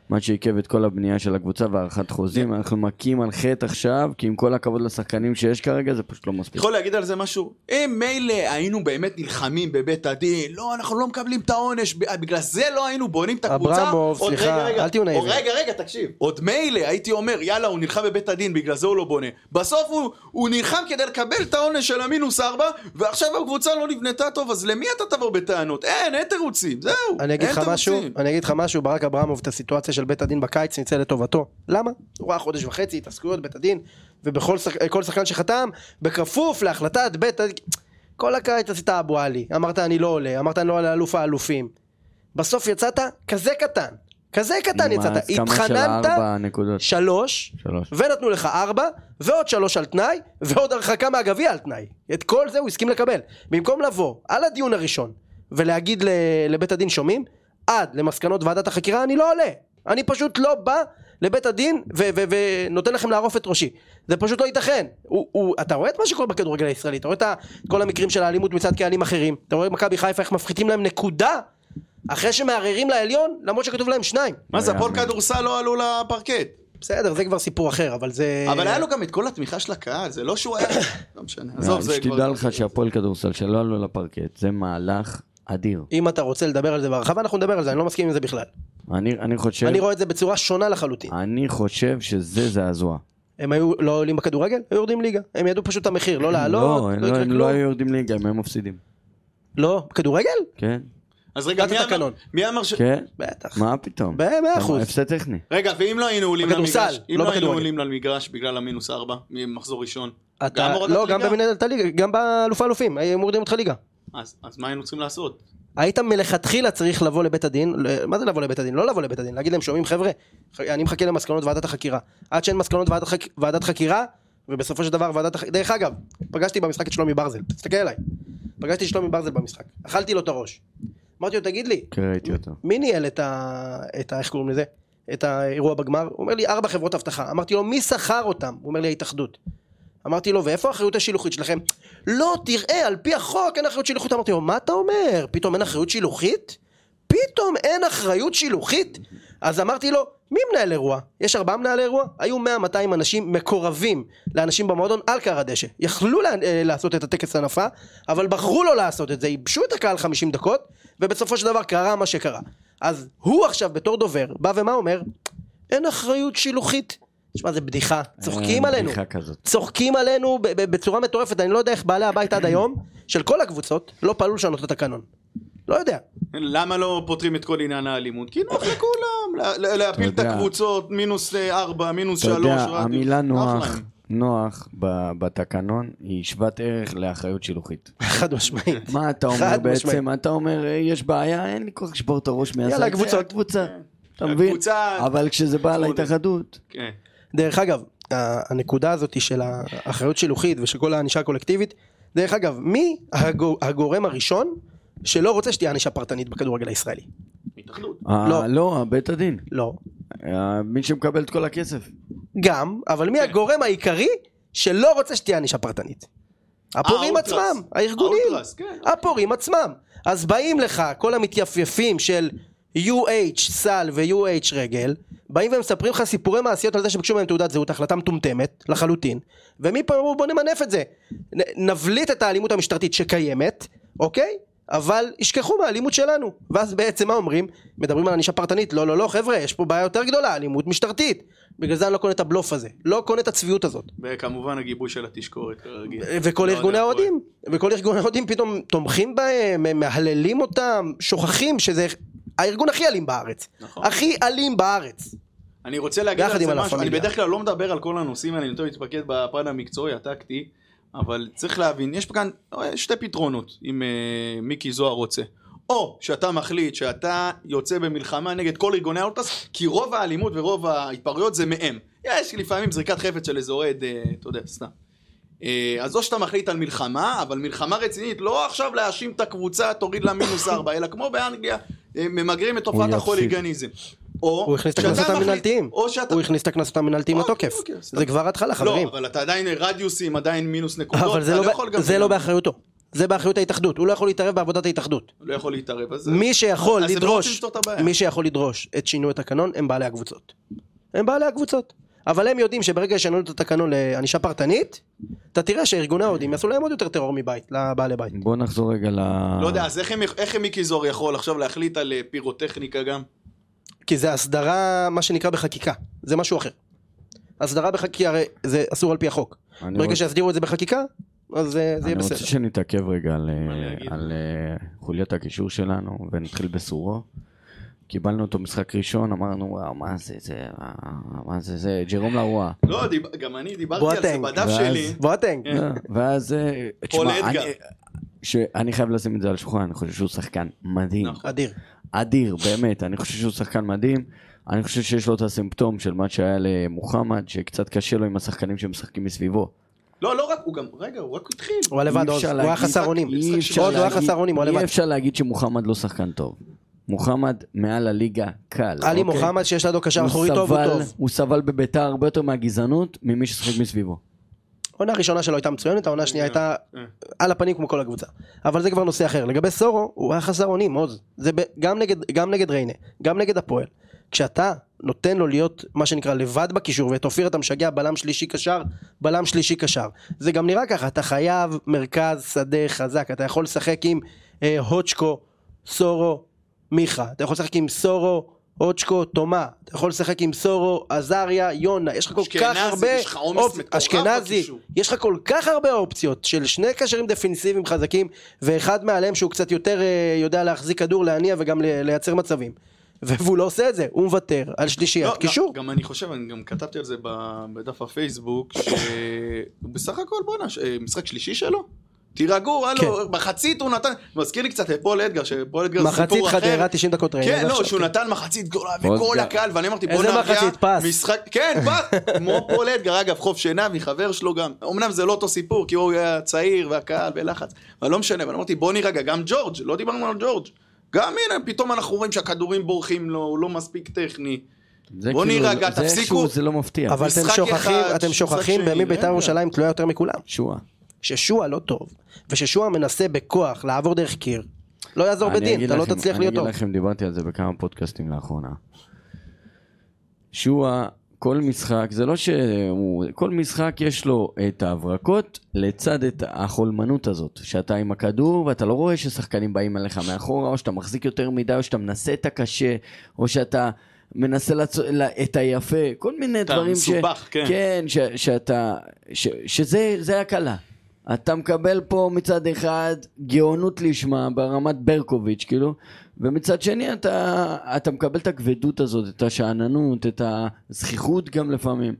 [SPEAKER 2] מה שעיכב את כל הבנייה של הקבוצה והארכת חוזים, אנחנו מכים על חטא עכשיו, כי עם כל הכבוד לשחקנים שיש כרגע זה פשוט לא מספיק.
[SPEAKER 4] יכול להגיד על זה משהו? אם מילא היינו באמת נלחמים בבית הדין, לא, אנחנו לא מקבלים את העונש, ב- בגלל זה לא היינו בונים את הקבוצה.
[SPEAKER 3] אברמוב,
[SPEAKER 4] עוד-
[SPEAKER 3] סליחה,
[SPEAKER 4] רגע, רגע,
[SPEAKER 3] אל תהיו
[SPEAKER 4] עוד-
[SPEAKER 3] נאיבים.
[SPEAKER 4] רגע, רגע, תקשיב. עוד מילא הייתי אומר, יאללה, הוא נלחם בבית הדין, בגלל זה הוא לא בונה. בסוף הוא, הוא נלחם כדי לקבל את העונש של המינוס ארבע, ועכשיו הקבוצה לא נבנתה טוב, אז למי אתה תבוא בטענות? אין, אין תירוצים, זהו.
[SPEAKER 3] אני אגיד
[SPEAKER 4] אין
[SPEAKER 3] לך משהו,
[SPEAKER 4] תירוצים.
[SPEAKER 3] אני אגיד לך משהו, ברק אברמוב את הסיטואציה של בית הדין בקיץ ניצל לטובתו. למה? הוא ראה חודש וחצי התעסקויות בית הדין, ובכל שח- כל שחקן שחתם, בכפוף להחלטת בית הדין. כל הקיץ עשית אבו עלי, אמרת אני לא עולה, אמרת אני לא עולה אלוף האלופים. בסוף יצאת כזה קטן, כזה
[SPEAKER 2] עם
[SPEAKER 3] קטן יצאת,
[SPEAKER 2] ההסכמה של
[SPEAKER 3] התחננת,
[SPEAKER 2] ארבע נקודות.
[SPEAKER 3] שלוש,
[SPEAKER 2] שלוש.
[SPEAKER 3] ונתנו לך ארבע, ועוד שלוש על תנאי, ועוד הרחקה מהגביע על תנאי. את כל זה הוא הסכים לקבל. במקום לבוא על הדיון הראשון, ולהגיד ל- לבית הדין שומעים, עד למסקנות ועדת החקירה אני לא עולה. אני פשוט לא בא לבית הדין ו- ו- ונותן לכם לערוף את ראשי. זה פשוט לא ייתכן. הוא, הוא, אתה רואה את מה שקורה בכדורגל הישראלי, אתה רואה את ה- כל המקרים של האלימות מצד קהלים אחרים, אתה רואה מכבי חיפה איך מפחיתים להם נקודה אחרי שמערערים לעליון, למרות שכתוב להם שניים.
[SPEAKER 4] מה זה, הפועל
[SPEAKER 2] לא יאמן.
[SPEAKER 4] כדורסל לא עלו לפרקט.
[SPEAKER 3] בסדר, זה כבר סיפור אחר, אבל זה...
[SPEAKER 4] אבל היה לו גם את כל התמיכה של הקהל, זה לא שהוא היה... לא משנה,
[SPEAKER 3] אה,
[SPEAKER 4] עזוב, זה כבר...
[SPEAKER 2] שתדע לך שהפועל כדורסל שלא עלו לפרקט, זה מהלך אדיר.
[SPEAKER 3] אם אתה רוצה לדבר על זה בהרחבה, אנחנו נדבר על זה, אני לא מסכים עם זה בכלל.
[SPEAKER 2] אני אני חושב...
[SPEAKER 3] אני רואה את זה בצורה שונה לחלוטין.
[SPEAKER 2] אני חושב שזה זעזוע.
[SPEAKER 3] הם היו לא עולים בכדורגל, היו יורדים ליגה. הם ידעו פשוט את המחיר, לא לעלות,
[SPEAKER 2] לא, הם
[SPEAKER 3] לא
[SPEAKER 2] לא-
[SPEAKER 3] יקרה
[SPEAKER 2] הם לא
[SPEAKER 3] כלום.
[SPEAKER 2] היו יורדים ליגה, הם היו מפסידים.
[SPEAKER 3] לא, כדורגל?
[SPEAKER 2] כן?
[SPEAKER 4] אז רגע,
[SPEAKER 3] מבחינת
[SPEAKER 4] מי אמר-
[SPEAKER 3] התקנון.
[SPEAKER 4] מי אמר ש...
[SPEAKER 2] כן?
[SPEAKER 3] בטח.
[SPEAKER 2] מה פתאום?
[SPEAKER 3] ב- מאה אחוז.
[SPEAKER 2] הפסד טכני.
[SPEAKER 4] רגע, ואם לא היינו עולים
[SPEAKER 3] בכדורסל,
[SPEAKER 4] למגרש, אם
[SPEAKER 3] לא
[SPEAKER 4] לא היינו
[SPEAKER 3] בכדורגל.
[SPEAKER 4] עולים למגרש בגלל המינוס ארבע, ממחזור ראשון,
[SPEAKER 3] אתה,
[SPEAKER 4] הורדת
[SPEAKER 3] לא, גם
[SPEAKER 4] ליגה?
[SPEAKER 3] במנהלת הליגה, גם באלוף האלופים, היו מורדים אותך ליגה.
[SPEAKER 4] אז אז מה היינו צריכים לעשות?
[SPEAKER 3] היית מלכתחילה צריך לבוא לבית הדין, ל- מה זה לבוא לבית הדין? לא לבוא לבית הדין, להגיד להם, שומעים חבר'ה, ח- אני מחכה למסקנות ועדת החקירה. עד שאין מסקנות ועדת, חק... ועדת חקירה, ובסופו של דבר ועדת החקירה, דרך אגב, פגשתי במשחק את שלומי ברזל, תסתכל עליי. פגשתי את שלומי ברזל במשחק, אכלתי לו את הראש. אמרתי לו, תגיד לי,
[SPEAKER 2] כן, ראיתי אותו.
[SPEAKER 3] מי ניהל את ה... את ה... איך קוראים לזה? את האירוע בגמר? הוא אומר לי, ארבע חברות אבטחה. אמרתי לו, מי שכר אותם? הוא אומר לי, ההתאחדות. אמרתי לו, ואיפה האחריות השילוחית שלכם? לא, תראה, על פי החוק אין אחריות שילוחית. אמרתי לו, מה אתה אומר? פתאום אין אחריות שילוחית? פתאום אין אחריות שילוחית? אז אמרתי לו, מי מנהל אירוע? יש ארבעה מנהלי אירוע? היו 100-200 אנשים מקורבים לאנשים במועדון על קר הדשא. יכלו לה, אה, לעשות את הטקס הנפה, אבל בחרו לא לעשות את זה, ייבשו את הקהל 50 דקות, ובסופו של דבר קרה מה שקרה. אז הוא עכשיו בתור דובר, בא ומה אומר? אין אחריות שילוחית. תשמע, זה בדיחה. צוחקים
[SPEAKER 2] אה,
[SPEAKER 3] עלינו.
[SPEAKER 2] בדיחה כזאת.
[SPEAKER 3] צוחקים עלינו ב- ב- בצורה מטורפת, אני לא יודע איך בעלי הבית עד היום, של כל הקבוצות, לא פעלו לשנות את התקנון. לא יודע.
[SPEAKER 4] למה לא פותרים את כל עניין האלימות? כי נוח לכולם, לה- לה- להפיל את
[SPEAKER 2] אתה יודע.
[SPEAKER 4] הקבוצות, מינוס אה, ארבע, מינוס
[SPEAKER 2] אתה
[SPEAKER 4] שלוש,
[SPEAKER 2] יודע,
[SPEAKER 4] רדיוס,
[SPEAKER 2] המילה נוח,
[SPEAKER 4] להם.
[SPEAKER 2] נוח ב- בתקנון היא שוות ערך לאחריות שילוחית.
[SPEAKER 3] חד משמעית.
[SPEAKER 2] מה אתה אומר
[SPEAKER 3] חד
[SPEAKER 2] בעצם?
[SPEAKER 3] משמעית.
[SPEAKER 2] אתה אומר, "אה, יש בעיה, אין לי כוח לשבור את הראש מהסרט.
[SPEAKER 3] יאללה, קבוצות. כן.
[SPEAKER 2] קבוצה. אתה מבין?
[SPEAKER 4] הקבוצה-
[SPEAKER 2] אבל כשזה בא להתאחדות,
[SPEAKER 4] כן.
[SPEAKER 3] דרך אגב, ה- הנקודה הזאת של האחריות שילוחית ושל כל הענישה הקולקטיבית, דרך אגב, מי הגו- הגורם הראשון שלא רוצה שתהיה ענישה פרטנית בכדורגל הישראלי?
[SPEAKER 4] התאחדות.
[SPEAKER 2] אה,
[SPEAKER 3] לא.
[SPEAKER 2] לא, בית הדין.
[SPEAKER 3] לא.
[SPEAKER 2] אה, מי שמקבל את כל הכסף.
[SPEAKER 3] גם, אבל מי הגורם העיקרי שלא רוצה שתהיה ענישה פרטנית? הפורעים
[SPEAKER 4] האולטרס.
[SPEAKER 3] עצמם, הארגונים.
[SPEAKER 4] האולטרס, כן.
[SPEAKER 3] הפורעים עצמם. אז באים לך כל המתייפייפים של UH סל ו-UH רגל, באים ומספרים לך סיפורי מעשיות על זה שביקשו מהם תעודת זהות, החלטה מטומטמת לחלוטין, ומפה אמרו בוא נמנף את זה. נ- נבליט את האלימות המשטרתית שקיימת, אוקיי? אבל ישכחו מהאלימות שלנו. ואז בעצם מה אומרים? מדברים על ענישה פרטנית, לא לא לא חבר'ה, יש פה בעיה יותר גדולה, אלימות משטרתית. בגלל זה אני לא קונה את הבלוף הזה, לא קונה את הצביעות הזאת.
[SPEAKER 4] וכמובן הגיבוי של התשקורת, כרגיל.
[SPEAKER 3] וכל
[SPEAKER 4] לא
[SPEAKER 3] ארגוני
[SPEAKER 4] יודע,
[SPEAKER 3] האוהדים, וכל ארגוני האוהדים פתאום תומכים בהם, הם מהללים אותם, שוכחים שזה הארגון הכי אלים בארץ.
[SPEAKER 4] נכון.
[SPEAKER 3] הכי אלים בארץ.
[SPEAKER 4] אני רוצה להגיד
[SPEAKER 3] ביחד
[SPEAKER 4] על
[SPEAKER 3] עם
[SPEAKER 4] זה
[SPEAKER 3] הלה
[SPEAKER 4] משהו, אני
[SPEAKER 3] פמיליה.
[SPEAKER 4] בדרך כלל לא מדבר על כל הנושאים האלה, אני יותר מתמקד בפן המקצועי, הטקטי, אבל צריך להבין, יש כאן אה, שתי פתרונות, אם אה, מיקי זוהר רוצה. או שאתה מחליט שאתה יוצא במלחמה נגד כל ארגוני האוטס, כי רוב האלימות ורוב ההתפרעויות זה מהם. יש לפעמים זריקת חפץ של איזה אוהד, אה, אתה יודע, סתם. אה, אז או שאתה מחליט על מלחמה, אבל מלחמה רצינית, לא עכשיו להאשים את הקבוצה, תוריד לה מינוס ארבע, אלא כמו באנגליה, אה, ממגרים את תופעת
[SPEAKER 2] יפסיד.
[SPEAKER 4] החוליגניזם. או
[SPEAKER 3] הוא הכניס את
[SPEAKER 4] שאתה
[SPEAKER 3] הקנסות
[SPEAKER 4] מחליט-
[SPEAKER 3] המנהלתיים.
[SPEAKER 4] או שאתה...
[SPEAKER 3] הוא הכניס את הקנסות המנהלתיים
[SPEAKER 4] אוקיי,
[SPEAKER 3] לתוקף.
[SPEAKER 4] אוקיי, בסדר.
[SPEAKER 3] זה כבר התחלה, חברים.
[SPEAKER 4] לא, אבל אתה עדיין רדיוסים, עדיין מינוס נקודות.
[SPEAKER 3] אבל זה
[SPEAKER 4] אתה
[SPEAKER 3] לא
[SPEAKER 4] יכול
[SPEAKER 3] ב-
[SPEAKER 4] גם
[SPEAKER 3] זה
[SPEAKER 4] וגם.
[SPEAKER 3] לא באחריותו. זה באחריות ההתאחדות. הוא לא יכול להתערב בעבודת ההתאחדות.
[SPEAKER 4] לא יכול להתערב, אז...
[SPEAKER 3] מי שיכול
[SPEAKER 4] אז הם לא רוצים
[SPEAKER 3] לדרוש,
[SPEAKER 4] לפתור את הבעיה.
[SPEAKER 3] מי שיכול לדרוש את שינוי התקנון הם בעלי הקבוצות. הם בעלי הקבוצות. אבל הם יודעים שברגע ישנו את התקנון לענישה פרטנית, אתה תראה שארגוני האוהדים יעשו להם עוד יותר טרור מבית, לבעלי בית.
[SPEAKER 2] בוא נחזור רגע ל...
[SPEAKER 4] לא יודע, אז איך הם- איך הם מיקי זוהר יכול עכשיו להחליט על אה, פירוטכניקה גם?
[SPEAKER 3] כי זה הסדרה, מה שנקרא בחקיקה. זה משהו אחר. הסדרה בחקיקה, הרי זה אסור על פי החוק.
[SPEAKER 2] אני
[SPEAKER 3] ברגע
[SPEAKER 2] רוצ-
[SPEAKER 3] שיסדירו את זה בחקיקה, אז אה, זה
[SPEAKER 2] אני
[SPEAKER 3] יהיה
[SPEAKER 2] רוצה
[SPEAKER 3] בסדר.
[SPEAKER 2] שנתעכב רגע על,
[SPEAKER 4] מה
[SPEAKER 2] אה,
[SPEAKER 4] להגיד?
[SPEAKER 2] על אה, חוליית הקישור שלנו ונתחיל בסורו. קיבלנו אותו משחק ראשון, אמרנו וואו מה זה זה, מה, מה זה זה, ג'רום לרואה.
[SPEAKER 4] לא, דיב- גם אני דיברתי על זה
[SPEAKER 3] בואטנג.
[SPEAKER 4] בדף
[SPEAKER 2] ואז-
[SPEAKER 4] שלי.
[SPEAKER 3] בואטנג.
[SPEAKER 4] כן.
[SPEAKER 2] ואז, אה,
[SPEAKER 4] פול
[SPEAKER 2] תשמע,
[SPEAKER 4] אדגר.
[SPEAKER 2] אני- שאני חייב לשים את זה על השולחן, אני חושב שהוא שחקן מדהים.
[SPEAKER 4] נכון.
[SPEAKER 3] אדיר.
[SPEAKER 2] אדיר, באמת, אני חושב שהוא שחקן מדהים. אני חושב שיש לו את הסימפטום של מה שהיה למוחמד, שקצת קשה לו עם השחקנים שמשחקים מסביבו.
[SPEAKER 4] לא, לא רק, הוא גם, רגע, הוא רק התחיל.
[SPEAKER 3] הוא היה לבד
[SPEAKER 2] אי
[SPEAKER 3] עוז,
[SPEAKER 2] אפשר
[SPEAKER 3] הוא היה
[SPEAKER 2] להגיד-
[SPEAKER 3] חסר אונים.
[SPEAKER 2] אי אפשר
[SPEAKER 3] עוד הוא לא היה
[SPEAKER 2] להגיד-
[SPEAKER 3] חסר אונים, הוא היה
[SPEAKER 2] אי
[SPEAKER 3] לבד.
[SPEAKER 2] אפשר להגיד שמוחמד לא שחקן טוב. מוחמד מעל הליגה קל.
[SPEAKER 3] עלי
[SPEAKER 2] אוקיי?
[SPEAKER 3] מוחמד שיש לידו קשר
[SPEAKER 2] הוא
[SPEAKER 3] אחורי טוב, הוא
[SPEAKER 2] סבל-
[SPEAKER 3] טוב.
[SPEAKER 2] הוא סבל בביתר הרבה יותר מהגזענות ממי ששחק מסביבו.
[SPEAKER 3] העונה הראשונה שלו הייתה מצוינת, העונה השנייה הייתה
[SPEAKER 4] אה.
[SPEAKER 3] על הפנים כמו כל הקבוצה. אבל זה כבר נושא אחר. לגבי סורו, הוא היה חסר אונים, עוז. זה ב- גם נגד- גם נגד ריינה, גם נגד הפועל. כשאתה נותן לו להיות, מה שנקרא, לבד בקישור, ואת אופיר אתה משגע בלם שלישי קשר, בלם שלישי קשר. זה גם נראה ככה, אתה חייב מרכז שדה חזק, אתה יכול לשחק עם אה, הוצ'קו, סורו, מיכה, אתה יכול לשחק עם סורו, הוצ'קו, תומה, אתה יכול לשחק עם סורו, עזריה, יונה, יש לך כל
[SPEAKER 4] אשכנזי,
[SPEAKER 3] כך הרבה...
[SPEAKER 4] יש לך עומס
[SPEAKER 3] אופ-
[SPEAKER 4] מטורף
[SPEAKER 3] אשכנזי,
[SPEAKER 4] בקישור.
[SPEAKER 3] יש לך כל כך הרבה אופציות של שני קשרים דפנסיביים חזקים, ואחד מעליהם שהוא קצת יותר אה, יודע להחזיק כדור, להניע וגם ל- לייצר מצבים. והוא לא עושה את זה, הוא מוותר על
[SPEAKER 4] לא,
[SPEAKER 3] שלישיית
[SPEAKER 4] גם-
[SPEAKER 3] קישור.
[SPEAKER 4] גם אני חושב, אני גם כתבתי על זה ב- בדף הפייסבוק, שבסך הכל בואנה, ש- אה, משחק שלישי שלו? תירגעו,
[SPEAKER 3] כן.
[SPEAKER 4] הלו, מחצית הוא נתן, מזכיר לי קצת את פול אדגר, שפול אדגר זה
[SPEAKER 3] מחצית
[SPEAKER 4] סיפור אחר.
[SPEAKER 3] חדרה 90 דקות ריינה.
[SPEAKER 4] כן,
[SPEAKER 3] אז
[SPEAKER 4] לא,
[SPEAKER 3] עכשיו,
[SPEAKER 4] שהוא
[SPEAKER 3] כן.
[SPEAKER 4] נתן מחצית גדולה
[SPEAKER 2] מאוד
[SPEAKER 4] וכל
[SPEAKER 2] גדול.
[SPEAKER 4] הקהל, ואני אמרתי בוא
[SPEAKER 3] איזה
[SPEAKER 4] נרגע.
[SPEAKER 3] מחצית? פס.
[SPEAKER 4] משחק, כן, פס, כמו פול אדגר, אגב, חוף שינה מחבר שלו גם. אמנם זה לא אותו סיפור, כי הוא היה צעיר והקהל בלחץ, אבל לא משנה, אבל אמרתי בוא נירגע, גם ג'ורג', לא דיברנו על ג'ורג'. גם הנה, פתאום אנחנו רואים שהכדורים בורחים לו, הוא לא מספיק טכני.
[SPEAKER 2] זה
[SPEAKER 4] בוא
[SPEAKER 2] כאילו-
[SPEAKER 4] נירגע,
[SPEAKER 2] זה
[SPEAKER 4] תפסיקו.
[SPEAKER 2] איכשהו- זה לא מפתיע.
[SPEAKER 3] אבל אתם
[SPEAKER 4] משחק
[SPEAKER 3] שוכחים,
[SPEAKER 4] אחד,
[SPEAKER 3] אתם
[SPEAKER 4] משחק
[SPEAKER 3] שוכחים
[SPEAKER 4] שני,
[SPEAKER 3] במי בית"ר
[SPEAKER 4] רגע.
[SPEAKER 3] ירושלים תלויה יותר מכולם.
[SPEAKER 2] שועה.
[SPEAKER 3] ששועה לא טוב, וששועה מנסה בכוח לעבור דרך קיר. לא יעזור
[SPEAKER 2] אני
[SPEAKER 3] בדין,
[SPEAKER 2] אגיד
[SPEAKER 3] אתה לא
[SPEAKER 2] לכם-
[SPEAKER 3] תצליח להיות טוב.
[SPEAKER 2] אני אגיד לכם, דיברתי על זה בכמה פודקאסטים לאחרונה. שועה, כל משחק, זה לא שהוא... כל משחק יש לו את ההברקות לצד את החולמנות הזאת. שאתה עם הכדור ואתה לא רואה ששחקנים באים אליך מאחורה, או שאתה מחזיק יותר מדי, או שאתה מנסה את הקשה, או שאתה... מנסה לצ... לה- את היפה, כל מיני
[SPEAKER 4] אתה
[SPEAKER 2] דברים
[SPEAKER 4] מסובך, כן.
[SPEAKER 2] כן, ש... שאתה... ש... שזה זה הקלה. אתה מקבל פה מצד אחד גאונות לשמה ברמת ברקוביץ', כאילו, ומצד שני אתה, אתה מקבל את הכבדות הזאת, את השאננות, את הזכיחות גם לפעמים.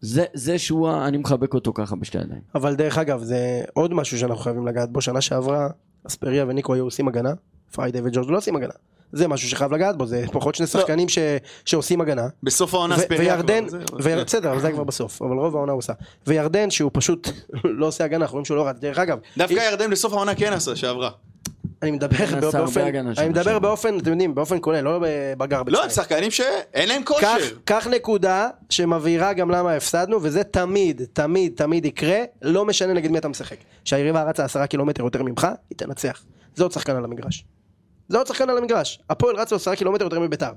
[SPEAKER 2] זה, זה שהוא, ה- אני מחבק אותו ככה בשתי ידיים.
[SPEAKER 3] אבל דרך אגב, זה עוד משהו שאנחנו חייבים לגעת בו. שנה שעברה, אספריה וניקו היו עושים הגנה, פריידי וג'ורג' לא עושים הגנה. זה משהו שחייב לגעת בו, זה פחות שני
[SPEAKER 4] לא.
[SPEAKER 3] שחקנים ש... שעושים הגנה.
[SPEAKER 4] בסוף העונה
[SPEAKER 3] ו-
[SPEAKER 4] ספריה כבר,
[SPEAKER 3] וירדן,
[SPEAKER 4] זה-
[SPEAKER 3] ויר- בסדר, אבל זה כבר בסוף, אבל רוב העונה הוא עושה. וירדן שהוא פשוט לא עושה הגנה, אנחנו רואים שהוא לא רץ. דרך אגב,
[SPEAKER 4] דווקא
[SPEAKER 3] אם-
[SPEAKER 4] ירדן בסוף העונה כן עשה, שעברה.
[SPEAKER 3] אני
[SPEAKER 2] עשה
[SPEAKER 3] מדבר
[SPEAKER 2] הרבה
[SPEAKER 3] באופן,
[SPEAKER 2] הגנה
[SPEAKER 3] אני
[SPEAKER 2] שנה
[SPEAKER 3] מדבר
[SPEAKER 2] שעברה.
[SPEAKER 3] באופן, אתם יודעים, באופן כולל, לא בגר
[SPEAKER 4] לא,
[SPEAKER 3] בצד.
[SPEAKER 4] הם שחקנים שאין להם
[SPEAKER 3] קח,
[SPEAKER 4] כושר.
[SPEAKER 3] קח נקודה שמבהירה גם למה הפסדנו, וזה תמיד, תמיד, תמיד יקרה, לא משנה נגד מי אתה משחק. שהיריבה רצה עשרה קילומטר יותר ממך, היא תנצח. זה עוד שחקן על המגרש. זה עוד שחקן על המגרש. הפועל רצה עשרה קילומטר יותר מביתר.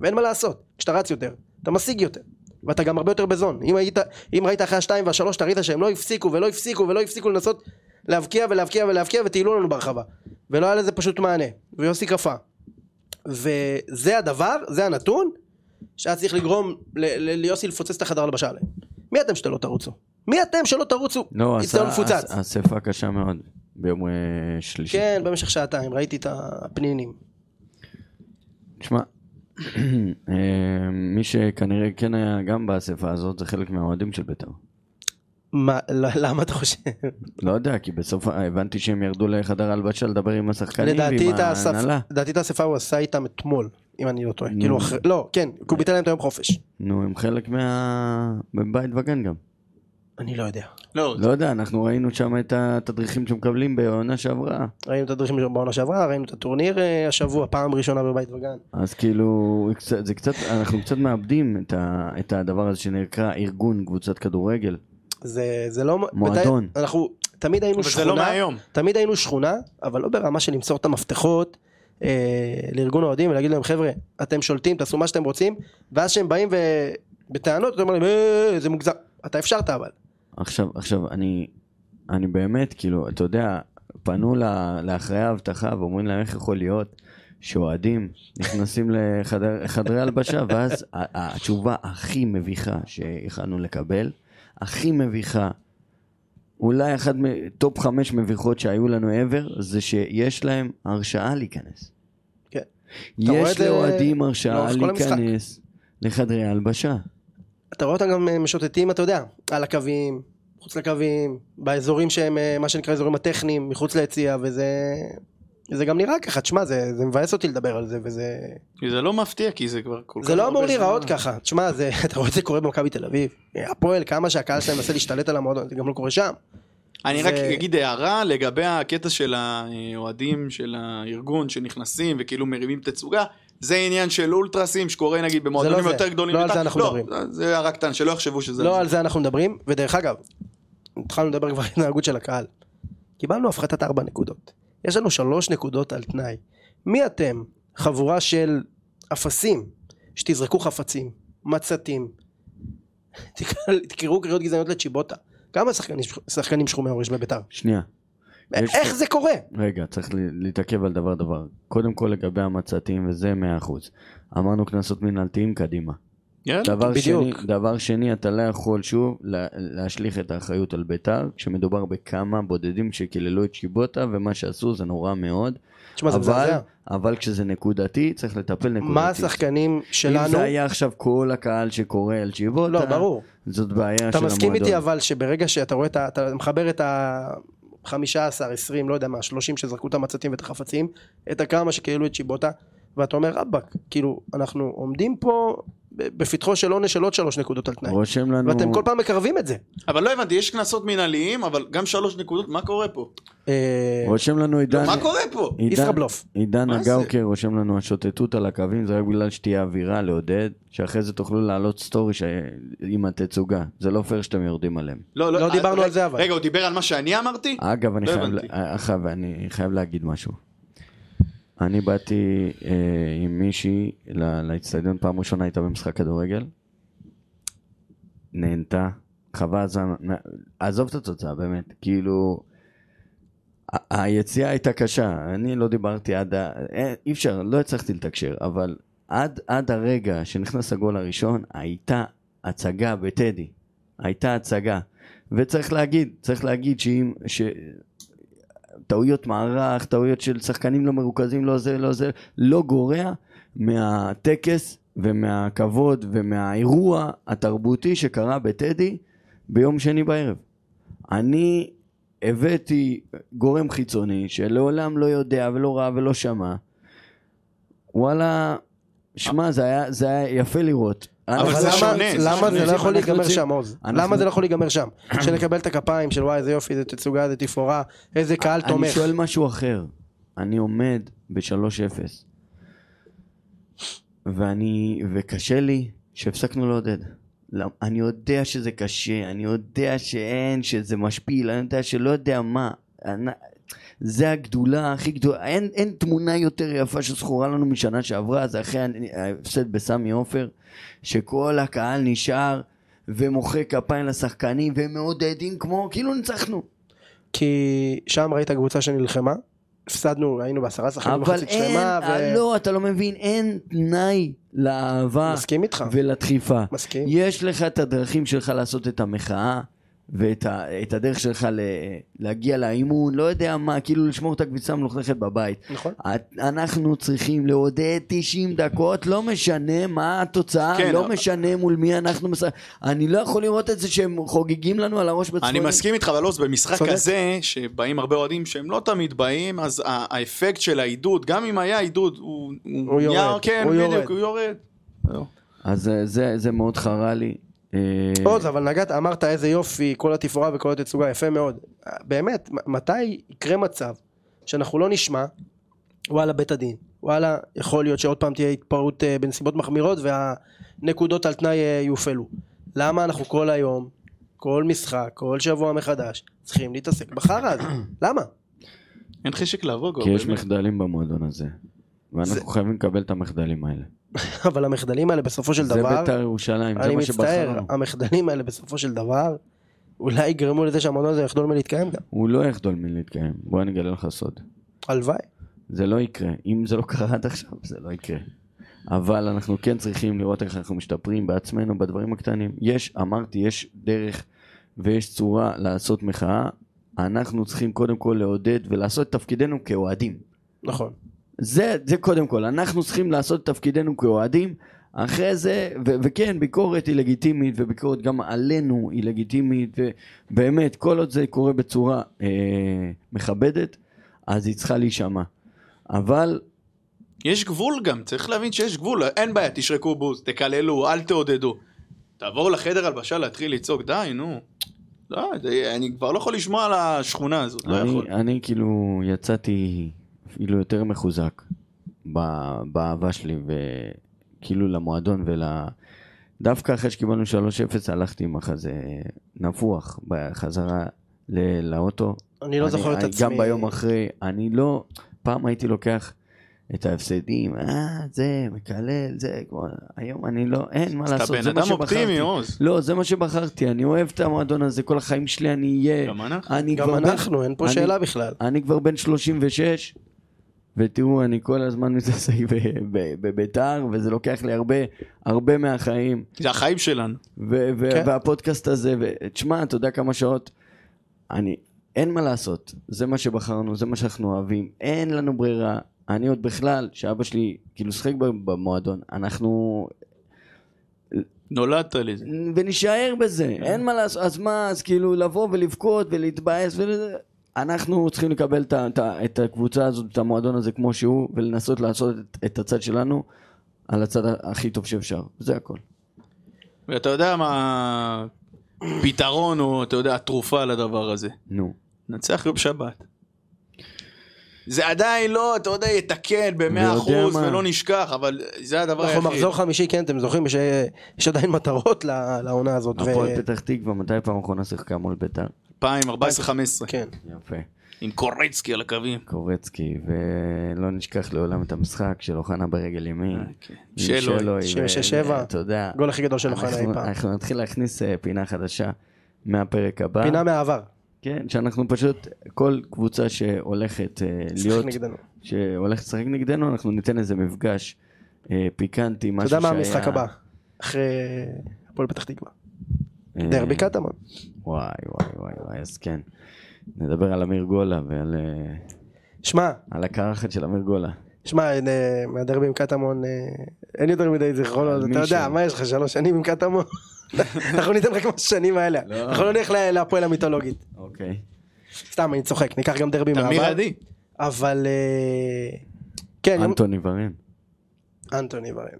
[SPEAKER 3] ואין מה לעשות, כשאתה רץ יותר, אתה משיג יותר. ואתה גם הרבה יותר בזון. אם, היית, אם ראית אחרי השתיים והשלוש, אתה ראית שהם לא הפסיקו ולא הפסיקו ולא הפסיקו לנסות להבקיע ולהבקיע ולהבקיע וטיילו לנו ברחבה. ולא היה לזה פשוט מענה. ויוסי קפא. וזה הדבר, זה הנתון, שהיה צריך לגרום ל- ל- ליוסי לפוצץ את החדר הלבשה עליהם. מי אתם שאתם לא תרוצו? מי אתם שלא תרוצו?
[SPEAKER 2] לא,
[SPEAKER 3] אצטדיון מפוצץ.
[SPEAKER 2] עשה אספה קשה מאוד ביום אה, שלישי.
[SPEAKER 3] כן, במשך שעתיים, ראיתי את הפנינים.
[SPEAKER 2] תשמע, אה, מי שכנראה כן היה גם באספה הזאת, זה חלק מהאוהדים של בית"ר.
[SPEAKER 3] מה, ל- למה אתה חושב?
[SPEAKER 2] לא יודע, כי בסוף הבנתי שהם ירדו לחדר הלבשה לדבר עם השחקנים
[SPEAKER 3] לדעתי
[SPEAKER 2] ועם
[SPEAKER 3] את האספ-
[SPEAKER 2] ההנהלה.
[SPEAKER 3] לדעתי את האספה הוא עשה איתם אתמול, אם אני לא טועה.
[SPEAKER 2] נו.
[SPEAKER 3] כאילו, אחרי- לא, כן, כי הוא ביטל להם את היום חופש.
[SPEAKER 2] נו, הם חלק מה... בבית וגן גם.
[SPEAKER 3] אני לא יודע.
[SPEAKER 4] לא,
[SPEAKER 2] לא יודע, אנחנו ראינו שם את התדריכים שמקבלים בעונה שעברה.
[SPEAKER 3] ראינו את הדרכים שלו בעונה שעברה, ראינו את הטורניר אה, השבוע, פעם ראשונה בבית וגן.
[SPEAKER 2] אז כאילו, קצת- זה קצת, אנחנו קצת מאבדים את, ה, את הדבר הזה שנקרא ארגון קבוצת כדורגל.
[SPEAKER 3] זה, זה לא...
[SPEAKER 2] מועדון.
[SPEAKER 3] בתי- אנחנו תמיד היינו
[SPEAKER 4] אבל
[SPEAKER 3] שכונה,
[SPEAKER 4] זה לא מהיום.
[SPEAKER 3] תמיד היינו שכונה, אבל לא ברמה של למסור את המפתחות אה, לארגון האוהדים ולהגיד להם חבר'ה, אתם שולטים, תעשו מה שאתם רוצים, ואז שהם באים ובטענות, אתה אומר להם, אה, זה מוגזם. אתה אפשרת אבל.
[SPEAKER 2] עכשיו, עכשיו, אני, אני באמת, כאילו, אתה יודע, פנו ל- לאחראי האבטחה ואומרים להם איך יכול להיות שאוהדים נכנסים לחדרי הלבשה, ואז ה- ה- התשובה הכי מביכה שיכלנו לקבל, הכי מביכה, אולי אחת מטופ חמש מביכות שהיו לנו ever, זה שיש להם הרשאה להיכנס.
[SPEAKER 3] כן. אתה רואה את
[SPEAKER 2] יש
[SPEAKER 3] זה
[SPEAKER 2] לאוהדים הרשאה
[SPEAKER 3] לאורך כל המשחק.
[SPEAKER 2] להיכנס לחדרי הלבשה.
[SPEAKER 3] אתה רואה אותם גם אה, משוטטים, אתה יודע, על הקווים, מחוץ לקווים, באזורים שהם, אה, מה שנקרא, אזורים הטכניים, מחוץ ליציאה, וזה... זה גם נראה ככה, תשמע, זה, זה מבאס אותי לדבר על זה, וזה...
[SPEAKER 4] כי זה לא מפתיע, כי זה כבר כל כך
[SPEAKER 3] זה לא אמור
[SPEAKER 4] הרבה זמן.
[SPEAKER 3] להיראות ככה, תשמע, זה, אתה רואה את זה קורה במכבי תל אביב, הפועל, כמה שהקהל שלהם מנסה להשתלט על המועדון, זה גם לא קורה שם.
[SPEAKER 4] אני
[SPEAKER 3] זה-
[SPEAKER 4] רק אגיד הערה לגבי הקטע של האוהדים של הארגון שנכנסים וכאילו מרימים תצוגה. זה עניין של אולטרסים שקורה נגיד במועדונים
[SPEAKER 3] זה.
[SPEAKER 4] יותר גדולים.
[SPEAKER 3] לא על
[SPEAKER 4] מטה-
[SPEAKER 3] זה אנחנו מדברים.
[SPEAKER 4] לא, זה הערה קטנה, שלא יחשבו שזה...
[SPEAKER 3] לא על זה אנחנו מדברים, ודרך אגב, התחלנו לדבר כבר על התנהגות של הקהל. קיבלנו הפחתת ארבע נקודות. יש לנו שלוש נקודות על תנאי. מי אתם, חבורה של אפסים, שתזרקו חפצים, מצתים, תקרא- תקראו קריאות גזעניות לצ'יבוטה. כמה שחקנים, שחקנים שחומי עור יש בביתר?
[SPEAKER 2] שנייה. יש-
[SPEAKER 3] איך זה קורה?
[SPEAKER 2] רגע, צריך ל- להתעכב על דבר דבר. קודם כל לגבי המצתים, וזה 100%. אמרנו קנסות מנהלתיים, קדימה.
[SPEAKER 4] יאללה.
[SPEAKER 2] דבר שני,
[SPEAKER 3] בדיוק.
[SPEAKER 2] דבר שני, אתה לא יכול שוב לה- להשליך את האחריות על ביתר, כשמדובר בכמה בודדים שקיללו את שיבוטה, ומה שעשו זה נורא מאוד.
[SPEAKER 3] תשמע, זה
[SPEAKER 2] אבל,
[SPEAKER 3] מזעזע.
[SPEAKER 2] אבל כשזה נקודתי, צריך לטפל נקודתי.
[SPEAKER 3] מה השחקנים שלנו?
[SPEAKER 2] אם זה היה עכשיו כל הקהל שקורא על שיבוטה,
[SPEAKER 3] לא, ברור.
[SPEAKER 2] זאת בעיה של
[SPEAKER 3] אתה
[SPEAKER 2] המועדון.
[SPEAKER 3] מסכים איתי אבל שברגע שאתה רואה את ה... אתה מחבר את ה... 15, 20, לא יודע מה, 30 שזרקו את המצתים ואת החפצים, את הכמה שכאילו את שיבוטה, ואתה אומר רבאק, כאילו, אנחנו עומדים פה ב- בפתחו של עונש של עוד שלוש נקודות על תנאי,
[SPEAKER 2] רושם לנו...
[SPEAKER 3] ואתם כל פעם מקרבים את זה.
[SPEAKER 4] אבל לא הבנתי, יש קנסות מינהליים, אבל גם שלוש נקודות, מה קורה פה?
[SPEAKER 3] אה,
[SPEAKER 2] רושם לנו עידן...
[SPEAKER 4] מה קורה פה?
[SPEAKER 2] עידן-
[SPEAKER 3] ישראבלוף.
[SPEAKER 2] עידן
[SPEAKER 4] מה זה?
[SPEAKER 2] הגאוקר רושם לנו השוטטות על הקווים זה רק בגלל שתהיה אווירה לעודד שאחרי זה תוכלו להעלות סטורי ש... עם התצוגה זה לא פייר שאתם יורדים עליהם.
[SPEAKER 3] לא
[SPEAKER 4] אה,
[SPEAKER 3] דיברנו
[SPEAKER 4] רגע,
[SPEAKER 3] על זה, אבל. אה,
[SPEAKER 4] רגע, הוא דיבר על מה שאני אמרתי?
[SPEAKER 2] אגב אני,
[SPEAKER 4] לא
[SPEAKER 2] חייב,
[SPEAKER 4] הבנתי.
[SPEAKER 2] לה- אגב, אני חייב להגיד משהו. אני באתי אה, עם מישהי ל- לאצטדיון פעם ראשונה הייתה במשחק כדורגל. נהנתה חווה זמן עזוב את התוצאה באמת כאילו ה- היציאה הייתה קשה, אני לא דיברתי עד ה... אה, אי אפשר, לא הצלחתי לתקשר, אבל עד, עד הרגע שנכנס הגול הראשון, הייתה הצגה בטדי. הייתה הצגה. וצריך להגיד, צריך להגיד שאם... ש... טעויות מערך, טעויות של שחקנים לא מרוכזים, לא זה, לא זה, לא גורע מהטקס ומהכבוד ומהאירוע התרבותי שקרה בטדי ביום שני בערב. אני הבאתי גורם חיצוני שלעולם לא יודע ולא ראה ולא שמע. וואלה, שמע, זה היה, זה היה יפה לראות.
[SPEAKER 4] אבל
[SPEAKER 3] אבל
[SPEAKER 4] זה
[SPEAKER 3] למה-
[SPEAKER 4] שונה, זה
[SPEAKER 3] למה
[SPEAKER 4] שונה.
[SPEAKER 3] זה לא
[SPEAKER 2] אנחנו
[SPEAKER 3] יכול להיגמר
[SPEAKER 2] יוצאים-
[SPEAKER 3] שם עוז?
[SPEAKER 2] אנחנו-
[SPEAKER 3] למה זה לא יכול להיגמר שם? שנקבל את הכפיים של וואי איזה יופי, איזה תצוגה, איזה תפאורה, איזה קהל
[SPEAKER 2] אני
[SPEAKER 3] תומך.
[SPEAKER 2] שואל משהו אחר. אני עומד ב-3-0, ואני, וקשה לי שהפסקנו לעודד. למ- אני יודע שזה קשה, אני יודע שאין, שזה משפיל, אני יודע שלא יודע מה. אני- זה הגדולה הכי גדולה, אין, אין תמונה יותר יפה שזכורה לנו משנה שעברה, זה אחרי הנ- ההפסד בסמי עופר, שכל הקהל נשאר ומוחא כפיים לשחקנים, והם מעודדים כמו, כאילו ניצחנו.
[SPEAKER 3] כי שם ראית קבוצה שנלחמה, הפסדנו, היינו בעשרה שחקנים
[SPEAKER 2] אבל
[SPEAKER 3] מחצית
[SPEAKER 2] אין,
[SPEAKER 3] שלמה,
[SPEAKER 2] אה, לא, אתה לא מבין, אין תנאי לאהבה
[SPEAKER 3] מסכים איתך,
[SPEAKER 2] ולדחיפה.
[SPEAKER 3] מסכים.
[SPEAKER 2] יש לך את הדרכים שלך לעשות את המחאה, ואת ה, את הדרך שלך ל, להגיע לאימון, לא יודע מה, כאילו לשמור את הקביצה המלוכלכת בבית.
[SPEAKER 3] נכון.
[SPEAKER 2] את- אנחנו צריכים לעודד 90 דקות, לא משנה מה התוצאה,
[SPEAKER 4] כן,
[SPEAKER 2] לא
[SPEAKER 4] אבל-
[SPEAKER 2] משנה מול מי אנחנו משחקים. אני לא יכול לראות את זה שהם חוגגים לנו על הראש בצפון.
[SPEAKER 4] אני מסכים איתך, אבל לא, זה במשחק
[SPEAKER 3] צודק.
[SPEAKER 4] הזה, שבאים הרבה אוהדים שהם לא תמיד באים, אז ה- האפקט של העידוד, גם אם היה עידוד, הוא
[SPEAKER 3] הוא
[SPEAKER 4] נהיה-
[SPEAKER 3] יורד,
[SPEAKER 4] כן,
[SPEAKER 3] הוא
[SPEAKER 4] בדיוק,
[SPEAKER 3] יורד.
[SPEAKER 4] הוא יורד.
[SPEAKER 2] אז אה, זה, זה מאוד חרה לי, אה,
[SPEAKER 3] עוז, אבל נגעת, אמרת איזה יופי, כל התפאורה וכל התצוגה, יפה מאוד. אה, באמת, מ- מתי יקרה מצב שאנחנו לא נשמע, וואלה בית הדין, וואלה, יכול להיות שעוד פעם תהיה התפרעות אה, בנסיבות מחמירות והנקודות על תנאי אה, יופעלו. למה אנחנו כל היום, כל משחק, כל שבוע מחדש, צריכים להתעסק בחרא הזה? למה?
[SPEAKER 4] אין חשק לבוא
[SPEAKER 3] לא,
[SPEAKER 4] כבר.
[SPEAKER 2] כי יש
[SPEAKER 4] באמת.
[SPEAKER 2] מחדלים במועדון הזה. ואנחנו חייבים לקבל את המחדלים האלה.
[SPEAKER 3] אבל המחדלים האלה בסופו של
[SPEAKER 2] זה
[SPEAKER 3] דבר,
[SPEAKER 2] בית"ר ירושלים, זה
[SPEAKER 3] אני
[SPEAKER 2] מה
[SPEAKER 3] מצטער,
[SPEAKER 2] שבחרנו.
[SPEAKER 3] המחדלים האלה בסופו של דבר, אולי יגרמו לזה שהמועדון הזה יחדול מלהתקיים גם.
[SPEAKER 2] הוא לא יחדול מלהתקיים, בוא אני אגלה לך סוד.
[SPEAKER 3] הלוואי.
[SPEAKER 2] זה לא יקרה. אם זה לא קרה עד עכשיו, זה לא יקרה. אבל אנחנו כן צריכים לראות איך אנחנו משתפרים בעצמנו בדברים הקטנים. יש, אמרתי, יש דרך ויש צורה לעשות מחאה. אנחנו צריכים קודם כל לעודד ולעשות את תפקידנו כאוהדים.
[SPEAKER 3] נכון.
[SPEAKER 2] זה, זה קודם כל, אנחנו צריכים לעשות את תפקידנו כאוהדים, אחרי זה, ו- וכן, ביקורת היא לגיטימית, וביקורת גם עלינו היא לגיטימית, ובאמת, כל עוד זה קורה בצורה אה, מכבדת, אז היא צריכה להישמע. אבל
[SPEAKER 4] יש גבול גם, צריך להבין שיש גבול, אין בעיה, תשרקו בוז, תקללו, אל תעודדו. תעבור לחדר הלבשה להתחיל לצעוק, די, נו. לא, זה- אני כבר לא יכול לשמוע על השכונה הזאת, לא
[SPEAKER 2] אני,
[SPEAKER 4] יכול.
[SPEAKER 2] אני כאילו יצאתי אפילו יותר מחוזק ב- באהבה שלי וכאילו למועדון ול... דווקא אחרי שקיבלנו 3-0 הלכתי עם החזה נפוח בחזרה ל- לאוטו.
[SPEAKER 3] אני לא זוכר את
[SPEAKER 2] אני-
[SPEAKER 3] עצמי.
[SPEAKER 2] גם ביום אחרי, אני לא... פעם הייתי לוקח את ההפסדים, אה, זה, מקלל, זה, כמו... היום אני לא, אין מה
[SPEAKER 4] אתה
[SPEAKER 2] לעשות,
[SPEAKER 4] בן
[SPEAKER 2] זה מה
[SPEAKER 4] אדם
[SPEAKER 2] שבחרתי.
[SPEAKER 4] אופטימי, עוז.
[SPEAKER 2] לא, זה מה שבחרתי, אני אוהב את המועדון הזה, כל החיים שלי אני אהיה.
[SPEAKER 4] גם אנחנו.
[SPEAKER 2] אני
[SPEAKER 3] גם
[SPEAKER 2] כבר בן
[SPEAKER 3] אנחנו, אין פה
[SPEAKER 2] אני-
[SPEAKER 3] שאלה בכלל.
[SPEAKER 2] אני כבר בן 36, ותראו, אני כל הזמן מתעסק ב- ב- בביתר, וזה לוקח לי הרבה, הרבה מהחיים,
[SPEAKER 4] זה החיים שלנו.
[SPEAKER 2] ו- ו-
[SPEAKER 3] כן.
[SPEAKER 2] והפודקאסט הזה, ותשמע, אתה יודע כמה שעות, אני, אין מה לעשות, זה מה שבחרנו, זה מה שאנחנו אוהבים, אין לנו ברירה, אני עוד בכלל, שאבא שלי כאילו שחק ב- במועדון, אנחנו
[SPEAKER 4] נולדת לזה.
[SPEAKER 2] ונישאר בזה, אין מה לעשות, אז מה, אז כאילו לבוא ולבכות ולהתבאס ול... אנחנו צריכים לקבל את, ה- את, ה- את הקבוצה הזאת, את המועדון הזה כמו שהוא, ולנסות לעשות את, את הצד שלנו על הצד ה- הכי טוב שאפשר, זה הכל.
[SPEAKER 4] ואתה יודע מה הפתרון הוא, אתה יודע, התרופה לדבר הזה.
[SPEAKER 2] נו.
[SPEAKER 4] נצח יום שבת. זה עדיין לא, אתה יודע, יתקן במאה
[SPEAKER 2] ויודע
[SPEAKER 4] אחוז
[SPEAKER 2] מה.
[SPEAKER 4] ולא נשכח, אבל זה הדבר
[SPEAKER 3] אנחנו
[SPEAKER 4] היחיד.
[SPEAKER 3] מחזור חמישי, כן, אתם זוכרים שיש יש עדיין מטרות ל- לעונה הזאת. ו-
[SPEAKER 2] הפועל פתח תקווה, מתי פעם אחרונה שיחקה מול ביתר?
[SPEAKER 4] 2014-2015,
[SPEAKER 3] כן.
[SPEAKER 2] יפה.
[SPEAKER 4] עם קורצקי על הקווים.
[SPEAKER 2] קורצקי, ולא נשכח לעולם את המשחק של אוחנה ברגל ימין.
[SPEAKER 3] אה,
[SPEAKER 2] עם
[SPEAKER 3] כן.
[SPEAKER 4] שלוי.
[SPEAKER 2] שלוי,
[SPEAKER 3] 67.
[SPEAKER 2] ו- אתה יודע,
[SPEAKER 3] גול הכי גדול של אוחנה אי
[SPEAKER 2] אה, אנחנו-
[SPEAKER 3] פעם.
[SPEAKER 2] אנחנו נתחיל להכניס אה, פינה חדשה מהפרק הבא.
[SPEAKER 3] פינה מהעבר.
[SPEAKER 2] כן, שאנחנו פשוט, כל קבוצה שהולכת אה, להיות,
[SPEAKER 3] שיחק נגדנו.
[SPEAKER 2] שהולכת לשחק נגדנו, אנחנו ניתן איזה מפגש אה, פיקנטי,
[SPEAKER 3] אתה
[SPEAKER 2] משהו
[SPEAKER 3] יודע
[SPEAKER 2] שהיה...
[SPEAKER 3] מה המשחק הבא? אחרי הפועל פתח תקווה.
[SPEAKER 2] אה,
[SPEAKER 3] דרבי קטמון.
[SPEAKER 2] וואי, וואי, וואי, וואי, אז כן. נדבר על אמיר גולה ועל אה,
[SPEAKER 3] שמע,
[SPEAKER 2] על הקרחת של אמיר גולה.
[SPEAKER 3] שמע, אה, מהדרבי עם קטמון, אה, אין יותר מדי זיכרונות,
[SPEAKER 2] על
[SPEAKER 3] אתה
[SPEAKER 2] מי
[SPEAKER 3] יודע,
[SPEAKER 2] שם?
[SPEAKER 3] מה יש לך, שלוש שנים עם קטמון? אנחנו ניתן לך כמו השנים האלה.
[SPEAKER 2] לא.
[SPEAKER 3] אנחנו לא נלך ל- להפועל המיתולוגית.
[SPEAKER 2] אוקיי.
[SPEAKER 3] סתם, אני צוחק, ניקח גם דרבי
[SPEAKER 4] תמיר
[SPEAKER 3] מהעבר.
[SPEAKER 4] עדי.
[SPEAKER 3] אבל... אה, כן, יום-
[SPEAKER 2] אוקיי. אנטוני ורן.
[SPEAKER 3] אנטוני ורן.
[SPEAKER 2] אוקיי,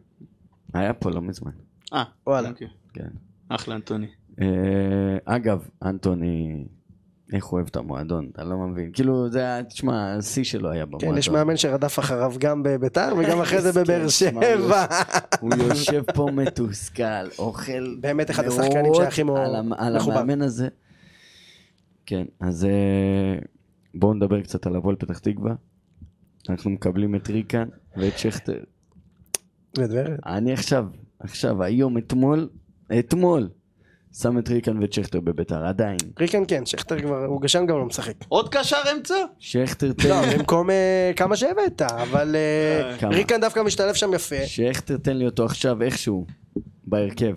[SPEAKER 2] היה פה לא מזמן.
[SPEAKER 4] אה,
[SPEAKER 3] וואלה.
[SPEAKER 4] אוקיי.
[SPEAKER 2] כן.
[SPEAKER 4] אחלה אנטוני.
[SPEAKER 2] אה, אגב, אנטוני, איך הוא אוהב את המועדון, אתה לא מבין. כאילו, זה היה, תשמע, השיא שלו היה במועדון.
[SPEAKER 3] כן, יש מאמן שרדף אחריו גם בביתר וגם אחרי זה בבאר
[SPEAKER 2] מסכן,
[SPEAKER 3] שבע.
[SPEAKER 2] הוא יושב פה מתוסכל, אוכל
[SPEAKER 3] באמת אחד
[SPEAKER 2] נרות
[SPEAKER 3] השחקנים שהכי מאו-
[SPEAKER 2] על המ- על
[SPEAKER 3] מחובר.
[SPEAKER 2] המאמן הזה. כן, אז אה, בואו נדבר קצת על הפועל פתח תקווה. אנחנו מקבלים את ריקן ואת שכטר.
[SPEAKER 3] ודברת.
[SPEAKER 2] אני עכשיו, עכשיו, היום, אתמול, אתמול, שם את ריקן ואת שכטר בביתר, עדיין.
[SPEAKER 3] ריקן כן, שכטר כבר, הוא גשן גם לא משחק.
[SPEAKER 4] עוד קשר אמצע?
[SPEAKER 2] שכטר
[SPEAKER 3] לא,
[SPEAKER 2] תן לי,
[SPEAKER 3] במקום אה, כמה שהבאת, אבל אה,
[SPEAKER 4] אה,
[SPEAKER 2] כמה?
[SPEAKER 3] ריקן דווקא משתלב שם יפה.
[SPEAKER 2] שכטר תן לי אותו עכשיו איכשהו, בהרכב.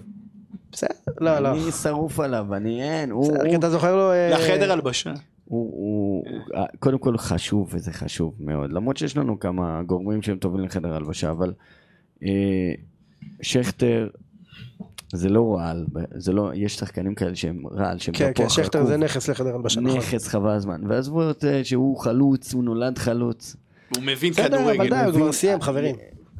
[SPEAKER 3] בסדר, לא, לא.
[SPEAKER 2] אני שרוף עליו, אני אין, הוא...
[SPEAKER 3] בסדר,
[SPEAKER 2] הוא-
[SPEAKER 3] כי אתה זוכר לו... אה,
[SPEAKER 4] לחדר הלבשה.
[SPEAKER 2] הוא, הוא, הוא אה, קודם כל חשוב, וזה חשוב מאוד. למרות שיש לנו כמה גורמים שהם טובים לחדר הלבשה, אבל אה, שכטר זה לא רעל, זה לא, יש שחקנים כאלה שהם רעל, שהם
[SPEAKER 3] כן, כן,
[SPEAKER 2] תפוח
[SPEAKER 3] שכטר
[SPEAKER 2] רקוב,
[SPEAKER 3] זה נכס לחדר הלבשה, נכון.
[SPEAKER 2] נכס חבל הזמן. ועזבו את אה, שהוא חלוץ, הוא נולד חלוץ.
[SPEAKER 4] הוא מבין
[SPEAKER 3] בסדר, אבל
[SPEAKER 4] כדורגל.
[SPEAKER 3] די, הוא כבר
[SPEAKER 2] מבין-
[SPEAKER 3] סיים, חברים.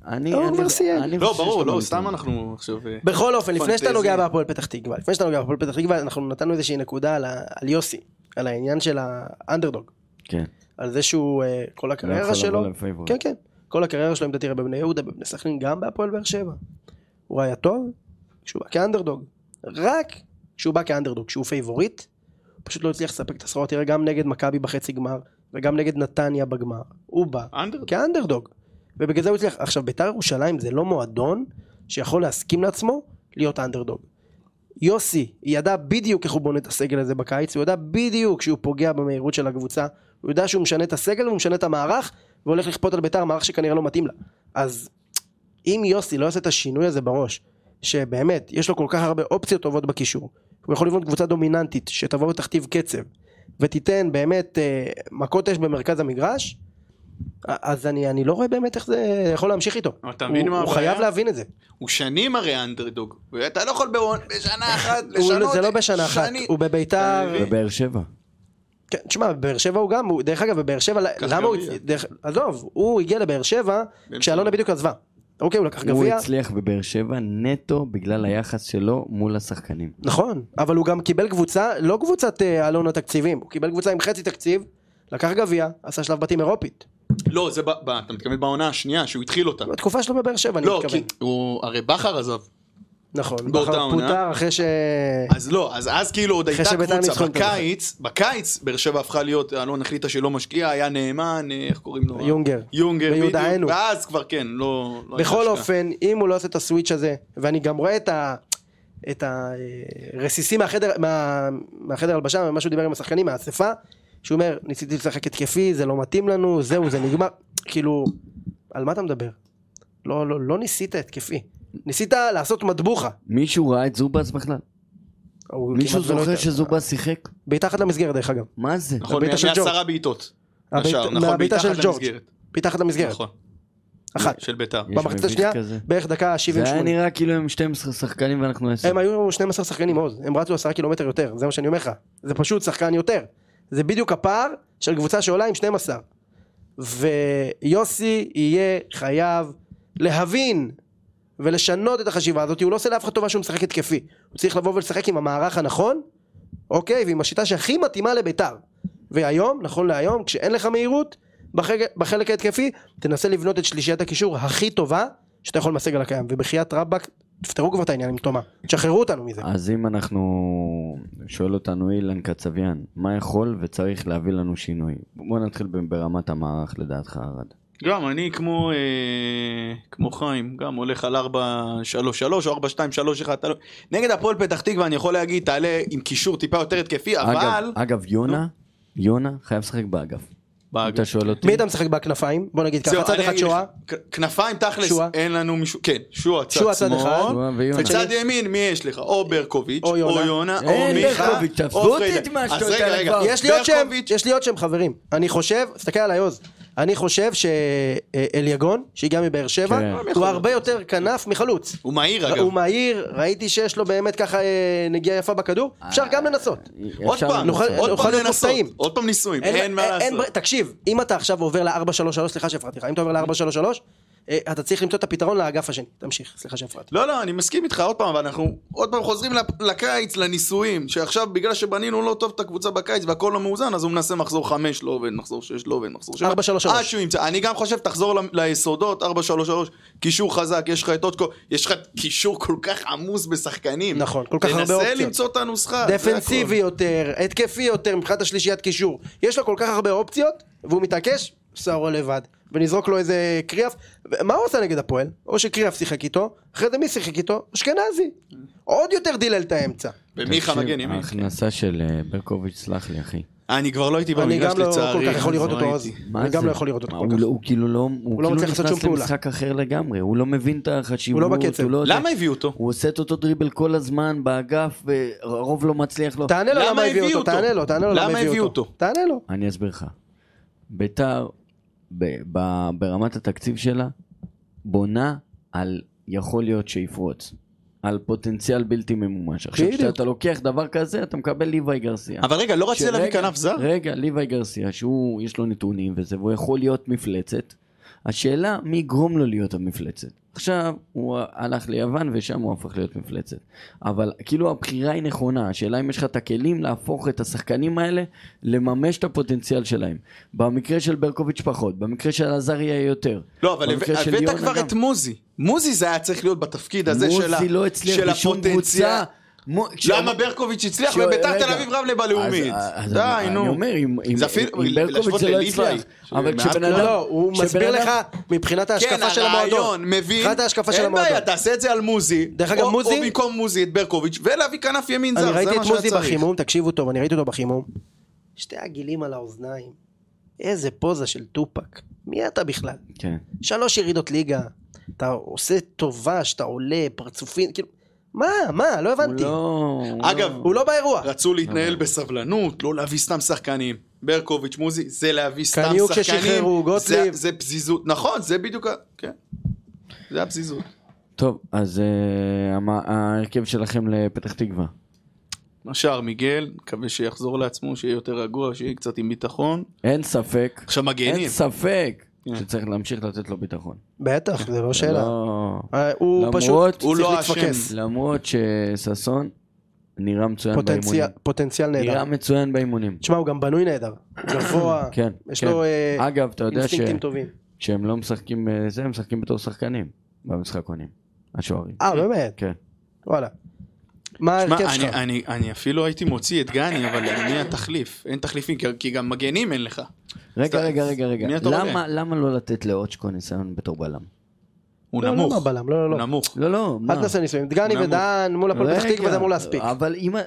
[SPEAKER 2] אני,
[SPEAKER 3] הוא
[SPEAKER 2] אני-
[SPEAKER 3] כבר סיים.
[SPEAKER 2] אני
[SPEAKER 4] לא,
[SPEAKER 2] חושב
[SPEAKER 4] ברור,
[SPEAKER 2] שאתה
[SPEAKER 4] לא,
[SPEAKER 2] לא
[SPEAKER 4] סתם
[SPEAKER 2] מתאים.
[SPEAKER 4] אנחנו עכשיו... אה,
[SPEAKER 3] בכל אופן, לפני שאתה
[SPEAKER 4] פנטזיה.
[SPEAKER 3] נוגע בהפועל פתח תקווה, לפני שאתה נוגע בהפועל פתח תקווה, אנחנו נתנו איזושהי נקודה על, ה- על יוסי, על העניין של האנדרדוג,
[SPEAKER 2] כן.
[SPEAKER 3] על זה שהוא, אה, כל
[SPEAKER 2] לא יכול
[SPEAKER 3] הקריירה
[SPEAKER 2] לבוא
[SPEAKER 3] שלו,
[SPEAKER 2] לפייבוריט.
[SPEAKER 3] כן, כן. כל הקריירה שלו, אם אתה תראה בבני יהודה, בבני סכנין, גם בהפועל באר שבע. הוא היה טוב כשהוא בא כאנדרדוג. רק כשהוא בא כאנדרדוג, כשהוא פייבוריט, הוא פשוט לא הצליח לספק את הסחורה. תראה, גם נגד מכבי בחצי גמר, וגם נגד נתניה בגמר. הוא בא
[SPEAKER 4] אנדר-
[SPEAKER 3] כאנדרדוג. ובגלל זה הוא הצליח. עכשיו, ביתר ירושלים זה לא מועדון שיכול להסכים לעצמו להיות אנדרדוג. יוסי ידע בדיוק איך הוא בונה את הסגל הזה בקיץ, הוא ידע בדיוק שהוא פוגע במהירות של הקבוצה, הוא יודע שהוא משנה את הסגל והוא משנה את המערך, והולך לכפות על ביתר מערך שכנראה לא מתאים לה. אז אם יוסי לא יעשה את השינוי הזה בראש, שבאמת, יש לו כל כך הרבה אופציות טובות בקישור, הוא יכול לבנות קבוצה דומיננטית, שתבוא ותכתיב קצב, ותיתן באמת אה, מכות אש במרכז המגרש, א- אז אני, אני לא רואה באמת איך זה יכול להמשיך איתו.
[SPEAKER 4] אתה מבין
[SPEAKER 3] הוא,
[SPEAKER 4] מה
[SPEAKER 3] הוא
[SPEAKER 4] הבעיה?
[SPEAKER 3] חייב להבין את זה.
[SPEAKER 4] הוא שנים הרי אנדרדוג. אתה לא יכול בעונ- בשנה אחת
[SPEAKER 3] הוא-
[SPEAKER 4] לשנות...
[SPEAKER 3] זה לא בשנה אחת,
[SPEAKER 4] שני-
[SPEAKER 3] הוא בביתר...
[SPEAKER 4] מבין?
[SPEAKER 2] בבאר שבע.
[SPEAKER 3] כן, תשמע, באר שבע הוא גם, הוא, דרך אגב, בבאר שבע,
[SPEAKER 4] לקח
[SPEAKER 3] למה הוא,
[SPEAKER 4] גביע.
[SPEAKER 3] דרך, עזוב, הוא הגיע לבאר שבע
[SPEAKER 4] באמצע.
[SPEAKER 3] כשאלונה בדיוק עזבה. אוקיי, הוא לקח
[SPEAKER 2] הוא
[SPEAKER 3] גביע,
[SPEAKER 2] הצליח בבאר שבע נטו בגלל היחס שלו מול השחקנים.
[SPEAKER 3] נכון, אבל הוא גם קיבל קבוצה, לא קבוצת אה, אלונה תקציבים, הוא קיבל קבוצה עם חצי תקציב, לקח גביע, עשה שלב בתים אירופית.
[SPEAKER 4] לא, זה ב... ב- אתה מתכוון בעונה השנייה, שהוא התחיל אותה.
[SPEAKER 3] בתקופה שלו בבאר שבע, אני
[SPEAKER 4] לא,
[SPEAKER 3] מתכוון.
[SPEAKER 4] כי הוא... הרי בכר עזב.
[SPEAKER 3] נכון,
[SPEAKER 4] באותה
[SPEAKER 3] בכר
[SPEAKER 4] עונה.
[SPEAKER 3] פוטר אחרי ש...
[SPEAKER 4] אז לא, אז אז כאילו עוד
[SPEAKER 3] אחרי
[SPEAKER 4] הייתה
[SPEAKER 3] שביתר
[SPEAKER 4] קבוצה
[SPEAKER 3] ניצחו את
[SPEAKER 4] בקיץ, בקיץ באר שבע הפכה להיות, אלון החליטה שלא משקיע, היה נאמן, אה, איך קוראים לו?
[SPEAKER 3] יונגר.
[SPEAKER 4] יונגר, בדיוק,
[SPEAKER 3] ויהודה היינו.
[SPEAKER 4] ואז כבר כן, לא... לא הייתה
[SPEAKER 3] בכל
[SPEAKER 4] השקעה.
[SPEAKER 3] אופן, אם הוא לא עושה את הסוויץ' הזה, ואני גם רואה את ה... את הרסיסים מהחדר, מה, מהחדר הלבשה, ממה שהוא דיבר עם השחקנים, מהאספה, שהוא אומר, ניסיתי לשחק התקפי, זה לא מתאים לנו, זהו, זה נגמר. כאילו, על מה אתה מדבר? לא, לא, לא ניסית התקפי. ניסית לעשות מטבוחה.
[SPEAKER 2] מישהו ראה את זובס בכלל?
[SPEAKER 3] הוא
[SPEAKER 2] מישהו
[SPEAKER 3] כמעט ולא
[SPEAKER 2] זוכר
[SPEAKER 3] יותר.
[SPEAKER 2] שזובס שיחק?
[SPEAKER 3] בעיטה אחת למסגרת, דרך אגב.
[SPEAKER 2] מה זה?
[SPEAKER 4] נכון,
[SPEAKER 3] בביתה של ג'ורג'.
[SPEAKER 4] מעשרה בעיטות.
[SPEAKER 3] הבעיט-
[SPEAKER 4] השאר, נכון,
[SPEAKER 3] מהבעיטה
[SPEAKER 4] בעיטה
[SPEAKER 3] של
[SPEAKER 4] אחת
[SPEAKER 3] ג'ורג'.
[SPEAKER 4] למסגרת.
[SPEAKER 3] בעיטה אחת למסגרת.
[SPEAKER 4] נכון,
[SPEAKER 3] אחת.
[SPEAKER 4] של ביתר.
[SPEAKER 2] יש
[SPEAKER 3] במחצית
[SPEAKER 2] מביט
[SPEAKER 3] השנייה,
[SPEAKER 2] כזה?
[SPEAKER 3] בערך דקה 70-80.
[SPEAKER 2] זה היה נראה כאילו הם 12 שחקנים ואנחנו 10.
[SPEAKER 3] הם היו 12 שחקנים עוז, הם רצו 10 קילומטר יותר, זה מה שאני אומר לך. זה פשוט שחקן יותר. זה בדיוק הפער של קבוצה שעולה עם 12. ויוסי יהיה חייב להבין ולשנות את החשיבה הזאת, הוא לא עושה לאף אחד טובה שהוא משחק התקפי. הוא צריך לבוא ולשחק עם המערך הנכון, אוקיי, ועם השיטה שהכי מתאימה לביתר. והיום, נכון להיום, כשאין לך מהירות בחלק, בחלק ההתקפי, תנסה לבנות את שלישיית הקישור הכי טובה שאתה יכול מהסגל הקיים. ובחייאת רבאק, תפתרו כבר את העניין עם תומה. תשחררו אותנו מזה.
[SPEAKER 2] אז אם אנחנו... שואל אותנו אילן קצביאן, מה יכול וצריך להביא לנו שינוי? בוא נתחיל ב- ברמת המערך לדעתך, ארד.
[SPEAKER 4] גם אני כמו אה, כמו חיים, גם הולך על 4-3-3 או 4-2-3-1, אתה לא- נגד הפועל פתח תקווה אני יכול להגיד, תעלה עם קישור טיפה יותר התקפי,
[SPEAKER 2] אגב,
[SPEAKER 4] אבל...
[SPEAKER 2] אגב, יונה, יונה חייב לשחק באגף. אם
[SPEAKER 4] באגף.
[SPEAKER 2] אתה שואל אותי,
[SPEAKER 3] מי אתה משחק בכנפיים? בוא נגיד
[SPEAKER 4] זהו,
[SPEAKER 3] ככה, צד
[SPEAKER 4] אני
[SPEAKER 3] אחד
[SPEAKER 4] אגיד
[SPEAKER 3] שואה.
[SPEAKER 4] לך, כ- כנפיים תכלס,
[SPEAKER 3] שועה.
[SPEAKER 4] אין לנו מישהו, כן, שועה צד
[SPEAKER 3] שועה צד אחד.
[SPEAKER 4] שמאל,
[SPEAKER 2] שועה ויונה.
[SPEAKER 4] וצד ימין מי יש לך? או ברקוביץ',
[SPEAKER 3] או
[SPEAKER 4] או
[SPEAKER 3] יונה.
[SPEAKER 4] יונה, או
[SPEAKER 2] אין
[SPEAKER 4] מיכה,
[SPEAKER 2] ברקוביץ', תעזבו
[SPEAKER 4] או
[SPEAKER 2] אותי
[SPEAKER 4] פרידה.
[SPEAKER 2] את מה שאתה
[SPEAKER 4] אז
[SPEAKER 2] נותן
[SPEAKER 4] רגע, רגע,
[SPEAKER 2] כבר.
[SPEAKER 3] יש לי עוד שם,
[SPEAKER 4] ברקוביץ',
[SPEAKER 3] יש לי עוד שם חברים. אני חושב, תסתכל עליי עוז, אני חושב שאליגון, שהגיע מבאר שבע,
[SPEAKER 2] כן.
[SPEAKER 3] הוא הרבה יותר כנף מחלוץ.
[SPEAKER 4] הוא מהיר אגב,
[SPEAKER 3] הוא מהיר, ראיתי שיש לו באמת ככה אה, נגיעה יפה בכדור, אפשר גם לנסות.
[SPEAKER 4] עוד
[SPEAKER 2] אפשר
[SPEAKER 4] פעם,
[SPEAKER 2] לנסות.
[SPEAKER 3] נוכל-
[SPEAKER 4] עוד
[SPEAKER 3] נוכל
[SPEAKER 4] פעם
[SPEAKER 3] להיות
[SPEAKER 4] לנסות,
[SPEAKER 3] מופתעים.
[SPEAKER 4] אה, עוד פעם ניסויים, אין מה לעשות.
[SPEAKER 3] בר- תקשיב, אם אתה עכשיו עובר ל-433, סליחה שהפרעתי לך, אם אתה עובר ל-433, אה, אתה צריך למצוא את הפתרון לאגף השני. תמשיך, סליחה שהפרעתי.
[SPEAKER 4] לא, לא, אני מסכים איתך עוד פעם, אבל אנחנו עוד פעם חוזרים לפ- לקיץ, לניסויים, שעכשיו בגלל שבנינו לא טוב את הקבוצה בקיץ והכל לא מאוזן, אז הוא מנסה מחזור 5 לא עובד, מחזור 6 לא עובד, מחזור 7.
[SPEAKER 3] 4-3-3.
[SPEAKER 4] עד שהוא ימצא, אני גם חושב, תחזור ל- ליסודות, 4-3-3, קישור חזק, יש לך את אוטקו, יש לך קישור כל כך עמוס בשחקנים.
[SPEAKER 3] נכון, כל כך הרבה אופציות.
[SPEAKER 4] תנסה למצוא את הנוסחה. לא, זה
[SPEAKER 3] דפנסיבי יותר, התקפי יותר, מבחינת השלישיית קישור. יש לו כל כך הרבה אופציות, והוא מתעקש, סערו לבד. ונזרוק לו איזה קריאף. ו- מה הוא עשה נגד הפועל? או שקריאף שיחק איתו, אחרי זה מי שיחק איתו? אשכנזי. עוד יותר דילל את האמצע.
[SPEAKER 4] הכל. ומיכה
[SPEAKER 2] תקשיב,
[SPEAKER 4] מגן ימין.
[SPEAKER 2] ההכנסה של אה, ברקוביץ', סלח לי אחי.
[SPEAKER 4] אני כבר לא הייתי
[SPEAKER 3] אני
[SPEAKER 4] במגרש
[SPEAKER 3] גם לא
[SPEAKER 4] לצערי.
[SPEAKER 3] כל כך יכול לראות
[SPEAKER 4] לא
[SPEAKER 3] אותו עוז.
[SPEAKER 4] ראיתי.
[SPEAKER 2] מה
[SPEAKER 3] אני גם
[SPEAKER 2] זה?
[SPEAKER 3] לא יכול לראות אותו
[SPEAKER 2] מה,
[SPEAKER 3] כל
[SPEAKER 2] הוא
[SPEAKER 3] כך.
[SPEAKER 2] לא- הוא כאילו לא, הוא
[SPEAKER 3] לא
[SPEAKER 2] כאילו
[SPEAKER 3] מצליח לעשות
[SPEAKER 2] נכנס
[SPEAKER 3] שום
[SPEAKER 2] למשחק אחר לגמרי, הוא לא מבין את החשיבות,
[SPEAKER 3] הוא לא בקצב.
[SPEAKER 2] לא זה.
[SPEAKER 4] למה הביאו אותו?
[SPEAKER 2] הוא עושה את אותו דריבל כל הזמן באגף, והרוב לא מצליח לו.
[SPEAKER 3] תענה לו
[SPEAKER 4] למה
[SPEAKER 3] למה הביאו
[SPEAKER 4] הביאו
[SPEAKER 3] אותו,
[SPEAKER 4] אותו?
[SPEAKER 3] תענה לו, תענה לו למה
[SPEAKER 4] למה
[SPEAKER 3] הביאו
[SPEAKER 4] הביאו
[SPEAKER 3] אותו.
[SPEAKER 4] אותו?
[SPEAKER 3] תענה לו.
[SPEAKER 2] אני אסביר לך. ביתר, ב- ב- ברמת התקציב שלה, בונה על יכול להיות שיפרוץ. על פוטנציאל בלתי ממומש. עכשיו,
[SPEAKER 3] בדיוק.
[SPEAKER 2] כשאתה לוקח דבר כזה, אתה מקבל ליוואי גרסיה.
[SPEAKER 4] אבל רגע, לא רצית
[SPEAKER 2] שרגע-
[SPEAKER 4] להביא כנף זר?
[SPEAKER 2] רגע, ליוואי גרסיה, שהוא, יש לו נתונים וזה, והוא יכול להיות מפלצת, השאלה מי יגרום לו להיות המפלצת. עכשיו הוא הלך ליוון ושם הוא הפך להיות מפלצת. אבל כאילו הבחירה היא נכונה, השאלה אם יש לך את הכלים להפוך את השחקנים האלה לממש את הפוטנציאל שלהם. במקרה של ברקוביץ' פחות, במקרה של עזריה יותר.
[SPEAKER 4] לא, אבל הבאת
[SPEAKER 2] במקרה של
[SPEAKER 4] הבאת
[SPEAKER 2] יונה
[SPEAKER 4] כבר
[SPEAKER 2] גם.
[SPEAKER 4] את מוזי. מוזי זה היה צריך להיות בתפקיד הזה של ה-
[SPEAKER 2] מוזי לא הצליח
[SPEAKER 4] של
[SPEAKER 2] בשום
[SPEAKER 4] הפוטנציאל.
[SPEAKER 2] קבוצה. מו-
[SPEAKER 4] למה ברקוביץ' הצליח
[SPEAKER 2] שואל,
[SPEAKER 4] וביתר
[SPEAKER 2] רגע.
[SPEAKER 4] תל אביב רבלה בלאומית?
[SPEAKER 2] אז- אז
[SPEAKER 4] די,
[SPEAKER 2] אני- אני
[SPEAKER 4] נו.
[SPEAKER 2] אומר, אם אם-
[SPEAKER 4] זה אפילו-
[SPEAKER 2] אם ברקוביץ'
[SPEAKER 4] להשוות
[SPEAKER 2] זה לא
[SPEAKER 4] לליבאי,
[SPEAKER 2] הצליח.
[SPEAKER 4] שהוא
[SPEAKER 2] אבל
[SPEAKER 4] מעט
[SPEAKER 2] כשבן
[SPEAKER 4] כולם-
[SPEAKER 2] אדם...
[SPEAKER 3] לא, לא, הוא
[SPEAKER 2] כשבן
[SPEAKER 3] מסביר
[SPEAKER 2] אדם-
[SPEAKER 3] לך מבחינת ההשקפה של המועדון.
[SPEAKER 4] כן, הרעיון, מבין?
[SPEAKER 3] מבחינת ההשקפה של
[SPEAKER 4] אין בעיה,
[SPEAKER 3] המועדון.
[SPEAKER 4] תעשה את זה על מוזי.
[SPEAKER 3] דרך אגב,
[SPEAKER 4] או-
[SPEAKER 3] מוזי-
[SPEAKER 4] או במקום מוזי את ברקוביץ', ולהביא כנף ימין זר,
[SPEAKER 3] אני
[SPEAKER 4] זה מה שאתה
[SPEAKER 3] ראיתי את
[SPEAKER 4] צריך.
[SPEAKER 3] מוזי בחימום, תקשיבו טוב, אני ראיתי אותו בחימום. שתי עגילים על האוזניים. איזה פוזה של טופק. מי אתה בכלל?
[SPEAKER 2] כן.
[SPEAKER 3] שלוש ירידות ליגה. אתה עושה טובה שאתה עולה, פרצופים, כאילו... מה, מה, לא
[SPEAKER 2] הוא
[SPEAKER 3] הבנתי.
[SPEAKER 2] לא... הוא
[SPEAKER 4] אגב,
[SPEAKER 2] לא-
[SPEAKER 3] הוא לא באירוע.
[SPEAKER 4] רצו להתנהל בסבלנות, לא להביא סתם שחקנים. ברקוביץ', מוזי, זה להביא סתם שחקנים.
[SPEAKER 3] קניוק ששחררו,
[SPEAKER 4] זה-
[SPEAKER 3] גוטליב.
[SPEAKER 4] זה פזיזות. נכון, זה בדיוק ה... כן. זה הפזיזות.
[SPEAKER 2] טוב, אז אה, המ- ההרכב שלכם לפתח תקווה.
[SPEAKER 4] השער מיגל, מקווה שיחזור לעצמו, שיהיה יותר רגוע, שיהיה קצת עם ביטחון.
[SPEAKER 2] אין ספק,
[SPEAKER 4] עכשיו
[SPEAKER 2] אין
[SPEAKER 4] מגנים.
[SPEAKER 2] ספק
[SPEAKER 4] כן.
[SPEAKER 2] שצריך להמשיך לתת לו ביטחון.
[SPEAKER 3] בטח, זה לא
[SPEAKER 2] זה
[SPEAKER 3] שאלה.
[SPEAKER 2] לא-
[SPEAKER 3] אה, הוא
[SPEAKER 2] למרות-
[SPEAKER 3] פשוט
[SPEAKER 4] הוא
[SPEAKER 3] צריך
[SPEAKER 4] לא
[SPEAKER 3] להתפקס.
[SPEAKER 2] למרות שששון נראה מצוין
[SPEAKER 3] פוטנציאל-
[SPEAKER 2] באימונים.
[SPEAKER 3] פוטנציאל
[SPEAKER 2] נראה
[SPEAKER 3] נהדר.
[SPEAKER 2] מצוין באימונים.
[SPEAKER 3] תשמע, הוא גם בנוי נהדר. גבוה.
[SPEAKER 2] כן,
[SPEAKER 3] יש
[SPEAKER 2] כן.
[SPEAKER 3] לו אה,
[SPEAKER 2] אגב, אתה יודע ש-
[SPEAKER 3] אינסטינקטים טובים.
[SPEAKER 4] כן.
[SPEAKER 2] שהם לא משחקים אה, זה, הם משחקים בתור שחקנים במשחק עונים. השוערים.
[SPEAKER 3] אה, באמת?
[SPEAKER 2] כן.
[SPEAKER 3] וואלה. מה
[SPEAKER 4] שמע,
[SPEAKER 3] ההרכב
[SPEAKER 4] אני,
[SPEAKER 3] שלך?
[SPEAKER 4] אני, אני אפילו הייתי מוציא את גני, אבל מי התחליף? אין תחליפים, כי, כי גם מגנים אין לך.
[SPEAKER 2] רגע,
[SPEAKER 4] סתם.
[SPEAKER 2] רגע, רגע, רגע.
[SPEAKER 4] מי אתה רואה?
[SPEAKER 2] למה- למה לא לתת לאוצ'קו ניסיון בתור בלם?
[SPEAKER 4] הוא
[SPEAKER 3] לא, לא,
[SPEAKER 4] נמוך.
[SPEAKER 3] לא, בלם, לא,
[SPEAKER 4] הוא
[SPEAKER 3] לא, לא.
[SPEAKER 4] נמוך.
[SPEAKER 2] לא, לא, מה?
[SPEAKER 3] אל תעשה ניסויים. דגני
[SPEAKER 4] נמוך.
[SPEAKER 3] ודן מול הפועל פתח
[SPEAKER 2] רגע,
[SPEAKER 3] תקווה זה אמור להספיק.
[SPEAKER 2] אבל אם... אה,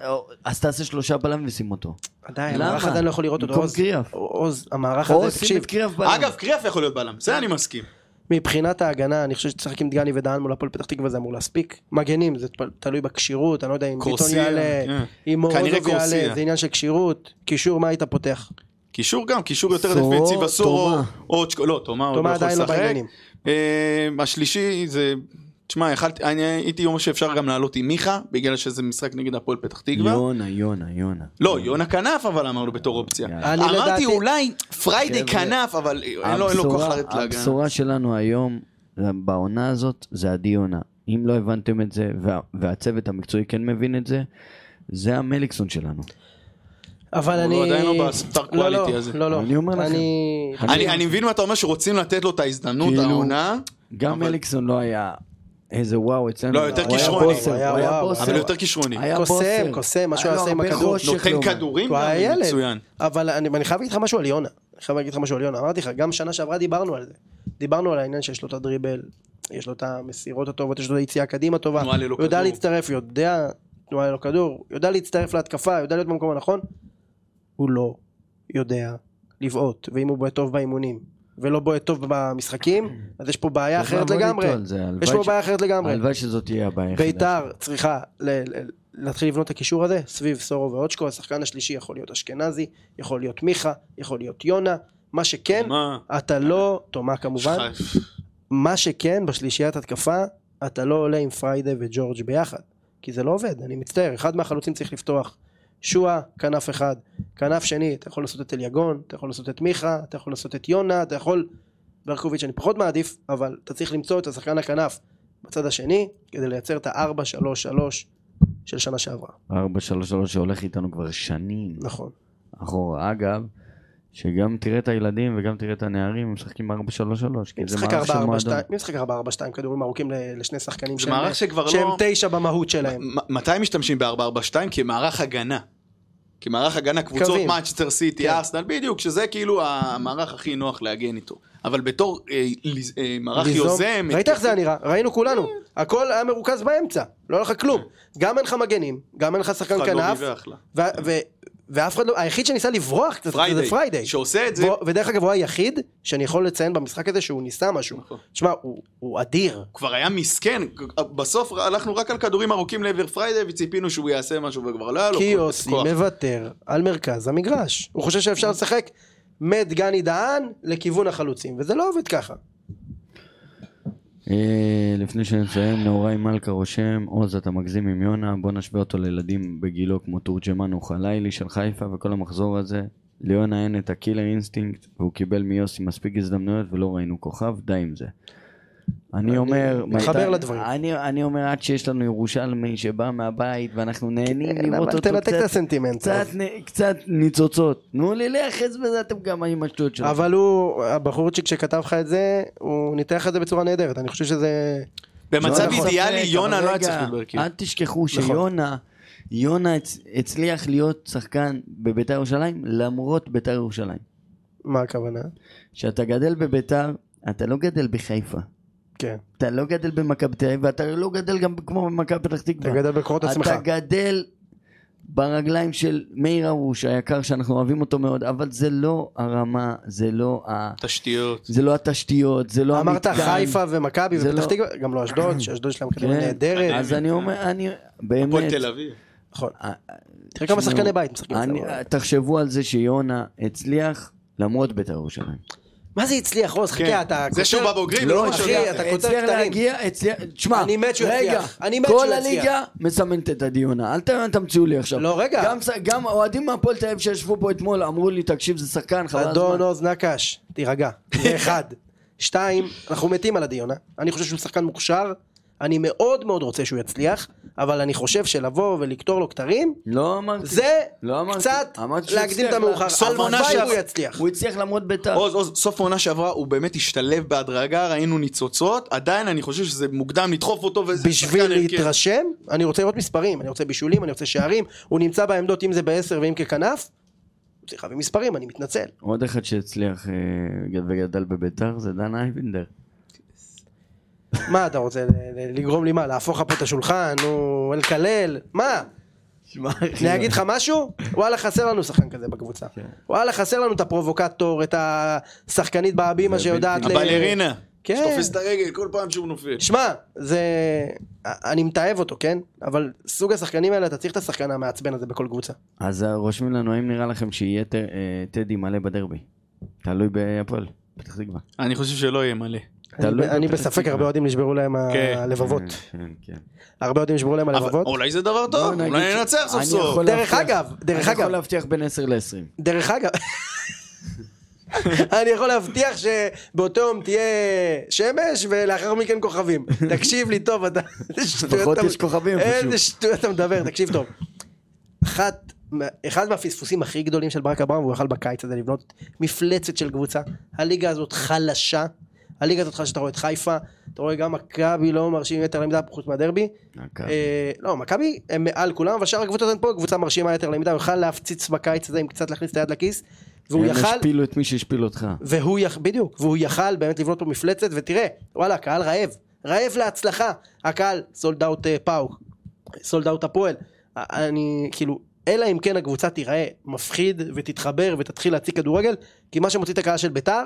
[SPEAKER 2] אז תעשה שלושה בלם ושים אותו.
[SPEAKER 3] עדיין,
[SPEAKER 2] למה?
[SPEAKER 3] המערך עדיין לא יכול לראות אותו.
[SPEAKER 2] במקום
[SPEAKER 3] עוז-
[SPEAKER 2] קריאף.
[SPEAKER 3] עוז, המערך
[SPEAKER 2] או
[SPEAKER 3] הזה,
[SPEAKER 2] שים
[SPEAKER 3] תקשיב,
[SPEAKER 2] את קריאף בלם.
[SPEAKER 4] אגב, קריאף יכול להיות בלם, זה אני מסכים.
[SPEAKER 3] מבחינת ההגנה, אני חושב שצריך עם דגני ודן מול הפועל פתח תקווה זה אמור להספיק. מגנים, זה תל- תלוי בכשירות, אני לא יודע אם ביטון
[SPEAKER 4] קורסיה,
[SPEAKER 3] יעלה,
[SPEAKER 4] כן.
[SPEAKER 3] אם מורוזוב
[SPEAKER 4] כנראה
[SPEAKER 3] יעלה,
[SPEAKER 4] קורסיה.
[SPEAKER 3] זה עניין של כשירות. קישור, מה היית פותח?
[SPEAKER 4] קישור גם, קישור יותר
[SPEAKER 2] סורו,
[SPEAKER 4] דפנסיבה, סורו,
[SPEAKER 2] תומה.
[SPEAKER 4] אוצ'קו, לא, תומה עוד לא
[SPEAKER 3] תומה
[SPEAKER 4] יכול
[SPEAKER 3] עדיין לא
[SPEAKER 4] לשחק.
[SPEAKER 3] בעניינים.
[SPEAKER 4] אה, השלישי זה, תשמע, יכלתי- אני הייתי אומר שאפשר גם לעלות עם מיכה, בגלל שזה משחק נגד הפועל פתח תקווה.
[SPEAKER 2] יונה, יונה, יונה.
[SPEAKER 4] לא, יונה כנף אבל אמרנו בתור אופציה.
[SPEAKER 2] יאללה.
[SPEAKER 3] אני
[SPEAKER 4] אמרתי
[SPEAKER 3] לדעתי-
[SPEAKER 4] אולי פריידי
[SPEAKER 2] חבר'ה,
[SPEAKER 4] כנף, אבל אין לו אין לו כוח
[SPEAKER 2] הבשורה-
[SPEAKER 4] לרדת להגנה.
[SPEAKER 2] הבשורה שלנו היום, בעונה הזאת, זה עדי יונה. אם לא הבנתם את זה, וה- והצוות המקצועי כן מבין את זה, זה המליקסון שלנו.
[SPEAKER 3] אבל
[SPEAKER 4] הוא
[SPEAKER 3] אני...
[SPEAKER 4] לא- עדיין לא בסטאר
[SPEAKER 3] לא, לא,
[SPEAKER 4] quality הזה.
[SPEAKER 3] לא, לא.
[SPEAKER 2] אני אומר לכם.
[SPEAKER 3] אני-
[SPEAKER 4] אני אני מבין מה אתה אומר שרוצים לתת לו את ההזדמנות,
[SPEAKER 2] כאילו-
[SPEAKER 4] העונה,
[SPEAKER 2] גם
[SPEAKER 4] אבל-
[SPEAKER 2] מליקסון לא היה איזה וואו אצלנו.
[SPEAKER 4] לא, יותר
[SPEAKER 2] הוא היה
[SPEAKER 4] כישרוני.
[SPEAKER 2] בוסר,
[SPEAKER 3] הוא היה
[SPEAKER 2] הוא היה
[SPEAKER 3] וואו,
[SPEAKER 2] בוסר.
[SPEAKER 4] אבל יותר כישרוני.
[SPEAKER 2] היה
[SPEAKER 3] קוסם,
[SPEAKER 2] בוסר.
[SPEAKER 3] קוסם, מה שהוא
[SPEAKER 2] היה לו
[SPEAKER 3] עושה עם
[SPEAKER 2] הרבה
[SPEAKER 3] הכדור.
[SPEAKER 2] חושך
[SPEAKER 4] נותן
[SPEAKER 2] לעומת.
[SPEAKER 4] כדורים
[SPEAKER 3] הוא
[SPEAKER 4] גם,
[SPEAKER 3] היה ילד.
[SPEAKER 4] מצוין.
[SPEAKER 3] אבל אני, אני חייב להגיד לך משהו על יונה. אני חייב להגיד לך משהו על יונה. אמרתי לך, גם שנה שעברה דיברנו על זה. דיברנו על העניין שיש לו את הדריבל, יש לו את המסירות הטובות, יש לו את היציאה קדימה טובה.
[SPEAKER 4] תנועה ללא
[SPEAKER 3] הוא יודע
[SPEAKER 4] לא כדור.
[SPEAKER 3] להצטרף, יודע, תנועה ללא כדור, יודע להצטרף להתקפה, יודע להיות במקום הנכון. הוא לא יודע לבעוט, ואם הוא בועט טוב באימונים, ולא בועט טוב במשחקים, אז יש פה בעיה
[SPEAKER 2] צריך
[SPEAKER 3] אחרת
[SPEAKER 2] לעבוד
[SPEAKER 3] לגמרי.
[SPEAKER 2] איתו על זה, הלוואי
[SPEAKER 3] יש פה
[SPEAKER 2] ש-
[SPEAKER 3] בעיה אחרת לגמרי.
[SPEAKER 2] הלוואי שזאת תהיה הבעיה היחידה.
[SPEAKER 3] ביתר צריכה ל- ל- להתחיל לבנות את הקישור הזה סביב סורו ואוצ'קו, השחקן השלישי יכול להיות אשכנזי, יכול להיות מיכה, יכול להיות יונה, מה שכן,
[SPEAKER 4] מה?
[SPEAKER 3] אתה לא, תומה כמובן,
[SPEAKER 4] שחי-
[SPEAKER 3] מה שכן בשלישיית התקפה, אתה לא עולה עם פריידי וג'ורג' ביחד, כי זה לא עובד, אני מצטער, אחד מהחלוצים צריך לפתוח, שועה, כנף אחד, כנף שני, אתה יכול לעשות את אליגון, אתה יכול לעשות את מיכה, אתה יכול לעשות את יונה, אתה יכול, ברקוביץ' אני פחות מעדיף, אבל אתה צריך למצוא את השחקן הכנף בצד השני, כדי לייצר את ה-4-3-3 של שנה שעברה,
[SPEAKER 2] 433 שהולך איתנו כבר שנים
[SPEAKER 3] נכון.
[SPEAKER 2] אחורה. אגב, שגם תראה את הילדים וגם תראה את הנערים, הם משחקים 433,
[SPEAKER 3] אם
[SPEAKER 2] כי זה
[SPEAKER 3] משחק
[SPEAKER 2] מערך של
[SPEAKER 3] 4-4-2,
[SPEAKER 2] מועדון.
[SPEAKER 3] אם משחק 4-4-2 כדורים ארוכים ל- לשני שחקנים
[SPEAKER 4] זה
[SPEAKER 3] שהם-
[SPEAKER 4] מערך שכבר
[SPEAKER 3] שהם
[SPEAKER 4] לא-
[SPEAKER 3] תשע במהות שלהם.
[SPEAKER 4] מ- מתי משתמשים ב-442? כמערך הגנה. כמערך הגנה, קבוצות
[SPEAKER 3] קווים.
[SPEAKER 4] מאצ'טר סיטי,
[SPEAKER 3] כן.
[SPEAKER 4] ארסנל, בדיוק, שזה כאילו המערך הכי נוח להגן איתו. אבל בתור אה, ליז- אה, מערך
[SPEAKER 3] ליזום.
[SPEAKER 4] יוזם...
[SPEAKER 3] ראית איך זה היה נראה? ראינו כולנו. הכל היה מרוכז באמצע. לא היה לך כלום. גם אין לך מגנים, גם אין לך שחקן
[SPEAKER 4] אחד לא
[SPEAKER 3] כנף,
[SPEAKER 4] דיווח לה.
[SPEAKER 3] ו- ו- ואף אחד לא... היחיד שניסה לברוח קצת זה
[SPEAKER 4] פריידי.
[SPEAKER 3] פריידי.
[SPEAKER 4] שעושה את זה...
[SPEAKER 3] והוא- ודרך אגב, הוא היחיד שאני יכול לציין במשחק הזה שהוא ניסה משהו.
[SPEAKER 4] נכון.
[SPEAKER 3] תשמע, הוא- הוא אדיר.
[SPEAKER 4] כבר היה מסכן, בסוף הלכנו רק על כדורים ארוכים לעבר פריידי וציפינו שהוא יעשה משהו וכבר לא היה לו
[SPEAKER 3] קיוסי מוותר על מרכז המגרש. הוא חושב שאפשר
[SPEAKER 4] נכון.
[SPEAKER 3] לשחק מדגני דהן לכיוון החלוצים, וזה לא עובד ככה.
[SPEAKER 2] אה, לפני שנסיים, נאורי מלכה רושם, עוז אתה מגזים עם יונה, בוא נשווה אותו לילדים בגילו כמו תורג'מן או חלילי של חיפה, וכל המחזור הזה ליונה אין את הקילר אינסטינקט, והוא קיבל מיוסי מספיק הזדמנויות ולא ראינו כוכב, די עם זה. אני אומר...
[SPEAKER 3] מתחבר
[SPEAKER 2] מה-
[SPEAKER 3] לדברים.
[SPEAKER 2] אני, אני אומר עד שיש לנו ירושלמי שבא מהבית ואנחנו נהנים
[SPEAKER 3] כן,
[SPEAKER 2] לראות
[SPEAKER 3] אבל
[SPEAKER 2] אותו
[SPEAKER 3] תנתק את
[SPEAKER 2] קצת,
[SPEAKER 3] הסנטימנט.
[SPEAKER 2] קצת,
[SPEAKER 3] טוב.
[SPEAKER 2] נ- קצת ניצוצות. תנו לי להיאחז בזה אתם גם עם השטויות שלכם.
[SPEAKER 3] אבל הוא, הבחורצ'יק שכתב לך את זה, הוא ניתח את זה בצורה נהדרת, אני חושב שזה...
[SPEAKER 4] במצב
[SPEAKER 3] לא, נכון.
[SPEAKER 4] אידיאלי
[SPEAKER 2] צודק,
[SPEAKER 4] יונה
[SPEAKER 2] אבל
[SPEAKER 4] לא היה
[SPEAKER 2] רגע,
[SPEAKER 4] צריך להיות בהרכב.
[SPEAKER 2] אל תשכחו שיונה, יונה הצ- הצליח להיות שחקן בביתר ירושלים למרות ביתר ירושלים.
[SPEAKER 3] מה הכוונה?
[SPEAKER 2] כשאתה גדל בביתר, אתה לא גדל בחיפה.
[SPEAKER 3] כן.
[SPEAKER 2] אתה לא גדל במכבי תל אביב, ואתה לא גדל גם כמו במכבי פתח
[SPEAKER 3] אתה
[SPEAKER 2] תקווה.
[SPEAKER 3] גדל בכוחות עצמך.
[SPEAKER 2] אתה גדל ברגליים של מאיר הרוש היקר שאנחנו אוהבים אותו מאוד, אבל זה לא הרמה, זה לא ה...
[SPEAKER 4] תשתיות.
[SPEAKER 2] זה לא התשתיות, זה לא
[SPEAKER 3] אמרת
[SPEAKER 2] המתקן.
[SPEAKER 3] חיפה ומכבי
[SPEAKER 2] זה
[SPEAKER 3] ופתח
[SPEAKER 2] לא-
[SPEAKER 3] תקווה, גם לא אשדוד, שאשדוד שלהם כנראה
[SPEAKER 2] כן,
[SPEAKER 3] נהדרת.
[SPEAKER 2] אז אני אומר, אני...
[SPEAKER 4] הפועל
[SPEAKER 2] באמת,
[SPEAKER 4] תל אביב.
[SPEAKER 3] נכון.
[SPEAKER 2] אה,
[SPEAKER 3] תראה כמה
[SPEAKER 2] תשמעו,
[SPEAKER 3] שחקני בית משחקים
[SPEAKER 2] אני-
[SPEAKER 3] אצלנו.
[SPEAKER 2] תחשבו על זה שיונה הצליח למרות בית"ר ירושלים.
[SPEAKER 3] מה זה הצליח? עוז, חכה,
[SPEAKER 4] כן.
[SPEAKER 3] אתה...
[SPEAKER 4] זה שהוא
[SPEAKER 3] כותב-
[SPEAKER 4] בבוגרים, לא
[SPEAKER 3] אחי,
[SPEAKER 4] משנה.
[SPEAKER 3] אתה כותב
[SPEAKER 2] הצליח
[SPEAKER 3] קטנים.
[SPEAKER 2] להגיע, הצליח... תשמע,
[SPEAKER 3] אני מת שהוא
[SPEAKER 2] רגע,
[SPEAKER 3] יצליח. אני מת
[SPEAKER 2] כל
[SPEAKER 3] שהוא יצליח.
[SPEAKER 2] הליגה מסמנת את הדיונה. אל ת- אל תמציאו לי עכשיו.
[SPEAKER 3] לא, רגע.
[SPEAKER 2] גם ש- גם האוהדים מהפועל תל אביב שישבו פה אתמול אמרו לי, תקשיב, זה שחקן, חבל
[SPEAKER 3] אדון
[SPEAKER 2] הזמן.
[SPEAKER 3] עוז נקש, תירגע. זה אחד. שתיים, אנחנו מתים על הדיונה. אני חושב שהוא שחקן מוכשר. אני מאוד מאוד רוצה שהוא יצליח, אבל אני חושב שלבוא ולקטור לו כתרים,
[SPEAKER 2] לא אמרתי.
[SPEAKER 3] זה
[SPEAKER 2] לא אמרתי.
[SPEAKER 3] קצת
[SPEAKER 2] אמרתי שהוא
[SPEAKER 3] להקדים את
[SPEAKER 2] הצליח,
[SPEAKER 3] המאוחר.
[SPEAKER 2] לא.
[SPEAKER 4] סוף עונה
[SPEAKER 3] הלוואי
[SPEAKER 4] שעברה-
[SPEAKER 3] הוא יצליח.
[SPEAKER 2] הוא הצליח למרות בית"ר.
[SPEAKER 4] עוז, עוז, סוף העונה שעברה הוא באמת השתלב בהדרגה, ראינו ניצוצות, עדיין אני חושב שזה מוקדם לדחוף אותו וזה...
[SPEAKER 3] בשביל
[SPEAKER 2] כן,
[SPEAKER 4] שחקן הרכב.
[SPEAKER 3] להתרשם, אני רוצה לראות מספרים, אני רוצה בישולים, אני רוצה שערים, הוא נמצא בעמדות אם זה בעשר ואם ככנף, צריך להביא מספרים, אני מתנצל.
[SPEAKER 2] עוד אחד שהצליח אה, וגדל בבית"ר זה דן אייבנדר.
[SPEAKER 3] מה אתה רוצה, ל- ל- לגרום לי מה, להפוך לך פה את השולחן, נו, אלקלל, מה? אני אגיד לך משהו? וואלה חסר לנו שחקן כזה בקבוצה.
[SPEAKER 2] כן.
[SPEAKER 3] וואלה חסר לנו את הפרובוקטור, את השחקנית בהבימה
[SPEAKER 2] זה
[SPEAKER 3] שיודעת...
[SPEAKER 2] בלתי-
[SPEAKER 3] ל-
[SPEAKER 4] הבלרינה.
[SPEAKER 3] כן.
[SPEAKER 4] שתופס את הרגל כל פעם שהוא נופל.
[SPEAKER 3] שמע, זה... אני מתעב אותו, כן? אבל סוג השחקנים האלה, אתה צריך את השחקן המעצבן הזה בכל קבוצה.
[SPEAKER 2] אז אה, רושמים לנו, האם נראה לכם שיהיה ת- אה, טדי מלא בדרבי? תלוי בהפועל, פתח תקווה.
[SPEAKER 4] אני חושב שלא יהיה מלא.
[SPEAKER 2] תלוי
[SPEAKER 3] אני- אני
[SPEAKER 2] בפתח
[SPEAKER 3] בספק,
[SPEAKER 2] תקווה.
[SPEAKER 3] הרבה אוהדים נשברו להם
[SPEAKER 4] כן.
[SPEAKER 3] הלבבות.
[SPEAKER 2] כן, כן.
[SPEAKER 3] הרבה אוהדים נשברו להם
[SPEAKER 4] אבל
[SPEAKER 3] הלבבות.
[SPEAKER 4] אולי זה דבר
[SPEAKER 2] בוא
[SPEAKER 4] טוב,
[SPEAKER 2] נגיד
[SPEAKER 4] אולי
[SPEAKER 2] ש-
[SPEAKER 4] ננצח סוף
[SPEAKER 2] אני
[SPEAKER 4] סוף.
[SPEAKER 2] יכול
[SPEAKER 3] דרך
[SPEAKER 2] להבטיח-
[SPEAKER 3] אגב, דרך
[SPEAKER 2] אני יכול
[SPEAKER 3] אגב,
[SPEAKER 2] להבטיח בין 10 ל-20.
[SPEAKER 3] דרך אגב, אני יכול להבטיח שבאותו יום תהיה שמש ולאחר מכן כוכבים. תקשיב לי טוב, אתה... איזה שטויות
[SPEAKER 2] לפחות
[SPEAKER 3] אתה-
[SPEAKER 2] יש כוכבים
[SPEAKER 3] איזה
[SPEAKER 2] פשוט.
[SPEAKER 3] שטויות אתה מדבר, תקשיב טוב. אחת, מה- אחד מהפספוסים הכי גדולים של ברק אברהם, הוא יכל בקיץ הזה לבנות מפלצת של קבוצה. הליגה הזאת חלשה. הליגה הזאת חלשה, אתה רואה את חיפה, אתה רואה גם מכבי לא מרשים יתר למידה חוץ מהדרבי.
[SPEAKER 2] אוקיי. כן.
[SPEAKER 3] אה, לא, מכבי הם מעל כולם, אבל שאר הקבוצות הן פה קבוצה מרשימה יתר למידה, הוא יכל להפציץ בקיץ הזה עם קצת להכניס את היד לכיס, והוא
[SPEAKER 2] הם
[SPEAKER 3] יכל,
[SPEAKER 2] השפילו את מי שהשפיל אותך.
[SPEAKER 3] והוא יכל, בדיוק, והוא יכל באמת לבנות פה מפלצת, ותראה, וואלה, הקהל רעב, רעב להצלחה, הקהל אה, סולד אאוט פאוק, סולד אאוט הפועל, א- אני, כאילו, אלא אם כן הקבוצה תיראה מפחיד ותתחבר ותתחיל להציג כדורגל, כי מה שמוציא את הקהל של ביתר,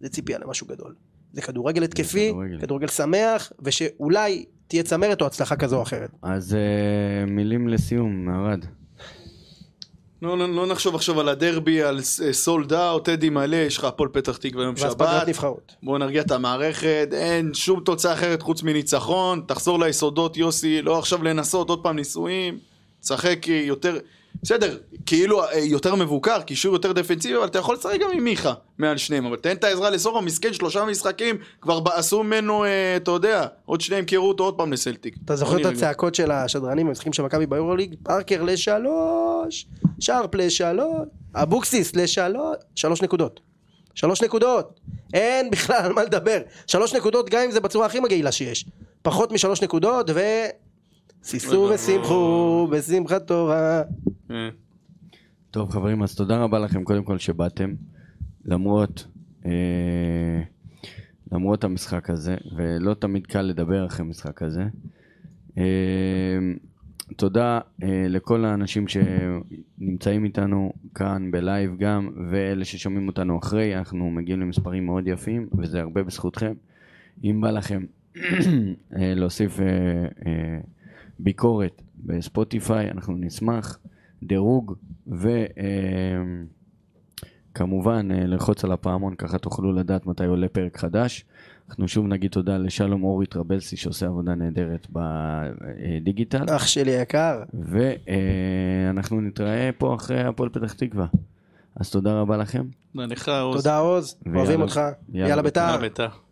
[SPEAKER 3] זה ציפייה למשהו גדול. זה כדורגל התקפי,
[SPEAKER 2] כדורגל.
[SPEAKER 3] כדורגל שמח, ושאולי תהיה צמרת או הצלחה כזו או אחרת.
[SPEAKER 2] אז אה, מילים לסיום, ארד.
[SPEAKER 4] לא, לא, לא נחשוב עכשיו על הדרבי, על סולד אאוט, טדי מלא, יש לך הפועל פתח תקווה יום
[SPEAKER 3] ואספגת
[SPEAKER 4] שבת.
[SPEAKER 3] נבחרות.
[SPEAKER 4] בואו נרגיע את המערכת, אין שום תוצאה אחרת חוץ מניצחון, תחזור ליסודות יוסי, לא עכשיו לנסות עוד פעם ניסויים, תשחק אה, יותר, בסדר, כאילו אה, יותר מבוקר, קישור יותר דפנסיבי, אבל אתה יכול לשחק גם עם מיכה מעל שניהם, אבל תן את העזרה לסורו, מסכן שלושה משחקים, כבר עשו ממנו, אה, אתה יודע, עוד שניהם ימכרו אותו עוד פעם לסלטיק.
[SPEAKER 3] אתה זוכר את
[SPEAKER 4] לא נרגע.
[SPEAKER 3] הצעקות של השדרנים במשחקים של מכבי ביורוליג? פארקר לשלוש, שרפ לשלוש, אבוקסיס לשלוש, שלוש נקודות. שלוש נקודות. אין בכלל על מה לדבר. שלוש נקודות גם אם זה בצורה הכי מגעילה שיש. פחות משלוש נקודות ו... שישו ושמחו בשמחת תורה.
[SPEAKER 4] אה.
[SPEAKER 2] טוב חברים, אז תודה רבה לכם קודם כל שבאתם, למרות, אה, למרות המשחק הזה, ולא תמיד קל לדבר אחרי משחק הזה. אה, תודה אה, לכל האנשים שנמצאים איתנו כאן בלייב גם, ואלה ששומעים אותנו אחרי, אנחנו מגיעים למספרים מאוד יפים, וזה הרבה בזכותכם. אם בא לכם אה, להוסיף אה, אה, ביקורת בספוטיפיי, אנחנו נשמח. דירוג, אה, וכמובן אה, ללחוץ על הפעמון, ככה תוכלו לדעת מתי עולה פרק חדש. אנחנו שוב נגיד תודה לשלום אורי טרבלסי שעושה עבודה נהדרת בדיגיטל,
[SPEAKER 3] אח שלי היקר.
[SPEAKER 2] ואנחנו נתראה פה אחרי הפועל פתח תקווה. אז תודה רבה לכם.
[SPEAKER 4] לך עוז.
[SPEAKER 3] תודה עוז,
[SPEAKER 2] ויאללה.
[SPEAKER 3] אוהבים אותך,
[SPEAKER 2] יאללה,
[SPEAKER 3] יאללה
[SPEAKER 2] בית"ר.
[SPEAKER 3] בית"ר.
[SPEAKER 4] בית"ר.